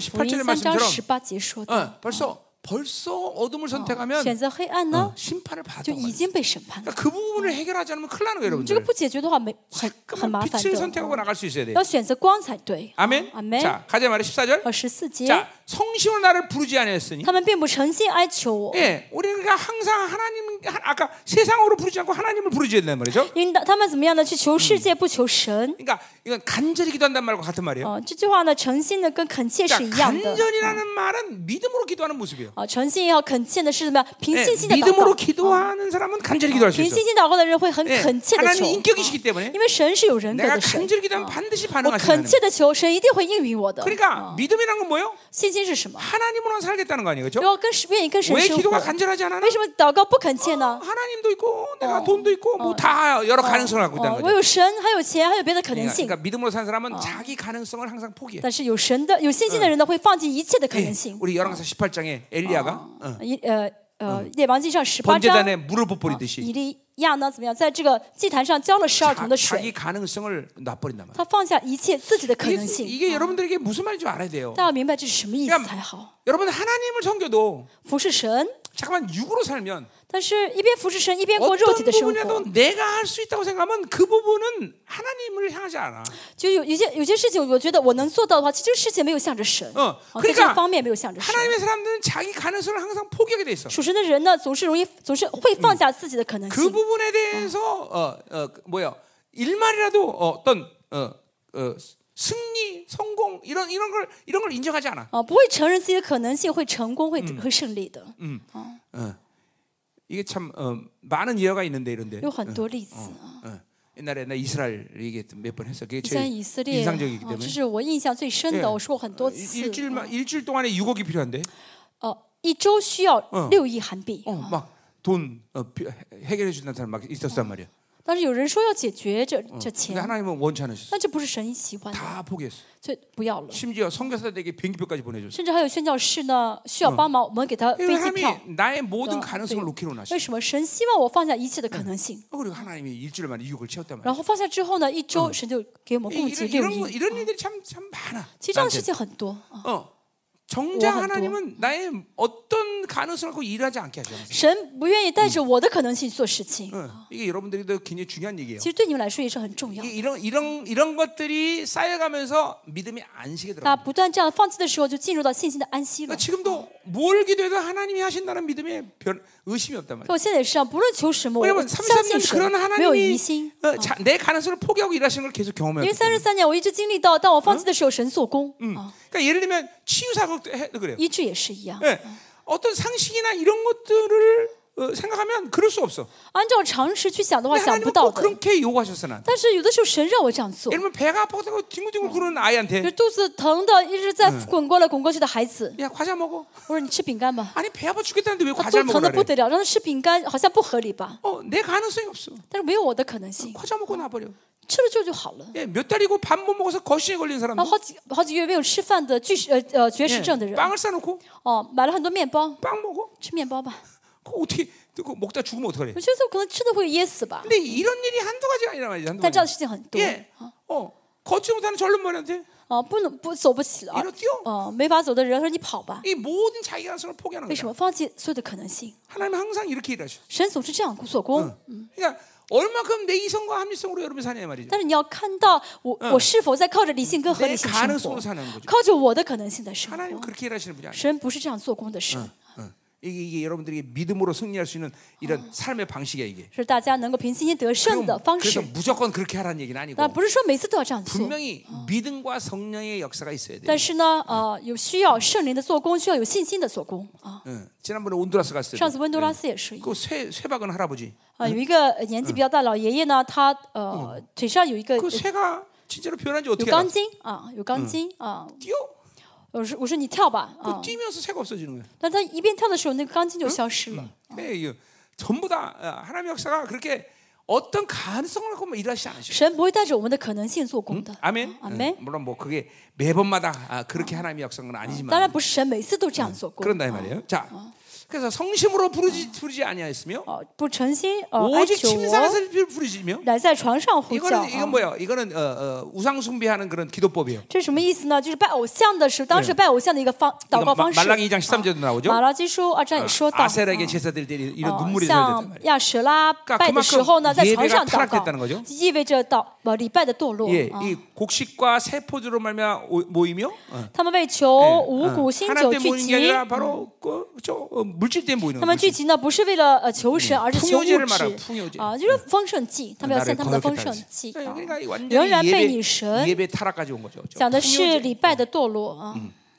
福音 18절의 三章 말씀처럼 十八节说的， 어, 벌써 벌써 어둠을 선택하면 어, 选择黑暗嗯呢， 심판을 받아. 就已经被审判了。 그러니까 그 부분을 해결하지 않으면 큰일 나는 거예요, 这个 여러분들. 不解决的话，没很很 잠깐만 麻烦 빛을 的，嗯 선택하고 나갈 수 있어야 돼요. 要选择光才对。 아멘. 어, 예. 아멘. 자, 가자 말이 14절. 哦，十四节， 자, 성심으로 나를 부르지 아니하였으니 他们并不诚心哀求我， 예, 우리가 항상 하나님 하- 아까 세상으로 부르지 않고 하나님을 부르지 된단 말이죠. 因为他们怎么样呢？去求世界，不求神。 그러니까 이건 간절히 기도한단 말과 같은 말이에요. 哦，这句话呢，诚心的跟恳切是一 그러니까 样的。 어, 간절이라는 어, 말은 믿음으로 기도하는 모습이에요. 啊，诚心也好，恳切的是什么呀？凭 예, 信心的祷哎 믿음으로 告。哦 기도하는 사람은 간절히 기도할 수 어. 凭 있어요. 信心祷告的人会很 예, 恳切的求 하나님이 ， 인격이시기 때문에 因为神是有人格 내가 的神。哦 간절히 기도하면 반드시 我 반응하시는 恳 거예요. 切的求，神一定会应允我的。 그러니까 믿음이란 건 뭐예요? 信心是什么？ 하나님으로만 살겠다는 거 아니에요, 如 그렇죠? 果跟愿意跟神 왜 生活 기도가 ， 간절하지 않아? 为什么祷告不恳切呢？ 하나님도 있고 내가 돈도 있고 뭐 다 여러 가능성을 갖고 있다는 哦，我 거죠. 有神，还有钱，还有别的可能 그러니까, 性 그러니까 。 믿음으로 산 사람은 자기 가능성을 항상 포기해. 但是有神的、有信心的人呢，会放弃一切的可 예, 能性。哎 우리 열왕사 18장에 엘리야가 어, 一呃呃，列王记上十八章， 번제단에 물을 어, 붓뿌리듯이 以利亚呢怎么样，在这个祭坛上浇了十二桶的 자기 水， 가능성을 놔버린단 말이야. 他放下一切自己的可能 이게, 性。 이게 여러분들에게 무슨 말인지 알아야 돼요. 大家要明白这是什么意 야 思才好。 여러분 하나님을 섬겨도 服侍神， 잠깐만 육으로 살면 但是，一边服侍神，一边过肉 네, 어떤 体的生活， 부분이라도 내가 할 수 있다고 생각하면 그 부분은 하나님을 향하지 않아. 就有有些有些事情，我觉得我能做到的话，其实这个事情没有向着神，嗯啊可以在这干个方面没有向着神。 하나님의 사람들은 자기 가능성을 항상 포기하게 돼 있어. 属神的人呢，总是容易，总是会放下自己的可能 그 性。 부분에 대해서 어, 어, 그 뭐야 일말이라도 어떤 어, 어, 승리, 성공 이런 이런 걸 이런 걸 인정하지 않아. 啊，不会承认自己的可能性会成功，会嗯会胜利的， 이게 참 어, 많은 예화가 있는데 이런데 有很多例子啊。 어, 옛날에 나 이스라엘 얘기 몇 번 했어. 그게 以前以 제일 色列，啊 인상적이기 ，这 때문에 是我印象最深 예 的，我说过很多 일- 次。 일주일만 일주일 동안에 6억이 필요한데 어, 哦，一周需要六亿韩币， 아. 어막돈 어, 비- 해결해 준다는 사람 막 있었단 말이야. 但是有人说要解决这这 근데 钱， 하나님은 원치 않으셨어. 但这不是神喜欢的， 다 포기했어. 所以不要了。 심지어 성교사들에게 비행기표까지 보내줬어. 甚至还有宣教士呢，需要帮忙，我们给嗯他 예, 飞机票。 하나님이 나의 모든 어, 가능성을 네. 놓기로 하셨어. 为什么神希望我放下一切的可能性？ 어, 그리고 하나님이 일주일 만에 6억을 채웠단 말이야. 然后放下之后呢，一周神就给我们 이- 供给 이런, 六 어, 이런, 어. 거- 亿。 이런 일들이 참, 참 많아. 其实这样的 나한테. 事情很多啊， 어, 정작 우와, 하나님은 나의 어떤 가능성을 갖고 일하지 않게 하죠. 神不愿意带着我的可能性做事情， 어, 이게 여러분들이도 굉장히 중요한 얘기예요. 其实对你们来说也是很重要 이게 。 이런 이런 이런 것들이 쌓여가면서 믿음이 안식에 大家 들어가. 不断这样放弃的时候，就进入到信心的安息了 그러니까 。 지금도 뭘 기도해도 하나님이 하신다는 믿음에 별 의심이 없단 所以 말이야. 我现在也是啊，不论求什么，我 왜냐면 相信 33년 神그 그런 ，没有 하나님이 疑心。 어, 자, 내 가능성을 포기하고 일하시는 걸 계속 因 경험해요. 为三十三年，我一直经历到，当我放弃的时候，神做工啊， 그러니까 예를 들면 치유사역도 해- 그래요. 医治也是一样。 예, 어떤 상식이나 이런 것들을 어, 생각하면 그럴 수 없어. 按照常识去想的话， 근데 哎想不 하나님은 哎到 꼭 的。 그렇게 요구하셨어 난. 但是有的时候，神让我这样做 예를 。 들면 배가 아프다고 뒹굴뒹굴 구르는 就 아이한테 肚子疼的一直在滚过来滚过去的孩子， 야 과자 먹어. 我说你吃饼干吧， 아니 배 아파 죽겠다는데 왜 他肚 과자를 子疼的 먹으라 不 그래? 得了，让他吃饼干好像不合理吧？ 어, 내 가능성이 없어. 但是没有我的可能性， 과자 먹고 나버려. 吃了之后就好了。 예, 몇 달이고 밥 못 먹어서 거시에 걸린 然 사람도 后好几好几个月没有吃饭的巨石呃呃绝食 예, 症的人， 빵을 싸놓고 哦，买了很多面包， 빵 먹어. 吃面包吧。 그거 어떻게 그거 먹다 죽으면 어떡하래? 我觉得可能吃的会噎死吧， 근데 이런 일이 한두 가지가 아니라 말이야. 한두 但这样 가지. 的事情很多， 예, 어, 걷지 못하는 절름머리한테 哦，不能不走不起了， 이로 뛰어. 哦，没法走的人说你跑吧， 이 모든 자기 가능성을 포기하는 为什 거야. 么放弃所有的可能性？ 하나님은 항상 이렇게 일하셔. 神总是这样做工， 그러니까 얼마큼 내 이성과 합리성으로 여러분 사냐 말이죠. 但是你要看到我我是否在靠着理性跟合理性 내가능 生 성으로 活 사는거죠 ，靠着我的可能性在生活。 하나님 그렇게 일하시는 분이 아니에요. 神不是这样做工的神， 어. 이게, 이게 여러분들이 믿음으로 승리할 수 있는 이런 삶의 방식이야 이게. 是大家能够凭信心得胜的 그럼 方 그래서 式。 무조건 그렇게 하라는 얘기는 那 아니고 不是说每次都要这样做， 분명히 믿음과 성령의 역사가 있어야 돼. 但是呢，呃，有需要圣灵的做工，需要有信心的做工啊。 응. 어. 지난번에 온두라스 갔을 上次 때 温多拉斯也是一样 그 쇠, 쇠박은 할아버지. 啊，有一个呃年纪比较大的老爷爷呢，他呃腿上有一个 그 쇠가 진짜로 변한지 有 어떻게 알아? 钢筋啊，有钢筋啊。 뛰어. 我说我说你跳吧 그 啊， 뛰면서 쇠가 없어지는 거야. 但他一边跳的时候，那个钢嗯筋就消失了。 네, 이거 전부 다 어, 하나님의 역사가 그렇게 어떤 가능성을 갖고 뭐 일하시지 않으셔. 神不会带着我们的可能性做工的。 아멘. 아, 아멘. 응, 물론 뭐 그게 매번마다 아, 아. 그렇게 하나님의 역사는 当 아니지만 然不是神每次都这样做工。 그런다 이 말이에요. 자, 그래서 성심으로 부르지 부르지 아니하였으며 哦，不诚心哦，哀 오직 求我 침상에서 부르짖으며 乃在床上呼叫 이거는 이건 啊。 뭐예요? 이거는 어, 어, 우상 숭배하는 그런 기도법이에요. 这是什么意思呢？就是拜偶像的时候，当时拜偶像的一个方祷告 그러니까 方 마- 式。 말라기 2장 13절도 나오죠. 马拉基书二 어, 章也说啊到， 아셀에게 제사드릴 때 이런 哦 눈물이 흘렸단 像 말이에요. 亚舍拉拜的时候呢，在床上祷 그러니까그만큼예배가타락됐다는거죠 告，意味着祷呃礼拜的堕落。 예, 啊 이 곡식과 세포주로 말미암아 오- 모이며 어, 他们为求 예, 五 어, 谷新 하나님 酒 때문에 聚 모이는 게 集， 아니라 바로 그, 저, 어, 물질 때문에 모이는 他们 거예요. 聚集呢不是为了呃求神，而是求物质 풍요제를 말하고 풍요제 啊，就是丰盛祭，他们要献他们的丰盛祭啊， 그러니까 이 仍然 완전히 被 예배, 你神 예배 타락까지 온 거죠. 그렇죠? 讲的 풍요제. 是礼拜的堕落啊，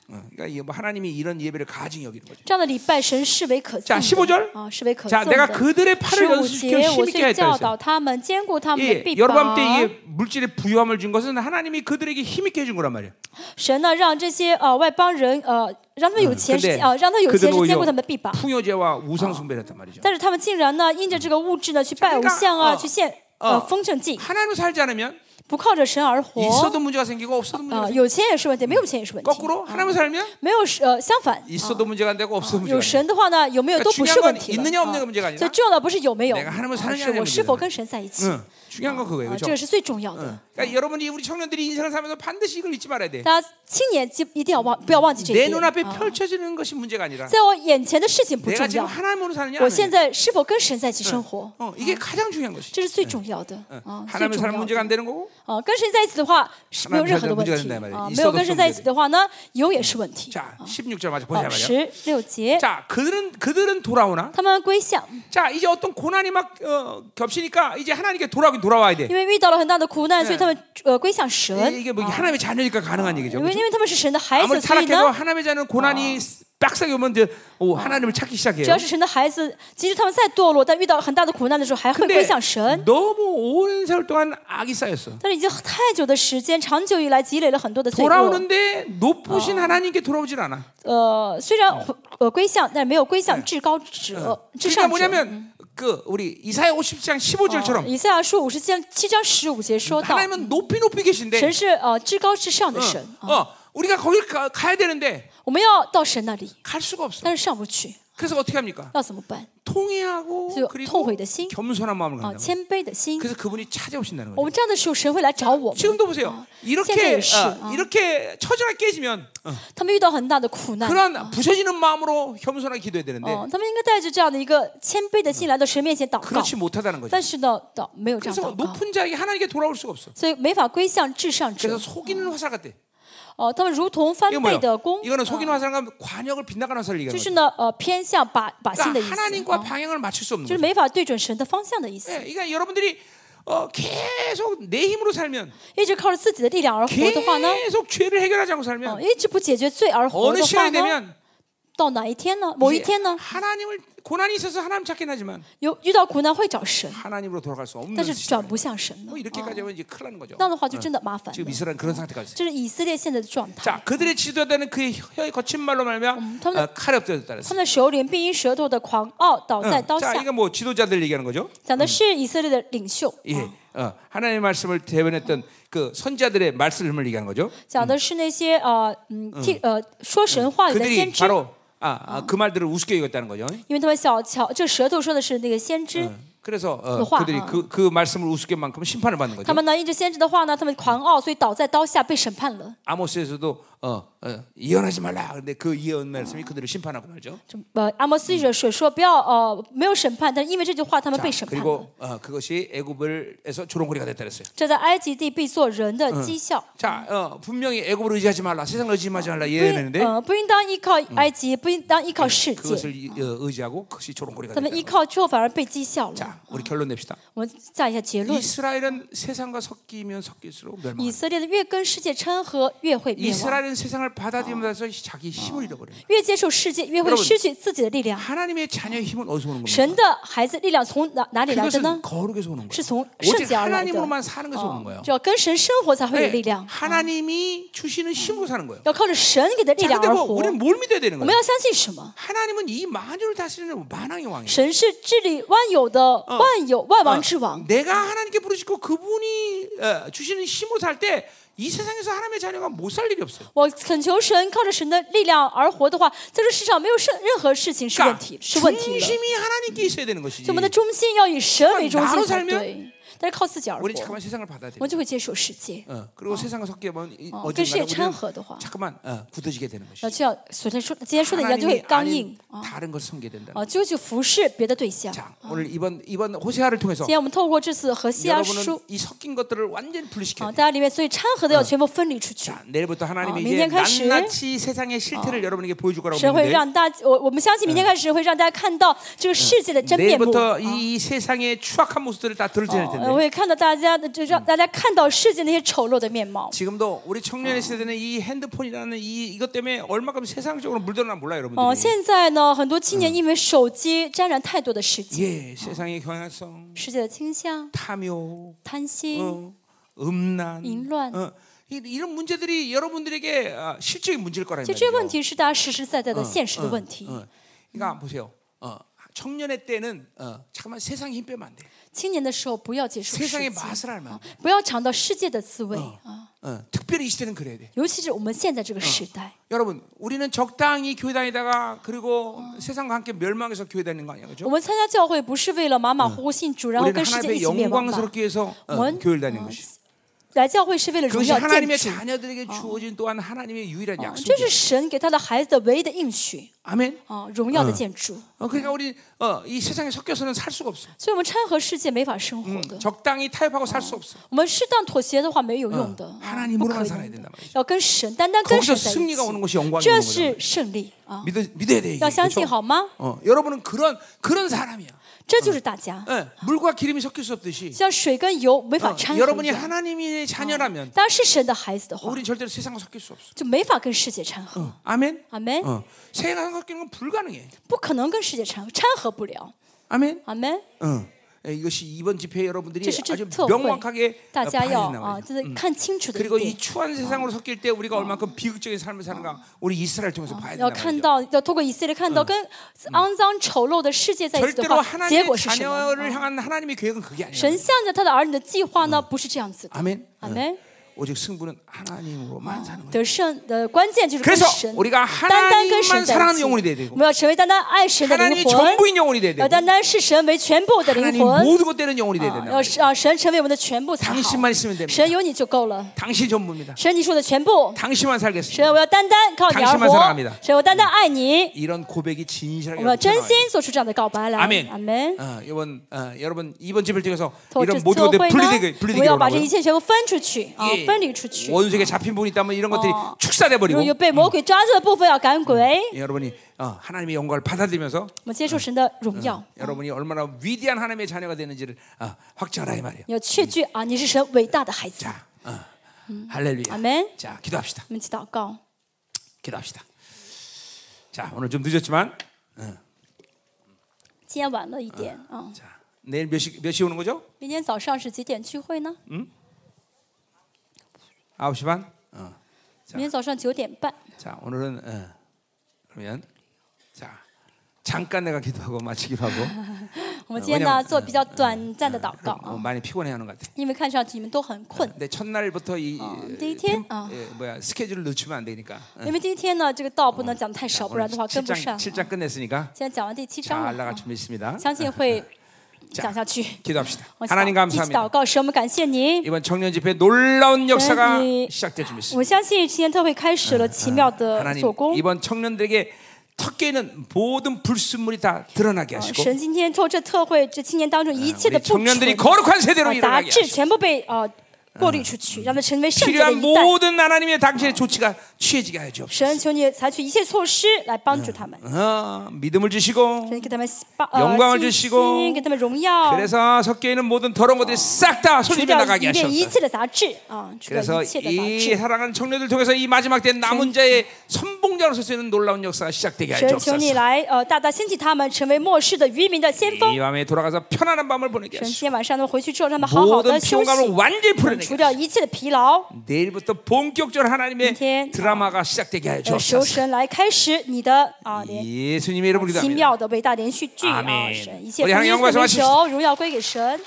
어, 그러니까 이게 뭐 하나님이 이런 예배를 가증히 여기는 거죠. 这样的礼拜神视为可 자 憎15的 절 啊，视为可 자 憎 내가 的。 그들의 十 팔을 五 연습시켜 节，我 힘있게 虽 하였다 教 했어요. 导他们，兼顾他们的 예, 臂 여로밤 때 膀。 이게 물질의 부유함을 준 것은 하나님이 그들에게 힘있게 해준 거란 말이에요. 神呢，让这些呃外邦人呃，让他们有钱是 근데 呃，让他们有钱 그들은 是兼顾 오히려 他们的臂膀。 풍요제와 우상 숭배했단 말이죠. 但是他们竟然呢，因着这个物质呢，去拜偶像 어 啊，去献 어 呃丰盛祭。 하나님을 살지 않으면 不不靠着神而活 있어도 문제가 생기고 없어도 문제가 啊， 생기고 有钱也是问题，没有钱也是问题。 거꾸로 하나님을 살면 没有神呃，相反， 있어도 문제가 안 되고 없어도 문제가 有 안 돼. 神的话呢，有没有都不是问题 그러니까중요한건있느냐없느냐가문제가아니라 最重要的不是有没有， 내가하나님을사느냐 而是 아니냐문제다 我是否跟神在一起， 응. 중요한 건 그거예요. 啊， 그렇죠? 这个是最重要的。 그러니까 여러분이 우리 청년들이 인생을 살면서 반드시 이걸 잊지 말아야 돼. 大家青年记一定要忘，不要忘记这一 내 点。 눈앞에 啊 펼쳐지는 것이 문제가 아니라 在我眼前的事情不 내가 重 지금 要， 하나님으로 사느냐 我现 아니냐. 在是否跟神在一起生活， 어, 이게 가장 중요한 것이. 这是最重要的啊，最 하나님을 重 사는 要的 문제가 안 되는 거고 啊。跟神在一起的话是没有任何的问 하나님사는문제가된단 题 말이야 啊， 있어도 没有跟神在一 없어도 起的话呢，有也是问题。 자 16절 마저 보자 好， 말이야 十六节， 자 그들은 그들은 돌아오나 他们归向， 자 이제 어떤 고난이 막 어, 겹치니까 이제 하나님께 돌아오긴 돌아와야 돼 因为遇到了很大的苦难，所以他们呃归向 이- 神。 이게 뭐 하나님의 자녀니까 가능한 因 얘기죠 为因为他们是神的孩 아무리 子，所以 타락해도 呢， 하나님의 자녀는 고난이 빡세게 오면 이제 오, 하나님을 찾기 只 시작해요 要是神的孩子，即使他们再堕落，但遇到很大的苦难的时候，还会归 근데 向神。 너무 오랜 세월 동안 악이 쌓였어 但是已经太久的时间，长久以来积累了很多的罪恶。 돌아오는데 높으신 하나님께 돌아오질 않아 呃，虽然回呃归向，但没有归向至高者、至 그러니까 上者。啊 뭐냐면 그 우리 이사야 50장 15절처럼 以赛亚书五十七七章十五节说到， 하나님은 높이 높이 계신데 神是呃至高至上的神， 어, 우리가 거기 가, 가야 되는데 我们要到神那里， 갈 수가 없어. 但是上不去， 그래서 어떻게 합니까? 要怎么办？ 통회하고 就 그리고 痛悔的心 겸손한 마음을 啊， 갖는 거예요. 谦卑的心。 그래서 그분이 찾아오신다는 我 거예요. 们这样的时候，神会来找我们。 지금도 보세요. 이렇게 세상의 시, 어, 어. 이렇게 처지가 깨지면 어, 他们遇到很大的苦难， 그런 부서지는 마음으로 겸손하게 기도해야 되는데 哦，他们应该带着这样的一个谦卑的心来到神面前祷告 어. 그렇지 ， 못하다는 거죠. 但是呢，祷没有这样 그래서 祷告， 높은 자에게 하나님께 돌아올 수가 없어. 所以没法归向至上 그래서 者。 속이는 화살 같대. 哦，他们如同翻 이거 倍 뭐예요? 的弓， 이거는 속이는 화살과 관역을 빗나가는 화살을 就 얘기하는 是 거예요. 呢，呃，偏向把把心的意 그러니까 思， 하나님과 啊 방향을 맞출 수 없는 就是 거죠. 没法对准神的方向的意思。 예, 그러니까 여러분들이 어, 계속 내 힘으로 살면 一直靠着自己的力量而活的话呢， 계속 죄를 해결하지 않고 哦 살면 一直不解决罪而活 어느 的话 시간이 呢， 되면 到哪一天呢？某一뭐 이제 天呢？ 하나님을 고난이 있어서 하나님 찾긴 하지만 有遇到苦难会找神， 하나님으로 돌아갈 수 없는 但是 시간. 转不向神了 뭐 。 이렇게까지 하면 이제 큰일 나는 거죠. 那样的话就真的麻烦 지금 了。 이스라엘 그런 상태까지. 있어요. 这是以色列现在的状态。 자, 그들의 지도자는 그의 혀의 거친 말로 말하면 다음에- 어, 칼에 엎드렸다 그랬어요. 他们的首领并因舌头的狂傲倒在 응. 刀 자, 下。 이거 뭐 지도자들 얘기하는 거죠. 讲的是以色列的领袖，啊 예, 어, 하나님의 말씀을 대변했던 그 선자들의 말씀을 얘기하는 거죠. 讲的是那些呃嗯替呃说神话语的 그들이 先知， 바로 아, 아, 그 말들을 우습게 여겼다는 거죠. 因为他们小瞧这舌头说的是那个先知，嗯 그래서 어, 노화. 그들이 그, 그 말씀을 우습게만큼 심판을 받는 거죠. 他们呢因着先知的话呢，他们狂傲，所以倒在刀下被审判了。 아모스에서도 어, 어, 예언하지 말라. 근데 그 예언 말씀이 그들을 심판하고 말죠. 就呃阿摩斯记者所说不要呃没有审判，但是因为这句话他们 자, 被审判了。 그리고 어, 그것이 애굽을에서 조롱거리가 됐다 그랬어요. 这在埃及地必做人的讥笑， 자, 어, 분명히 애굽을 의지하지 말라. 세상을 의지하지 말라 不应 예언했는데 嗯呃不应当依靠埃及，不应当依靠世界， 어, 그것을 이- 어, 의지하고 그것이 조롱거리가 他们依 됐다. 靠之后反而被讥笑了。 자, 우리 결론 냅시다. 我们下一下结论： 이스라엘은 세상과 섞이면 섞일수록 以 멸망. 色列的越跟世界掺和，越会灭亡。 이스라엘은 세상을 받아들이면서 자기 힘을 잃어버려요. 越接受世界，越会失去自己的力量。 하나님의 자녀의 힘은 어디서 오는 겁니까? 神的孩子力量从哪哪里来的 그것은 呢？ 거룩에서 오는 거예요. 是从圣 오직 洁而来的，哎 하나님으로만 어. 사는 것에서 오는 거예요. 就要跟神生活才会有 네, 力量， 하나님이 주시는 힘으로 사는 거예요. 要靠着神给的力 자, 量 근데 而 뭐 活。 우리는 뭘 믿어야 되는 我们 거예요? 要相信什么？ 하나님은 이 만유를 다스리는 만왕의 왕이에요. 神是治理万有的万有万王之王。 어, 내가 하나님께 부르짖고 그분이 어, 주시는 힘으로 살 때 이 세상에서 하나님의 자녀가 못 살 일이 없어요. 我恳求神靠着神的力量而活的话，在这世上没有任任何事情是问 그러니까 题是问题的。所以 중심이 하나님께 있어야 되는 것이지. 我们的中心要以神为中 나로 心才 살면 对，但是靠自己而活， 우리 我 잠깐만 세상을 받아들여. 们就会接受世界。 어, 그리고 세상과 섞이면 이- 어, 어젠가는 글씨에 우리는 찬허도화. 잠깐만 어, 굳어지게 되는 것이. 那就要昨天说今天说的一样，就会 하나님이 刚硬 아닌 。 다른 것을 섬겨야 된다. 啊，就去服侍别的对象。今 자 오늘 이번 이번 호세아를 통해서 天我们透过这次和西亚书 여러분은 이 섞인 것들을 완전히 啊， 분리시켜. 大家里面所以掺和的要全部分离出去。 자, 내일부터 하나님이 어, 이제 민생 칼슘. 낱낱이 세상의 실태를 여러분에게 보여줄 거라고 神会 믿는데 让大家我我们相信明天开始会让大家看到这个世界的真面目。哦 내일부터 이 세상의 추악한 모습들을 다 드러낼 텐데 我会看到大家的，就让大家看到世界那些丑陋嗯的面貌。 지금도 우리 청년의 세대는 이 핸드폰이라는 이 이것 때문에 얼마큼 세상적으로 물들어나 몰라 요 哦、 여러분들이. 现在呢，很多青年因为手机沾染太多的事情， 예, 세상의 경향성, 世界的倾向、 탐욕, 贪心、 어, 음란, 인란. 어, 이- 이런 문제들이 여러분들에게 아, 실적인 문제일 거라는 其实这些问 말이에요. 嗯题是大家实实在在的现实的问题。 어, 그러니까 보세요. 어, 청년의 때는 어, 잠깐만 세상에 힘 빼면 안 돼. 青年的时候不要接受世 세상의 界， 맛을 알면 안 돼. 不要尝到世界的滋味啊！ 어, 특별히 이 시대는 그래야 돼. 尤其是我们现在这个时代， 여러분, 우리는 적당히 교회 다니다가 그리고 세상과 함께 멸망해서 교회 다니는 거 아니야, 그죠? 我们参加教会不是为了马马虎虎信主，然后 우리는 跟世界一 하나님의 起灭亡吧？ 영광스럽게 해서 어, 원- 교회를 다니는 것이. 来教会是为了荣 그것이 耀建 하나님의 主， 자녀들에게 주어진 어, 또한 하나님의 유일한 啊这 약속이에요. 是神给他的孩子的唯一的应许 아멘. 啊！荣耀的建筑， 어, 그러니까 우리 어, 이 세상에 섞여서는 살 수가 없어. 所以我们掺和世界没法生活的。 적당히 타협하고 살 수 없어. 我们适当妥协的话没有用的，啊不可 하나님으로만 能 살아야 的 된단 말이죠. 要跟神单单跟 거기서 神在一 승리가 起， 오는 것이 영광이 오는 这 거죠. 是胜利啊！ 믿어 믿어야 돼. 이게, 要相 그렇죠? 信好吗？ 어, 여러분은 그런 그런 사람이야. 这就是大家， 예, 물과 기름이 섞일 수 없듯이 像水跟油没法 어, 掺和一 여러분이 样。 하나님의 자녀라면 当然是神的孩子的话， 우린 절대로 세상과 섞일 수 없어. 就没法跟世界掺和， 아멘. 아멘. 어, 세상과 섞이는 건 불가능해. 不可能跟世界掺掺和不了， 아멘. 阿门。 어. 예, 이것이 이번 집회 여러분들이 这是这 아주 特会 명확하게 ，大家要 봐야된다 어, 啊， 말이죠. 真的看清楚的 그리고 이一点， 추한 세상으로 섞일 때 우리가 얼만큼 비극적인 삶을 사는가 우리 이스라엘 통해서 봐야 要 된다 말이죠. 看到，要透过以色列看到跟肮脏丑陋的世界在一起的嗯 절대로 话， 하나님의 结果是什么？ 자녀를 향한 하나님의 嗯 계획은 그게 아니에요. 神向着他的儿女的计划呢，不是这样子的， 아멘. 阿门。 오직 승부는 하나님으로만 사는 거예요. 得胜的关键就是跟 그래서 神， 우리가 单单跟神 하나님만 在一 사랑하는 起。 영혼이 돼야 我 되고 们要成为单单爱神的灵 하나님이 魂， 전부인 영혼이 돼야 要 되고 单单是神为全部的灵 하나님 魂。 모든 것 되는 영혼이 어, 돼야 啊 된다. 要是让神成为我们的全部才好。 당신만 있으면 됩니다. 神有你就够了， 당신 전부입니다. 神你是我的全部。 당신만 살겠습니다. 神，我要单单靠你而嗯 당신만사랑합니 活 다 。神，我单单爱你。 이런 고백이 我 진실하게 们要真 나와요. 心做出这样的告白来。 아멘. 阿门。 어, 이번 어, 여러분 이번 집을 통해서 透过这 이런 次 모든 것들 特会呢 분리되게 ，我们 분리되게 要把这一 하라고요. 切全部分出去啊 예. ，分离出去。 원수에게 잡힌 분이 있다면 이런 것들이 아, 어. 축사돼 如果 버리고 有被魔鬼抓住的部分，要赶鬼。 예, 여러분이 어, 하나님의 영광을 받아들이면서 我们接受神的荣耀。 여러분이 얼마나 위대한 하나님의 자녀가 되는지를 어, 확증하라 이 말이에요. 你要确据啊，你是神伟大的孩子。 자, 어, 할렐루야. 아멘. 자, 기도합시다. 我们一起祷告。 기도합시다. 자, 오늘 좀 늦었지만 今天晚了一点啊， 자, 내일 몇 시 몇 시 오는 거죠? 明天早上是几点聚会呢？ 9시 반. 어. 明天早上九点半。 자, 오늘은 어, 그러면 자, 잠깐 내가 기도하고 마치기로 하고 我们今天我呢想做比较短暂的祷告 어, 啊， 많이 피곤해 하는 것 같아. 因为看上去你们都很困。 근데 첫날부터 이 근데 이 팀? 템- 어. 예, 뭐야 스케줄을 늦추면 안 되니까. 因为第一天呢，这个道不能讲太 어, 少，不嗯然的话跟不 7장, 上啊。 7장 끝냈으니까 现在讲完第七章 잘 了， 나갈 啊 준비 있습니다. 相信会 자 讲下去。 어, 기도합시다. 我们 하나님 祷一起祷 감사합니다. 告，神，我们感谢您。 이번 청년 집회 놀라운 역사가 이- 시작될 준비 있습니다. 我相信青年特会开始了奇妙的 하나님 做工。 이번 청년들에게 턱에 있는 모든 불순물이 다 드러나게 啊 하시고 神今天透过这特会，这青年当中一切的 우리 不纯 청년들이 거룩한 세대로 啊杂 일어나게 质 하시고 全部被啊过滤出嗯去，让它成为圣洁的 필요한 一代。 모든 하나님의 당신의 조치가 취해지게 하여 주옵소서 神求你采取一切措施来帮助他们， 어, 믿음을 주시고 神给他们帮呃 영광을 信 주시고 心，给他们荣耀， 그래서 섞여 있는 모든 더러운 것들이 싹 다 除 손님에 掉里 나가게 面一 하셨어 切的杂质啊，除掉 그래서 一切的杂 이 质。 사랑하는 청년들 통해서 이 마지막 때 남은 자의 선봉자로 설 수 있는 놀라운 역사가 시작되게 하여 神求你 주옵소서 来呃大大兴起他们，成为末世的渔民的先锋 이 。 밤에 돌아가서 편안한 밤을 보내게 神 하시고 今天晚上他们回去之后，让他们好好 모든 的休息 피곤감을 ， 완전히 풀어내게 除掉一切的疲劳。 내일부터 본격적으로 하나님의 이제, 드라마가 네, 시작되게 아, 하여 呃，求 주옵소서. 神来开始你的嗯啊连 예수님의 이름으로 奇 기도합니다. 妙的伟大连续剧阿门啊！神，一切我福们向音荣耀归所没给神求，荣耀归给神。